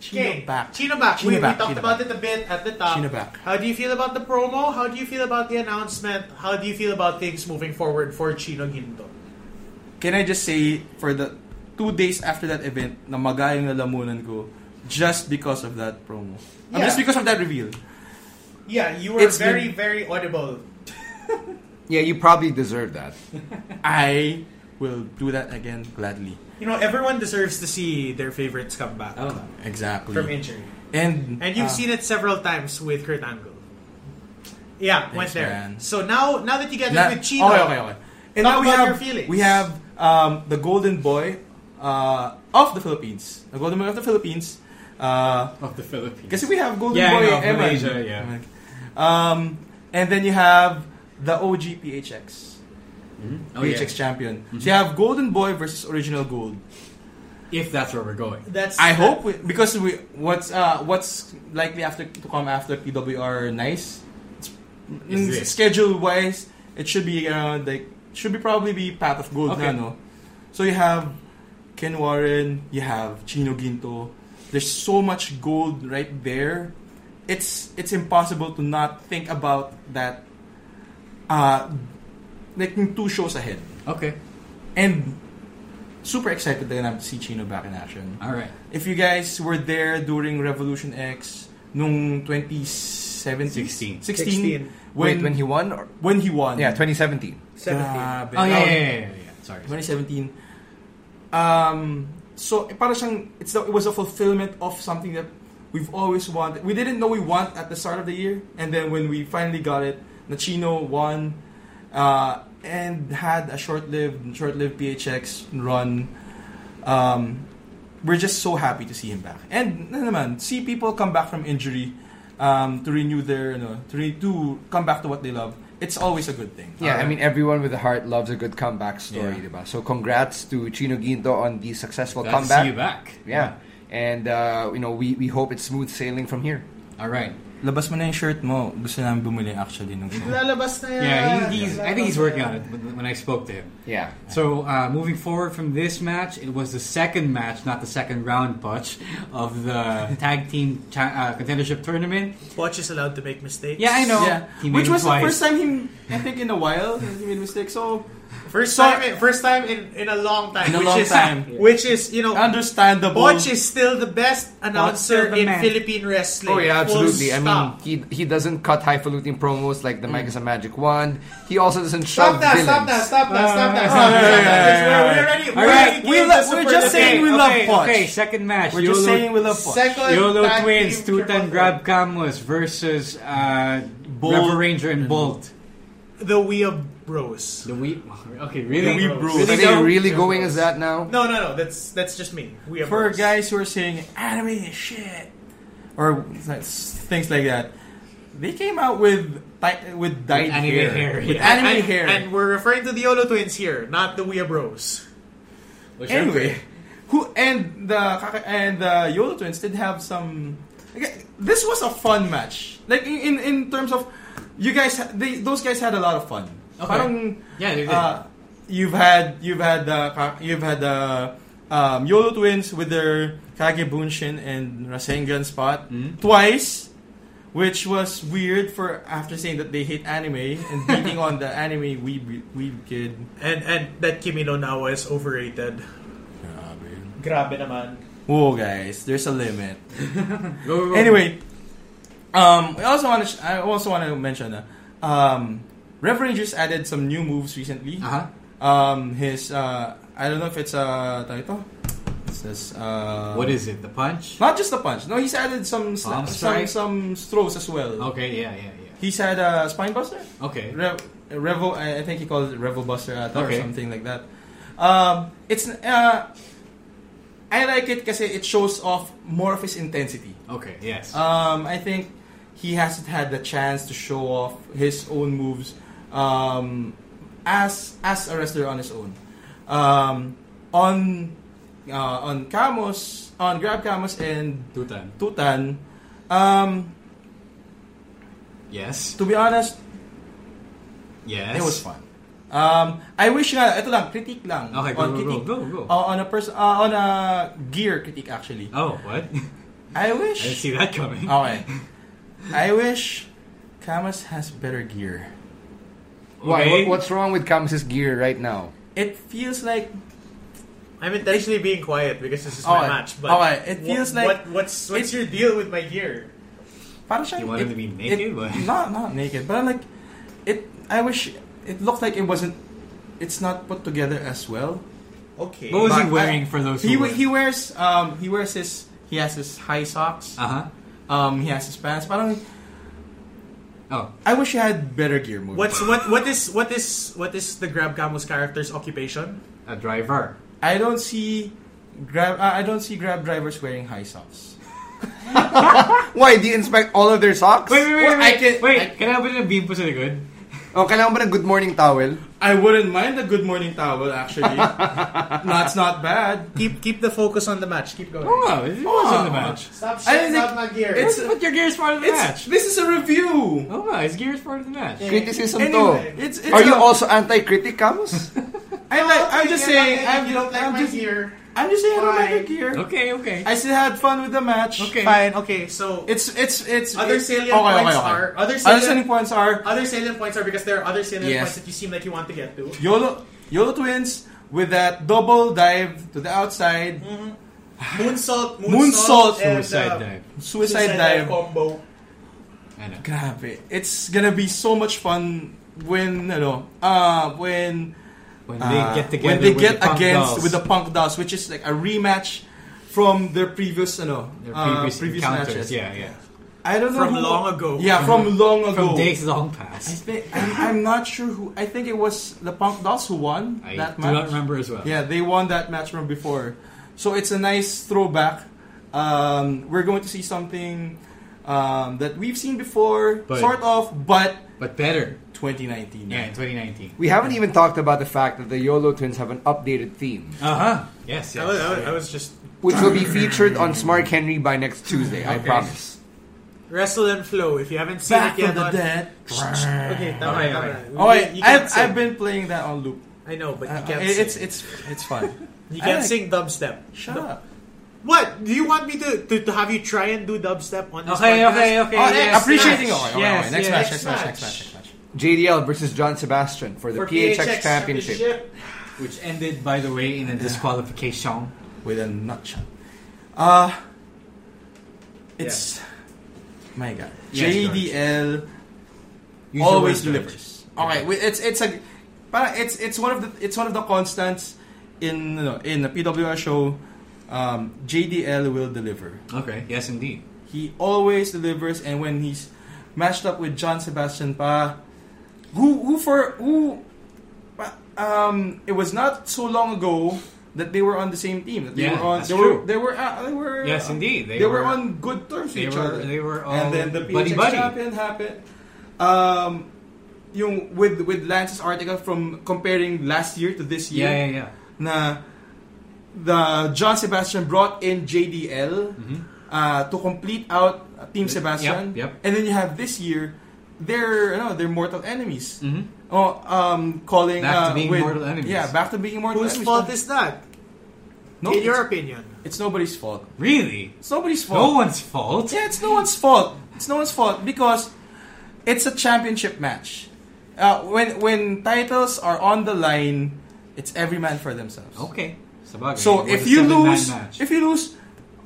D: Okay.
F: Chino back.
D: Chino back.
F: Chino
D: we, we
F: back,
D: talked
F: Chino
D: about it
F: back.
D: a bit at the top.
F: Chino back.
D: How do you feel about the promo? How do you feel about the announcement? How do you feel about things moving forward for Chino Ginto?
F: Can I just say for the two days after that event, na magayang nalamunan ko just because of that promo. Ah,
D: Yeah.
F: just because of that reveal.
D: Yeah, you were
F: It's
D: very,
F: been-
D: very audible.
C: Yeah, you probably deserve that.
F: I will do that again gladly.
D: You know, everyone deserves to see their favorites come back
F: Oh. Exactly.
D: from injury.
F: And
D: And you've
F: ah,
D: seen it several times with Kurt Angle. Yeah, went there.
F: man.
D: So now now that you get
F: Na-
D: it with Chino,
F: Okay, okay, okay. And
D: Talk
F: now we
D: about
F: have
D: your feelings.
F: we have um, the golden boy uh, of the Philippines, the golden boy of the Philippines. Uh,
E: Of the Philippines.
F: kasi we have golden
E: Yeah, I
F: boy
E: know,
F: Eman.
E: Malaysia, yeah.
F: Um, and then you have the OG PHX,
E: Oh, yeah.
F: PHX champion. So you have golden boy versus original gold.
E: If that's where we're going.
D: that's
F: I hope we, because we what's uh, what's likely after to come after PWR nice
E: Is
F: Mm,
E: this.
F: schedule wise it should be around like should be probably be Path of Gold
E: Okay.
F: na, no? So you have Ken Warren, you have Chino Ginto. There's so much gold right there. It's it's impossible to not think about that uh like in two shows ahead.
E: Okay.
F: And super excited that I'm to see Chino back in action
E: All right.
F: if you guys were there during Revolution X, nung 2017?
E: 16.
F: 16.
D: 16.
F: When,
C: Wait, when he won? Or,
F: when he won.
C: yeah, 2017.
D: 17.
F: Grabe.
E: Oh, yeah, yeah,
F: Now,
E: yeah, yeah, yeah. Sorry.
F: 2017. Um, so, eh, parang siyang, it's the, it was a fulfillment of something that we've always wanted. We didn't know we want at the start of the year, and then when we finally got it, Nachino won uh, and had a short-lived, short-lived PHX run. Um, we're just so happy to see him back. And na naman, see people come back from injury um, to renew their, ano, to, re- to come back to what they love. It's always a good thing.
C: Yeah, I mean, everyone with a heart loves a good comeback story,
F: Yeah.
C: diba? So congrats to Chino Ginto on the successful
E: Glad
C: comeback.
E: to see you back.
C: Yeah. And, uh, you know, we, we hope it's smooth sailing from here.
E: All right.
F: Labas mo na yung shirt mo. Gusto namin bumili actually nung shirt.
D: Lalabas na yan.
E: Yeah, he, he's. I think he's
D: Lalabas
E: working
D: na
E: on
D: yan.
E: it. When when I spoke to him.
C: Yeah.
E: So uh, moving forward from this match, it was the second match, not the second round, Butch, of the tag team cha- uh, contendership tournament.
D: Poch is allowed to make mistakes.
E: Yeah, I know.
F: Yeah.
E: He made
F: Which
E: it
F: was
E: twice.
F: the first time he, I think in a while, he made a mistake. So,
D: First
F: So-
D: time, first time in, in a long time.
F: In a
D: which
F: long
D: is,
F: time.
D: Which is, you know,
F: understandable.
D: Poch is still the best
E: Poch
D: announcer
E: is the
D: in
E: man.
D: Philippine wrestling.
C: Oh yeah,
D: Full
C: absolutely. I mean,
D: stop.
C: he he doesn't cut highfalutin promos like the mic is a magic wand. He also doesn't
D: Stop
C: shove
D: that,
C: villains.
D: stop that, stop that, stop that, stop
F: Oh, yeah, yeah, yeah, yeah, yeah.
D: that. We're- We're already,
E: All
D: we're
E: right,
D: already
F: we
D: gave
F: lo-
D: the
F: we're
D: super
F: just
D: debate.
F: saying we love
E: okay,
F: Poch.
E: Okay, second match.
F: We're just
E: YOLO
F: saying we love Poch.
D: Second
E: Yolo
D: tag
E: Twins,
D: team
E: Tutan
D: triple
E: Grab Camus versus uh,
F: Bolt
E: Rebel Ranger and Bolt.
D: threat. The We of Bros.
E: The Wee. Okay, really?
F: The Wee Bros.
C: Are
E: Really,
C: they
E: though?
C: really going as that now?
D: No, no, no. That's that's just me. We of
F: For
D: Bros.
F: guys who are saying anime is shit or like, s- things like that, they came out with ti- with
E: With
F: dyed
E: anime
F: hair,
E: hair,
F: with
E: yeah.
F: anime
D: and,
F: hair.
D: and we're referring to the Yolo Twins here, not the We of Bros.
G: Which
F: anyway, who and the kaka- and the Yolo twins did have some. okay, This was a fun match. Like in in, in terms of you guys, ha- they, those guys had a lot of fun.
E: Okay.
F: Parang,
E: Yeah, they did.
F: uh, you've had you've had the ka- you've had the um, Yolo twins with their Kage Bunshin and Rasengan spot twice. Which was weird for after saying that they hate anime and beating on the anime weeb, weeb kid.
D: And and that Kimi no Nawa is overrated. Grabe naman.
F: Whoa, guys, there's a limit.
E: Go, go, go.
F: Anyway, um, I also want to sh- I also want to mention uh, um, Rev Rangers added some new moves recently.
E: Uh-huh.
F: Um, his uh, I don't know if it's uh, tawag ito? It's this, uh,
E: What is it? The punch?
F: not just the punch. No, he's added some
E: Palm
F: sla- some
E: strike?
F: some throws as well.
E: Okay, yeah, yeah, yeah.
F: He's had a uh, spine buster.
E: Okay.
F: Rev, Revo, I I think he calls it Revo Buster ata
E: Okay.
F: or something like that. Um, it's uh, I like it because it shows off more of his intensity.
E: Okay, yes.
F: Um, I think he hasn't had the chance to show off his own moves um, as as a wrestler on his own. Um, on uh, on Camus, on Grab Camus and
E: Tutan.
F: Tutan. Um,
E: Yes.
F: to be honest,
E: Yes.
F: it was fun. Um, I wish nga, ito lang, critique lang.
E: Okay, go,
F: on
E: go,
F: critique,
E: go, go, go.
F: Uh, on a person, uh, on a gear critique actually.
E: Oh, what? I
F: I wish.
E: didn't see that coming.
F: Okay. I wish Camus has better gear.
C: Why?
E: Okay.
C: What, what's wrong with Camus's gear right now?
F: It feels like
D: I'm intentionally being quiet because this is
F: Okay.
D: my match. But
F: Okay, it
D: wha-
F: feels like-
D: what, what's what's
F: it-
D: your deal with my gear?
F: parang siyang-
E: You want him
F: it-
E: to be naked,
F: it-
E: what?
F: Not not naked, but like it. I wish it looked like it wasn't. It's not put together as well.
D: Okay.
E: What was he
F: But
E: wearing
F: I-
E: for those
F: He
E: who
F: wa- he wears um he wears his he has his high socks.
E: Uh-huh.
F: Um, he has his pants. Parang
E: Oh,
F: I wish he had better gear. Movie.
D: What's what what is what is what is the Grab Camus character's occupation?
E: a driver.
F: I don't see grab. Uh, I don't see grab drivers wearing high socks.
C: Why? Do you inspect all of their socks?
E: Wait, wait, wait,
F: Well,
E: wait.
F: I can-
E: wait,
F: I-
E: can I put in a beam po sa likod?
C: Oh, kailangan ba ng good morning towel?
F: I wouldn't mind a good morning towel actually. That's not bad.
D: Keep keep the focus on the match. Keep going.
E: Oh, it was in the match.
D: Stop
F: I don't
D: shitting
F: think-
D: out my gear.
F: it's-
E: But your gear is part of the
F: It's,
E: match.
F: this is a review.
E: Oh, wow, his gear is part of the match.
C: Criticism
F: Anyway,
C: to.
F: it's, it's
C: Are you
F: a-
C: also anti-critic, Camus?
F: I like, I'm just saying. I'm,
D: you don't like
F: I'm
D: my
F: just,
D: gear.
F: I'm just saying. I don't like
D: Fine.
F: your gear.
E: Okay, okay.
F: I still had fun with the match.
E: Okay.
D: Fine. Okay. So
F: It's it's it's.
D: Other
F: it's,
D: salient points are- other salient-
F: other salient points are
D: other salient points are because there are other salient
F: Yes.
D: points that you seem like you want to get to.
F: Yolo Yolo twins with that double dive to the outside.
D: Moonsault,
F: Moonsault.
D: moonsault, and,
E: Suicide
D: uh,
E: dive.
F: Suicide, dive.
D: combo.
E: I know.
F: Grabe. It's gonna be so much fun when, ano, uh, when
E: When
F: uh,
E: they get together,
F: when they
E: with
F: get
E: the punk
F: against
E: dolls.
F: with the Punk Dolls, which is like a rematch from their previous, ano,
E: Their
F: uh,
E: previous, encounters.
F: matches.
E: Yeah, yeah.
F: I don't know
D: From
F: who-
D: long ago.
F: Yeah, from long ago.
E: From days long
F: I
E: past.
F: think I'm, I'm not sure who. I think it was the Punk Dolls who won
E: I,
F: that
E: do
F: match.
E: not remember as well.
F: Yeah, they won that match from before. So it's a nice throwback. Um, we're going to see something um, that we've seen before,
E: But-
F: sort of, but
E: But better.
F: 2019.
E: Yeah, in 2019.
C: We haven't even talked about the fact that the YOLO twins have an updated theme,
E: Uh huh. Yes,
D: I was, I
E: yes.
D: was- I was just
C: which will be featured on Smart Henry by next Tuesday, I promise.
D: Wrestle and Flow. If you haven't seen
F: Back
D: it yet,
F: from the
D: on-
F: dead.
D: Okay, tama,
E: Okay,
D: tama.
E: okay.
D: You-
F: Oh wait,
D: you can't
F: I've,
D: sing.
F: I've been playing that on loop.
D: I know, but
F: Uh,
D: you can't.
F: it- it's
D: sing.
F: it's it's fun.
D: you
F: I
D: can't
F: like-
D: sing dubstep.
F: Shut up.
D: What? Do you want me to, to, to have you try and do dubstep on this
E: Okay,
D: podcast?
E: okay, okay.
F: Oh,
E: yes,
F: appreciating.
E: yes.
F: oh, wait, wait, wait,
E: Yes,
F: next,
E: yes.
F: match,
D: next
F: next match.
D: match.
F: Next match. Next match.
C: JDL versus John Sebastian for the
D: For
C: PHX, Championship.
E: Which ended, by the way, in a disqualification.
F: With a nut shot. Uh, it's my God.
E: Yes,
F: JDL.
E: Use your
F: always
E: words, George.
F: delivers. Okay, we- it's it's a para it's it's one of the it's one of the constants in you know, in the PWR show. Um, JDL will deliver.
E: Okay, yes, indeed.
F: He always delivers, and when he's matched up with John Sebastian Pa, who who for who, pa- um, it was not so long ago that they were on the same team. That they
E: Yeah,
F: were on.
E: that's
F: They
E: true.
F: were they were, uh, they were
E: Yes,
F: uh,
E: indeed, they
F: They, were,
E: were-
F: on good terms
E: they
F: with each
E: were-
F: other.
E: they were all
F: and then the
E: buddy
F: PHX
E: buddy.
F: champion happened. Um, yung with with Lance's article from comparing last year to this year.
E: Yeah, yeah, yeah.
F: na the John Sebastian brought in JDL uh, to complete out Team Sebastian,
E: Mm-hmm. yep.
F: and then you have this year their you know their mortal enemies. Oh, um,
E: Mm-hmm.
F: calling
E: Back to
F: uh,
E: being
F: with-
E: mortal enemies.
F: Yeah, back to being mortal
D: Whose
F: enemies.
D: fault is that?
F: no,
D: In
F: it's,
D: your opinion.
F: it's nobody's fault.
E: Really?
F: It's nobody's fault.
E: No one's fault.
F: Yeah, it's no one's fault. It's no one's fault because it's a championship match. Uh, when when titles are on the line, it's every man for themselves.
E: Okay. Sabagay.
F: So
E: It was
F: if
E: a
F: you
E: seven-man
F: lose,
E: match.
F: if you lose,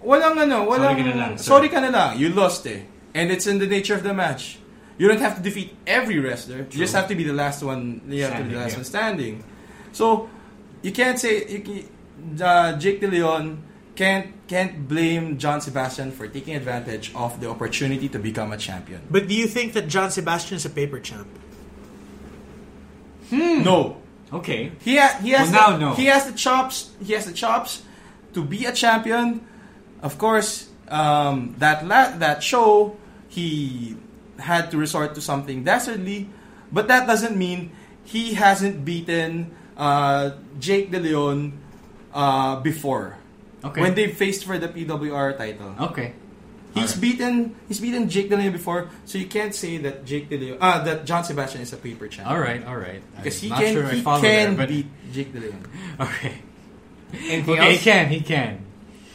F: walang ano, walang
E: ka na lang, sir.
F: sorry ka na lang. You lost eh, and it's in the nature of the match. You don't have to defeat every wrestler. You just have to be the last one. You have to
E: Standing,
F: be the last
E: yeah.
F: one standing. So you can't say you, can- uh, Jake De Leon can't can't blame John Sebastian for taking advantage of the opportunity to become a champion.
D: But do you think that John Sebastian is a paper champ?
E: Hmm.
F: No,
E: okay.
F: He, ha- he has
E: Well,
F: the,
E: now, no.
F: he has the chops. He has the chops to be a champion. Of course, um, that la- that show he had to resort to something dastardly, but that doesn't mean he hasn't beaten uh, Jake De Leon uh, before.
E: Okay. Oh,
F: When they faced for the PWR title,
E: Okay.
F: he's beaten he's beaten Jake De Leon before, so you can't say that Jake De Leon uh, that John Sebastian is a paper champ.
E: All right. All right.
F: Because
E: I'm
F: he
E: not
F: can,
E: sure I
F: he
E: follow
F: can
E: there, but
F: beat Jake De Leon.
E: okay.
C: Anything
E: Okay, he
C: else?
E: can. He can.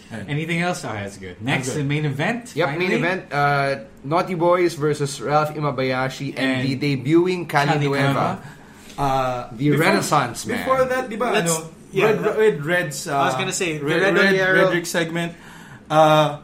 E: Anything else? Oh, that's good. Next, the main event.
C: Yep, main
E: finally.
C: event uh, Naughty Boys versus Ralph Imabayashi and,
E: And
C: the debuting Cali
E: Cali
C: Nueva,
F: Uh,
C: the
F: Before-
C: Renaissance man.
F: Before that, di ba,
D: Let's-
F: ano,
D: yeah,
F: Red,
D: that-
F: Red, Red's, uh,
D: I was gonna say, the
F: Red,
D: Red
F: Red,
D: Oliero-
F: Redrick segment, uh,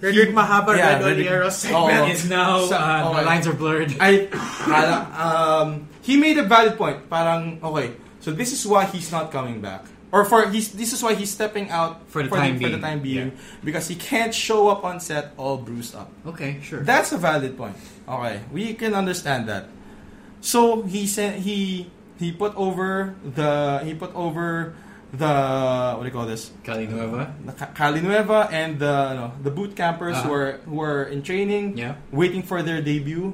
D: Frederick
F: He-
D: Mahaba
F: yeah,
D: Red
F: Frederick-
D: Oliero
F: Oh.
D: segment.
E: It's now
F: So-
E: uh,
F: okay.
E: the lines are blurred.
F: I, kala- um, he made a valid point. Parang, okay, so this is why he's not coming back. Or for he's, this is why he's stepping out
E: For the time
F: for the
E: being,
F: time being
E: yeah.
F: because he can't show up on set all bruised up.
E: okay. Sure.
F: That's a valid point. Okay, we can understand that. So he sent he he put over the he put over the what do you call this
E: Cali Nueva.
F: the Ca- Calinueva and the ano, the boot campers who are who are in training
E: Yeah.
F: waiting for their debut.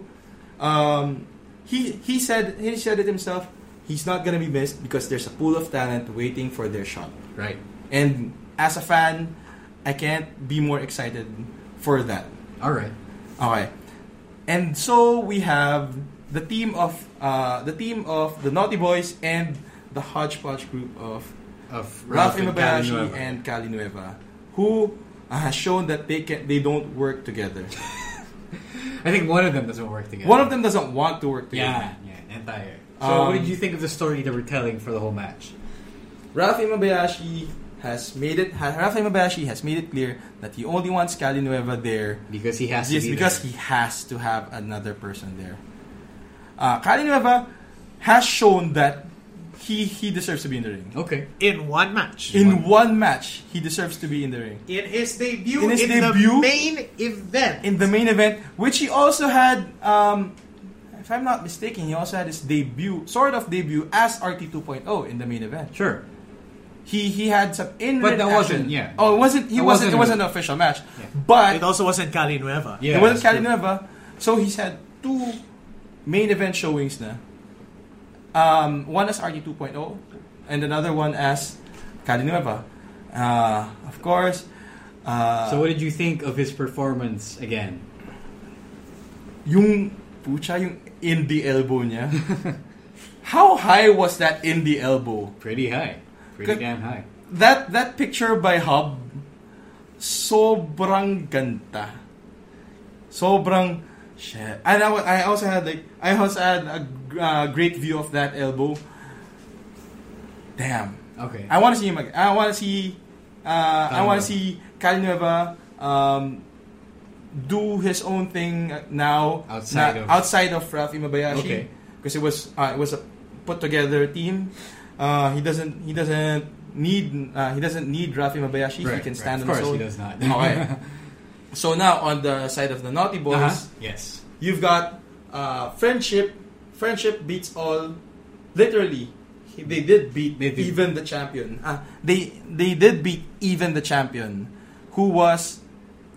F: Um, he he said he said it himself. He's not gonna be missed because there's a pool of talent waiting for their shot.
E: Right.
F: And as a fan, I can't be more excited for that.
E: All right.
F: Okay. And so we have the team of uh, the team of the Naughty Boys and the hodgepodge group of
E: Of
F: Ralph
E: and Cali
F: Imabayashi
E: Nueva.
F: and Cali Nueva, who has shown that they can they don't work together.
E: I think one of them doesn't work together.
F: One of them Um, doesn't want to work together.
E: Yeah. Yeah. Entire. So, what did you think of the story they were telling for the whole match?
F: Ralph Imabayashi has made it. Ha- Rafa Imabayashi has made it clear that he only wants Calinueva there
G: Because he has
F: yes,
G: to be
F: because
G: there.
F: he has to have another person there. Uh, Calinueva has shown that he he deserves to be in the ring.
G: Okay.
D: In one match.
F: In one match, he deserves to be in the ring.
D: In his debut
F: In
D: in,
F: his
D: the
F: debut?
D: main event.
F: In the main event, which he also had, um, if I'm not mistaken, he also had his debut, sort of debut, as RT 2.0 in the main event.
E: Sure.
F: He he had some in
E: But that wasn't- yeah.
F: Oh, it wasn't. He
E: That
F: wasn't.
E: wasn't
F: It
E: a-
F: wasn't an official match, but
D: it also wasn't Cali Nueva.
E: Yeah,
F: it wasn't
E: that's true.
F: Calinueva. So he's had two main event showings na. Um, one as RT 2.0 oh, and another one as Calinueva. Uh, of course, Uh,
E: so what did you think of his performance again?
F: yung pucha yung indie elbow niya. How high was that indie elbow?
E: Pretty high. Pretty
F: Good.
E: damn high.
F: that that picture by Hub sobrang ganta. Sobrang shit. And I, wa- I also had like I also had a gr- uh, great view of that elbow. Damn.
E: Okay.
F: I want to see him again. I want to see uh, I
E: Calinueva.
F: want to see Calinueva um, do his own thing now
E: Outside
F: na-
E: of-
F: outside of Rafi Mabayashi
E: Okay.
F: because it was uh, it was a put together team. Uh, he doesn't he doesn't need uh, he doesn't need Rafi Mabayashi. he
E: Right,
F: can
E: right.
F: stand
E: Of
F: on
E: course he
F: his
E: does
F: own.
E: not.
F: Okay. so now on the side of the naughty boys,
E: Uh-huh. Yes.
F: you've got uh, friendship. Friendship beats all. Literally, he- they did beat
E: They did.
F: even the champion. Uh, they they did beat even the champion, who was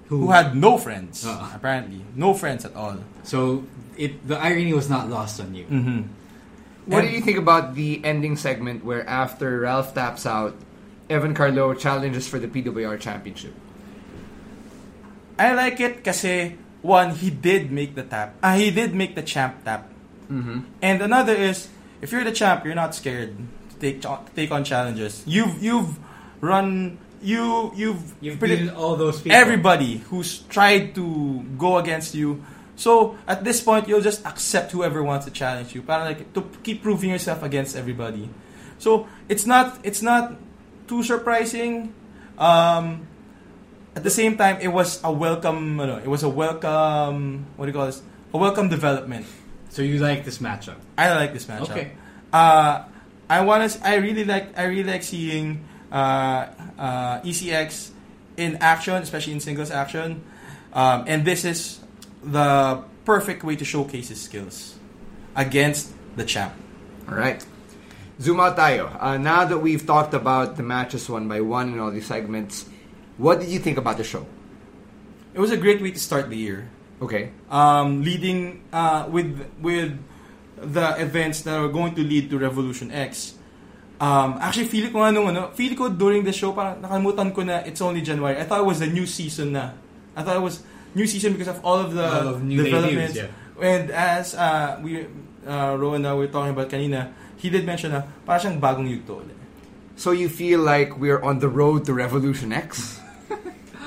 F: who, had no friends
E: Uh-uh.
F: apparently, no friends at all.
E: So it the irony was not lost on you.
C: What did you think about the ending segment where after Ralph taps out, Evan Carlo challenges for the PWR Championship?
F: I like it kasi one he did make the tap. Ah, he did make the champ tap.
E: Mm-hmm.
F: And another is if you're the champ, you're not scared to take to take on challenges. You've you've run you you've
E: You've
F: pretty-
E: beaten all those people.
F: everybody who's tried to go against you. So at this point, you'll just accept whoever wants to challenge you, para like to keep proving yourself against everybody. So it's not it's not too surprising. Um, at the same time, it was a welcome. ano, it was a welcome. What do you call this? A welcome development.
E: So you like this matchup.
F: I like this matchup.
E: Okay.
F: Uh, I want to. I really like. I really like seeing uh, uh, ECX in action, especially in singles action. Um, and this is the perfect way to showcase his skills against the champ.
C: All right. Zoom out tayo. Uh, now that we've talked about the matches one by one and all these segments, what did you think about the show?
F: It was a great way to start the year.
C: Okay.
F: um, leading uh, with with the events that are going to lead to Revolution X. Um, actually, feel ko nga nung ano, feel ko during the show, parang nakalimutan ko na it's only January. I thought it was the new season na. I thought it was new season because of all of the
E: All of new
F: developments.
E: debuts,
F: And as uh, we, uh, Ro and I were talking about kanina, he did mention na parang siyang bagong yugto ulit.
C: So you feel like we're on the road to Revolution X?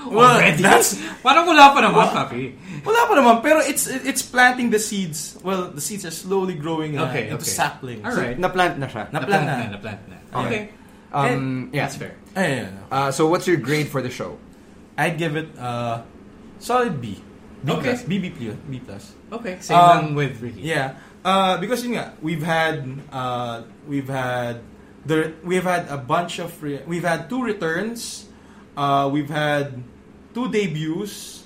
E: Oh,
F: Well, that's,
E: Parang wala pa naman, papi.
F: Wala pa naman, pero it's it's planting the seeds. Well, the seeds are slowly growing uh,
E: Okay,
F: into
E: okay.
F: saplings.
E: All right.
C: Naplant na siya.
F: Naplan
E: Naplant
F: na.
E: na, naplant na. Okay.
C: Um, yeah.
E: That's fair.
F: Ay, ay, ay.
C: Uh, so what's your grade for the show?
F: I'd give it a solid B. B
E: Okay.
F: plus. B, B plus. B plus.
E: Okay. Same
F: Um,
E: lang with Ricky.
F: Yeah. Uh, because yun nga, we've had uh, we've had the we've had a bunch of re- we've had two returns, uh, we've had two debuts,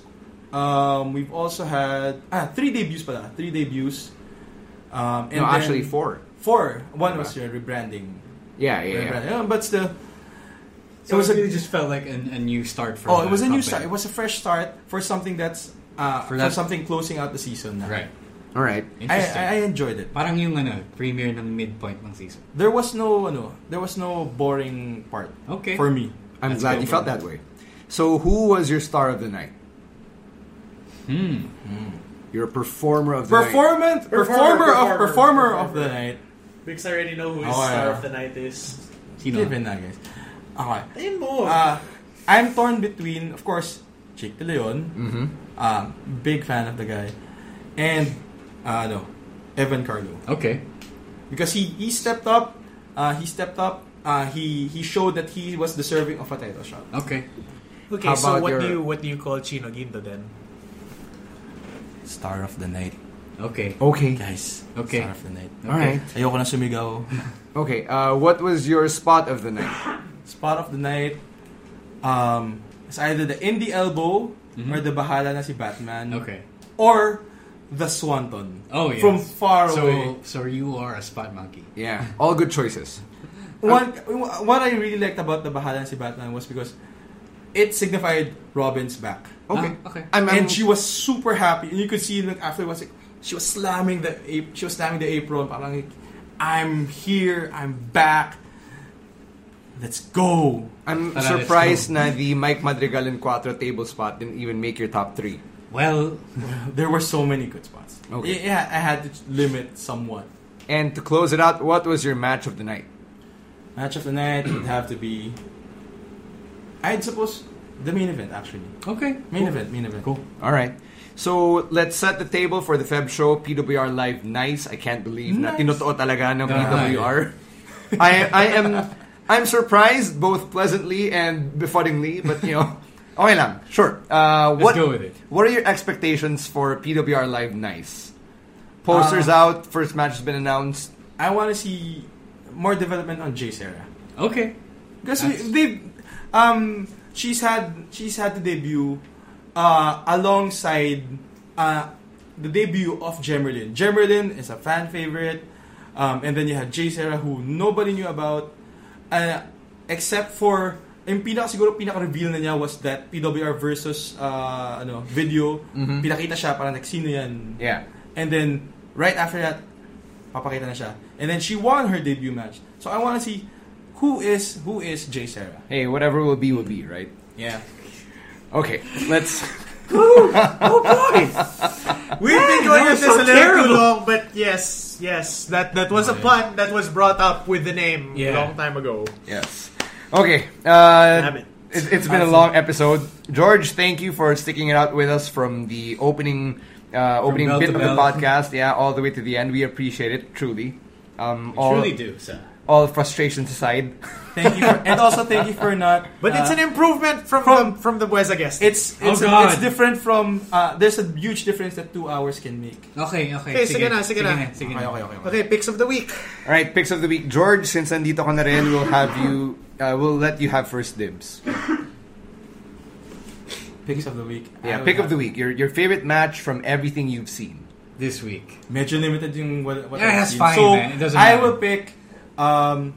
F: um, we've also had ah three debuts pala three debuts. Um, and
C: no,
F: then-
C: actually four. Ah.
F: Four. One was your rebranding.
C: Yeah, yeah, yeah.
F: Rebranding. Uh, But still,
E: So it, was really just felt like an, a new start for
F: Oh,
E: the
F: it was a new
E: company.
F: start. It was a fresh start for something that's uh, for,
E: that-
F: something closing out the season.
E: Right.
C: All right.
F: I,
E: Interesting.
F: I, I enjoyed it.
E: Parang yung ano, premiere ng midpoint ng season.
F: There was no ano, there was no boring part.
E: Okay.
F: For me.
C: I'm
E: That's
C: glad
E: good.
C: you felt that way. So who was your star of the night? Hmm.
E: Hmm.
C: You're a performer of the night.
F: Performance performer,
D: Performer,
F: of
D: performer,
F: performer of
D: performer.
F: the night.
D: Because I already know who his
F: Oh,
D: star
F: yeah.
D: of the night is.
E: Sino?
F: Given na guys. Okay.
D: Ayun mo.
F: Uh, I'm torn between of course Jake De Leon.
E: Mm-hmm.
F: Um, big fan of the guy. And uh, no, Evan Carlo.
E: Okay.
F: because he, he stepped up. Uh, he stepped up. Uh, uh, he he showed that he was deserving of a title shot.
E: Okay.
D: Okay,
C: How
D: so
C: about
D: what
C: your-
D: do you what do you call Chino Gindo then?
F: Star of the night.
E: Okay.
C: Okay.
F: Guys,
E: Okay.
F: Star of the night.
C: All right.
F: Ayoko na sumigaw.
C: Okay. Uh, what was your spot of the night?
F: Spot of the night. Um, it's either the indie elbow or the bahala na si Batman.
E: Mm-hmm. Okay.
F: Or the swanton.
E: Oh yeah.
F: From far
E: so, uh,
F: away.
E: So you are a spot monkey.
C: Yeah. All good choices.
F: One, what I really liked about the bahala na si Batman was because it signified Robin's back.
C: Okay.
E: Ah, okay.
C: I'm, I'm,
F: and she was super happy. And you could see like afterwards, like, she was slamming the ap- she was slamming the apron. Parang like, I'm here, I'm back. Let's go.
C: I'm
E: Tara, let's
C: surprised na the Mike Madrigal and Cuatro table spot didn't even make your top three.
E: Well,
F: There were so many good spots.
C: Okay.
F: Yeah, I had to limit somewhat.
C: And to close it out, what was your match of the night?
F: Match of the night would have to be. I'd suppose the main event actually.
E: okay.
F: Main event, main event. Cool.
C: All right. So let's set the table for the Feb show. PWR Live, nice. I can't believe na
F: Nice.
C: tinotoo talaga ng PWR. I, I am I'm surprised both pleasantly and befuddlingly, but you know, okay lang. Sure. Uh, what,
E: go with it.
C: What are your expectations for PWR Live, nice? Posters out. First match has been announced.
F: I want to see more development on Jay Sarah.
E: Okay.
F: Because we, they, um, she's had she's had the debut, uh, alongside, uh, the debut of Gemerlin. Gemerlin is a fan favorite, um, and then you had Jay Serra who nobody knew about, uh, except for yung pinaka siguro pinaka reveal na niya was that PWR versus uh, ano video pinakita siya parang like sino yan
C: Yeah.
F: And then right after that, papakita na siya. And then she won her debut match. So I want to see who is who is Jay Sarah.
C: Hey, whatever will be will be, right?
F: Yeah.
C: Okay, let's.
D: We've been going
G: that
D: at
G: was
D: this
G: so
D: a little
G: terrible.
D: too long, but yes, yes, that that was a pun that was brought up with the name
G: Yeah.
D: a long time ago.
C: Yes. Okay. Uh,
D: Damn it.
C: it, has been a long episode. George, thank you for sticking it out with us from the opening uh, opening
E: bell
C: bit
E: to
C: of the
E: bell.
C: podcast, yeah, all the way to the end. We appreciate it truly. Um, all,
G: Truly do, sir.
C: all frustrations aside.
F: Thank you, for, and also thank you for not.
D: But it's
F: uh,
D: an improvement from from, the, from the Buesa guest.
F: it's it's,
E: Oh, God.
F: it's different from. Uh, there's a huge difference that two hours can make.
E: Okay, okay.
D: Okay, sige na, sige na.
E: sige
F: Okay,
E: na.
F: okay, okay. okay.
D: okay. Picks of the week.
C: All right, picks of the week. George, since nandito ka na rin, we'll have you. Uh, we'll let you have first dibs.
F: Picks of the week.
C: Yeah, pick of the week. Your your favorite match from everything you've seen.
E: This week.
F: Medyo limited yung what, what
E: Yeah,
F: I've
E: that's
F: seen.
E: fine,
F: so,
E: man. It doesn't
F: I
E: matter.
F: will pick um,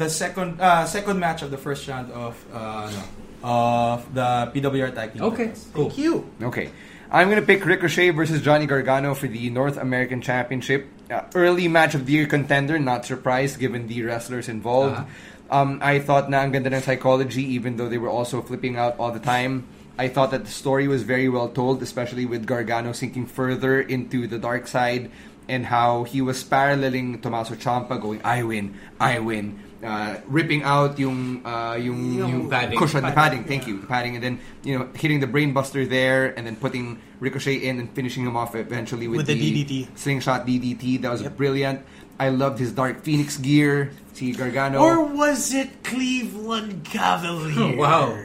F: the second uh, second match of the first round of uh, no, of the PWR Tag Team.
E: Okay,
F: Titles.
E: cool.
D: Q.
C: Okay. I'm going to pick Ricochet versus Johnny Gargano for the North American Championship. Uh, early match of the year contender, not surprised given the wrestlers involved. Um, I thought na ang ganda ng psychology even though they were also flipping out all the time. I thought that the story was very well told, especially with Gargano sinking further into the dark side and how he was paralleling Tommaso Ciampa going, I win, I win. Uh, ripping out yung, uh, yung,
E: Yung padding.
C: cushion, the padding, thank you, the padding, and then you know hitting the brainbuster there, and then putting Ricochet in and finishing him off eventually with,
D: With the DDT.
C: slingshot DDT. That was brilliant. I loved his Dark Phoenix gear. See Gargano,
D: Or was it Cleveland Cavaliers?
E: Wow.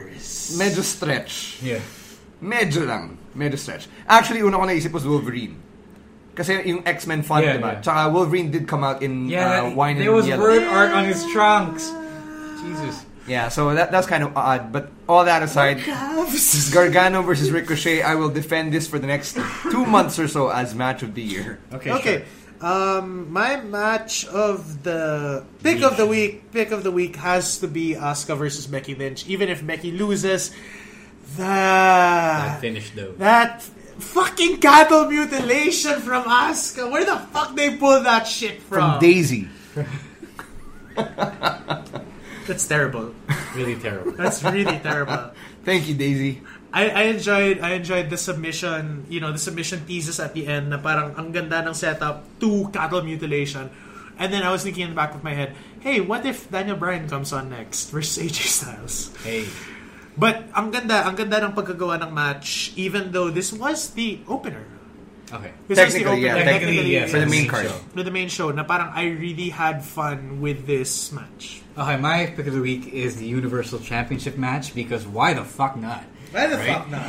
C: medyo stretch,
E: Yeah.
C: medyo lang, medyo stretch. Actually, una ko naisip was Wolverine. Kasi yung X-Men font,
E: Yeah,
C: diba?
E: yeah.
C: Tsaka Wolverine did come out in uh,
E: Yeah,
C: wine
E: there
C: and
E: was
C: yellow.
E: word art on his trunks. Jesus.
C: Yeah, so that, that's kind of odd. But all that aside, Gargano versus Ricochet, I will defend this for the next two months or so as match of the year.
E: Okay.
D: Okay. Um, my match of the pick of the week, pick of the week has to be Asuka versus Becky Lynch. Even if Becky loses,
G: I
D: that
G: finished though.
D: that fucking cattle mutilation from Asuka. Where the fuck they pull that shit
C: From
D: from?
C: Daisy.
D: That's terrible.
G: Really terrible.
D: That's really terrible.
C: Thank you, Daisy.
D: I, I enjoyed I enjoyed the submission, you know, the submission pieces at the end na parang ang ganda ng setup to cattle mutilation. And then I was thinking in the back of my head, hey, what if Daniel Bryan comes on next versus AJ Styles?
G: Hey.
D: But ang ganda, ang ganda ng pagkagawa ng match even though this was the opener.
G: Okay.
D: This was the
C: Technically, yeah,
D: opener.
C: technically,
G: yes.
C: for the main
G: Main
C: card.
G: show.
D: For the main show, na parang I really had fun with this match.
E: Okay, my pick of the week is the Universal Championship match because why the fuck not?
D: Why the fuck not?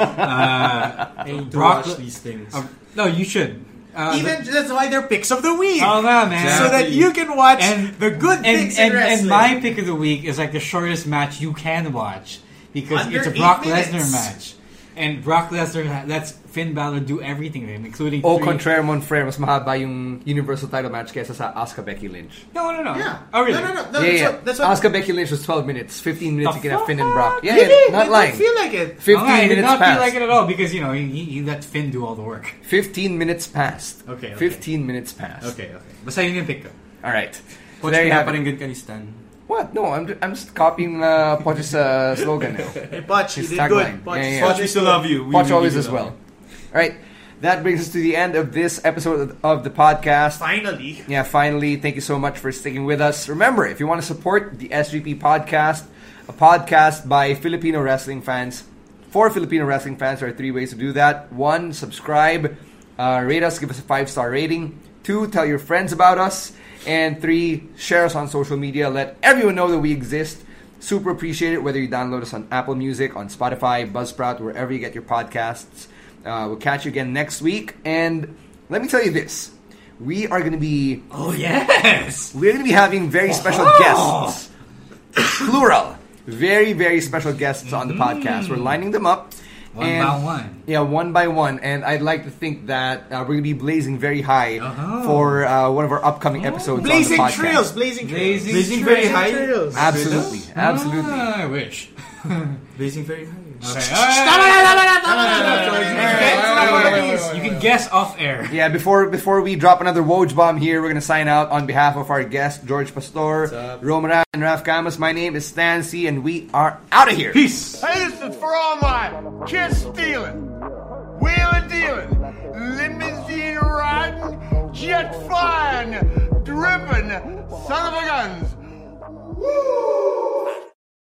F: to
E: Brock-
F: watch these things.
E: Uh, no, you should. Uh,
D: Even that's why they're picks of the week.
E: Oh, no, man.
D: So that
F: Exactly.
D: you can watch
E: and
D: the good
E: and,
D: things
E: and,
D: in wrestling.
E: and my pick of the week is like the shortest match you can watch because
D: Under
E: it's a
D: eight
E: Brock
D: minutes.
E: Lesnar match, and Brock Lesnar ha- lets Finn Balor do everything to him, including
C: O
E: three-
C: contraire, mon frere, mas mahaba yung Universal title match kesa sa Asuka Becky Lynch.
E: No, no, no.
D: yeah.
E: Oh, really?
D: No, no, no. no,
C: yeah,
D: that's
C: yeah.
D: What, that's what
C: Asuka Becky Lynch was 12 minutes. 15 minutes
E: The
C: you can have Finn
E: fuck?
C: and Brock. Yeah,
D: Really?
C: yeah,
D: It
C: not
D: don't
C: lying.
D: feel like it.
E: Oh,
C: 15
E: I did
C: minutes
E: not
C: passed.
E: feel like it at all because you know he, he he let Finn do all the work.
C: 15 minutes passed.
E: Okay, okay.
C: 15 minutes passed.
E: Okay, okay. Basta yun yung pick ko.
C: All right. So
F: Coach,
C: there you have it.
F: pinaparinggan ka ni Stan.
C: What? No, I'm, ju- I'm just copying uh, Poch's uh, slogan now.
D: Hey, Butch, you
C: His
D: did
C: tagline.
D: good. Butch,
C: Yeah, yeah.
F: Coach, we still love you. We
C: Poch
F: really
C: always
F: do
C: as
F: love
C: well.
F: you.
C: All right. That brings us to the end of this episode of- of the podcast.
D: Finally.
C: Yeah, finally, thank you so much for sticking with us. Remember, if you want to support the SGP podcast, a podcast by Filipino wrestling fans, for Filipino wrestling fans, there are three ways to do that. One, subscribe, uh, rate us, give us a five star rating. Two, tell your friends about us. And three, share us on social media. Let everyone know that we exist. Super appreciate it whether you download us on Apple Music, on Spotify, Buzzsprout, wherever you get your podcasts. Uh, we'll catch you again next week. And let me tell you this we are going to be
E: Oh yes.
C: we're going to be having very special guests, plural, very very special guests on the podcast. We're lining them up.
E: Mm. One by one.
C: Yeah, one by one. And I'd like to think that uh, we're going to be blazing very high
E: Uh-huh.
C: for uh, one of our upcoming
E: Oh,
C: episodes
D: Blazing
C: on the podcast.
D: trails, blazing trails.
E: Blazing
F: Blazing very high.
D: trails.
C: Absolutely, absolutely.
E: Ah, I wish.
F: Blazing very high.
E: Okay. Ah, You can guess off air.
C: Yeah, before before we drop another Woj bomb here, we're gonna sign out on behalf of our guest George Pastor, Roman and Raf Camus. My name is Stancy, and we are out of here. Peace.
H: Hey, this is for all mine. Kiss stealing, wheeling dealing, limousine riding, jet flying, dripping, son of a guns. Woo!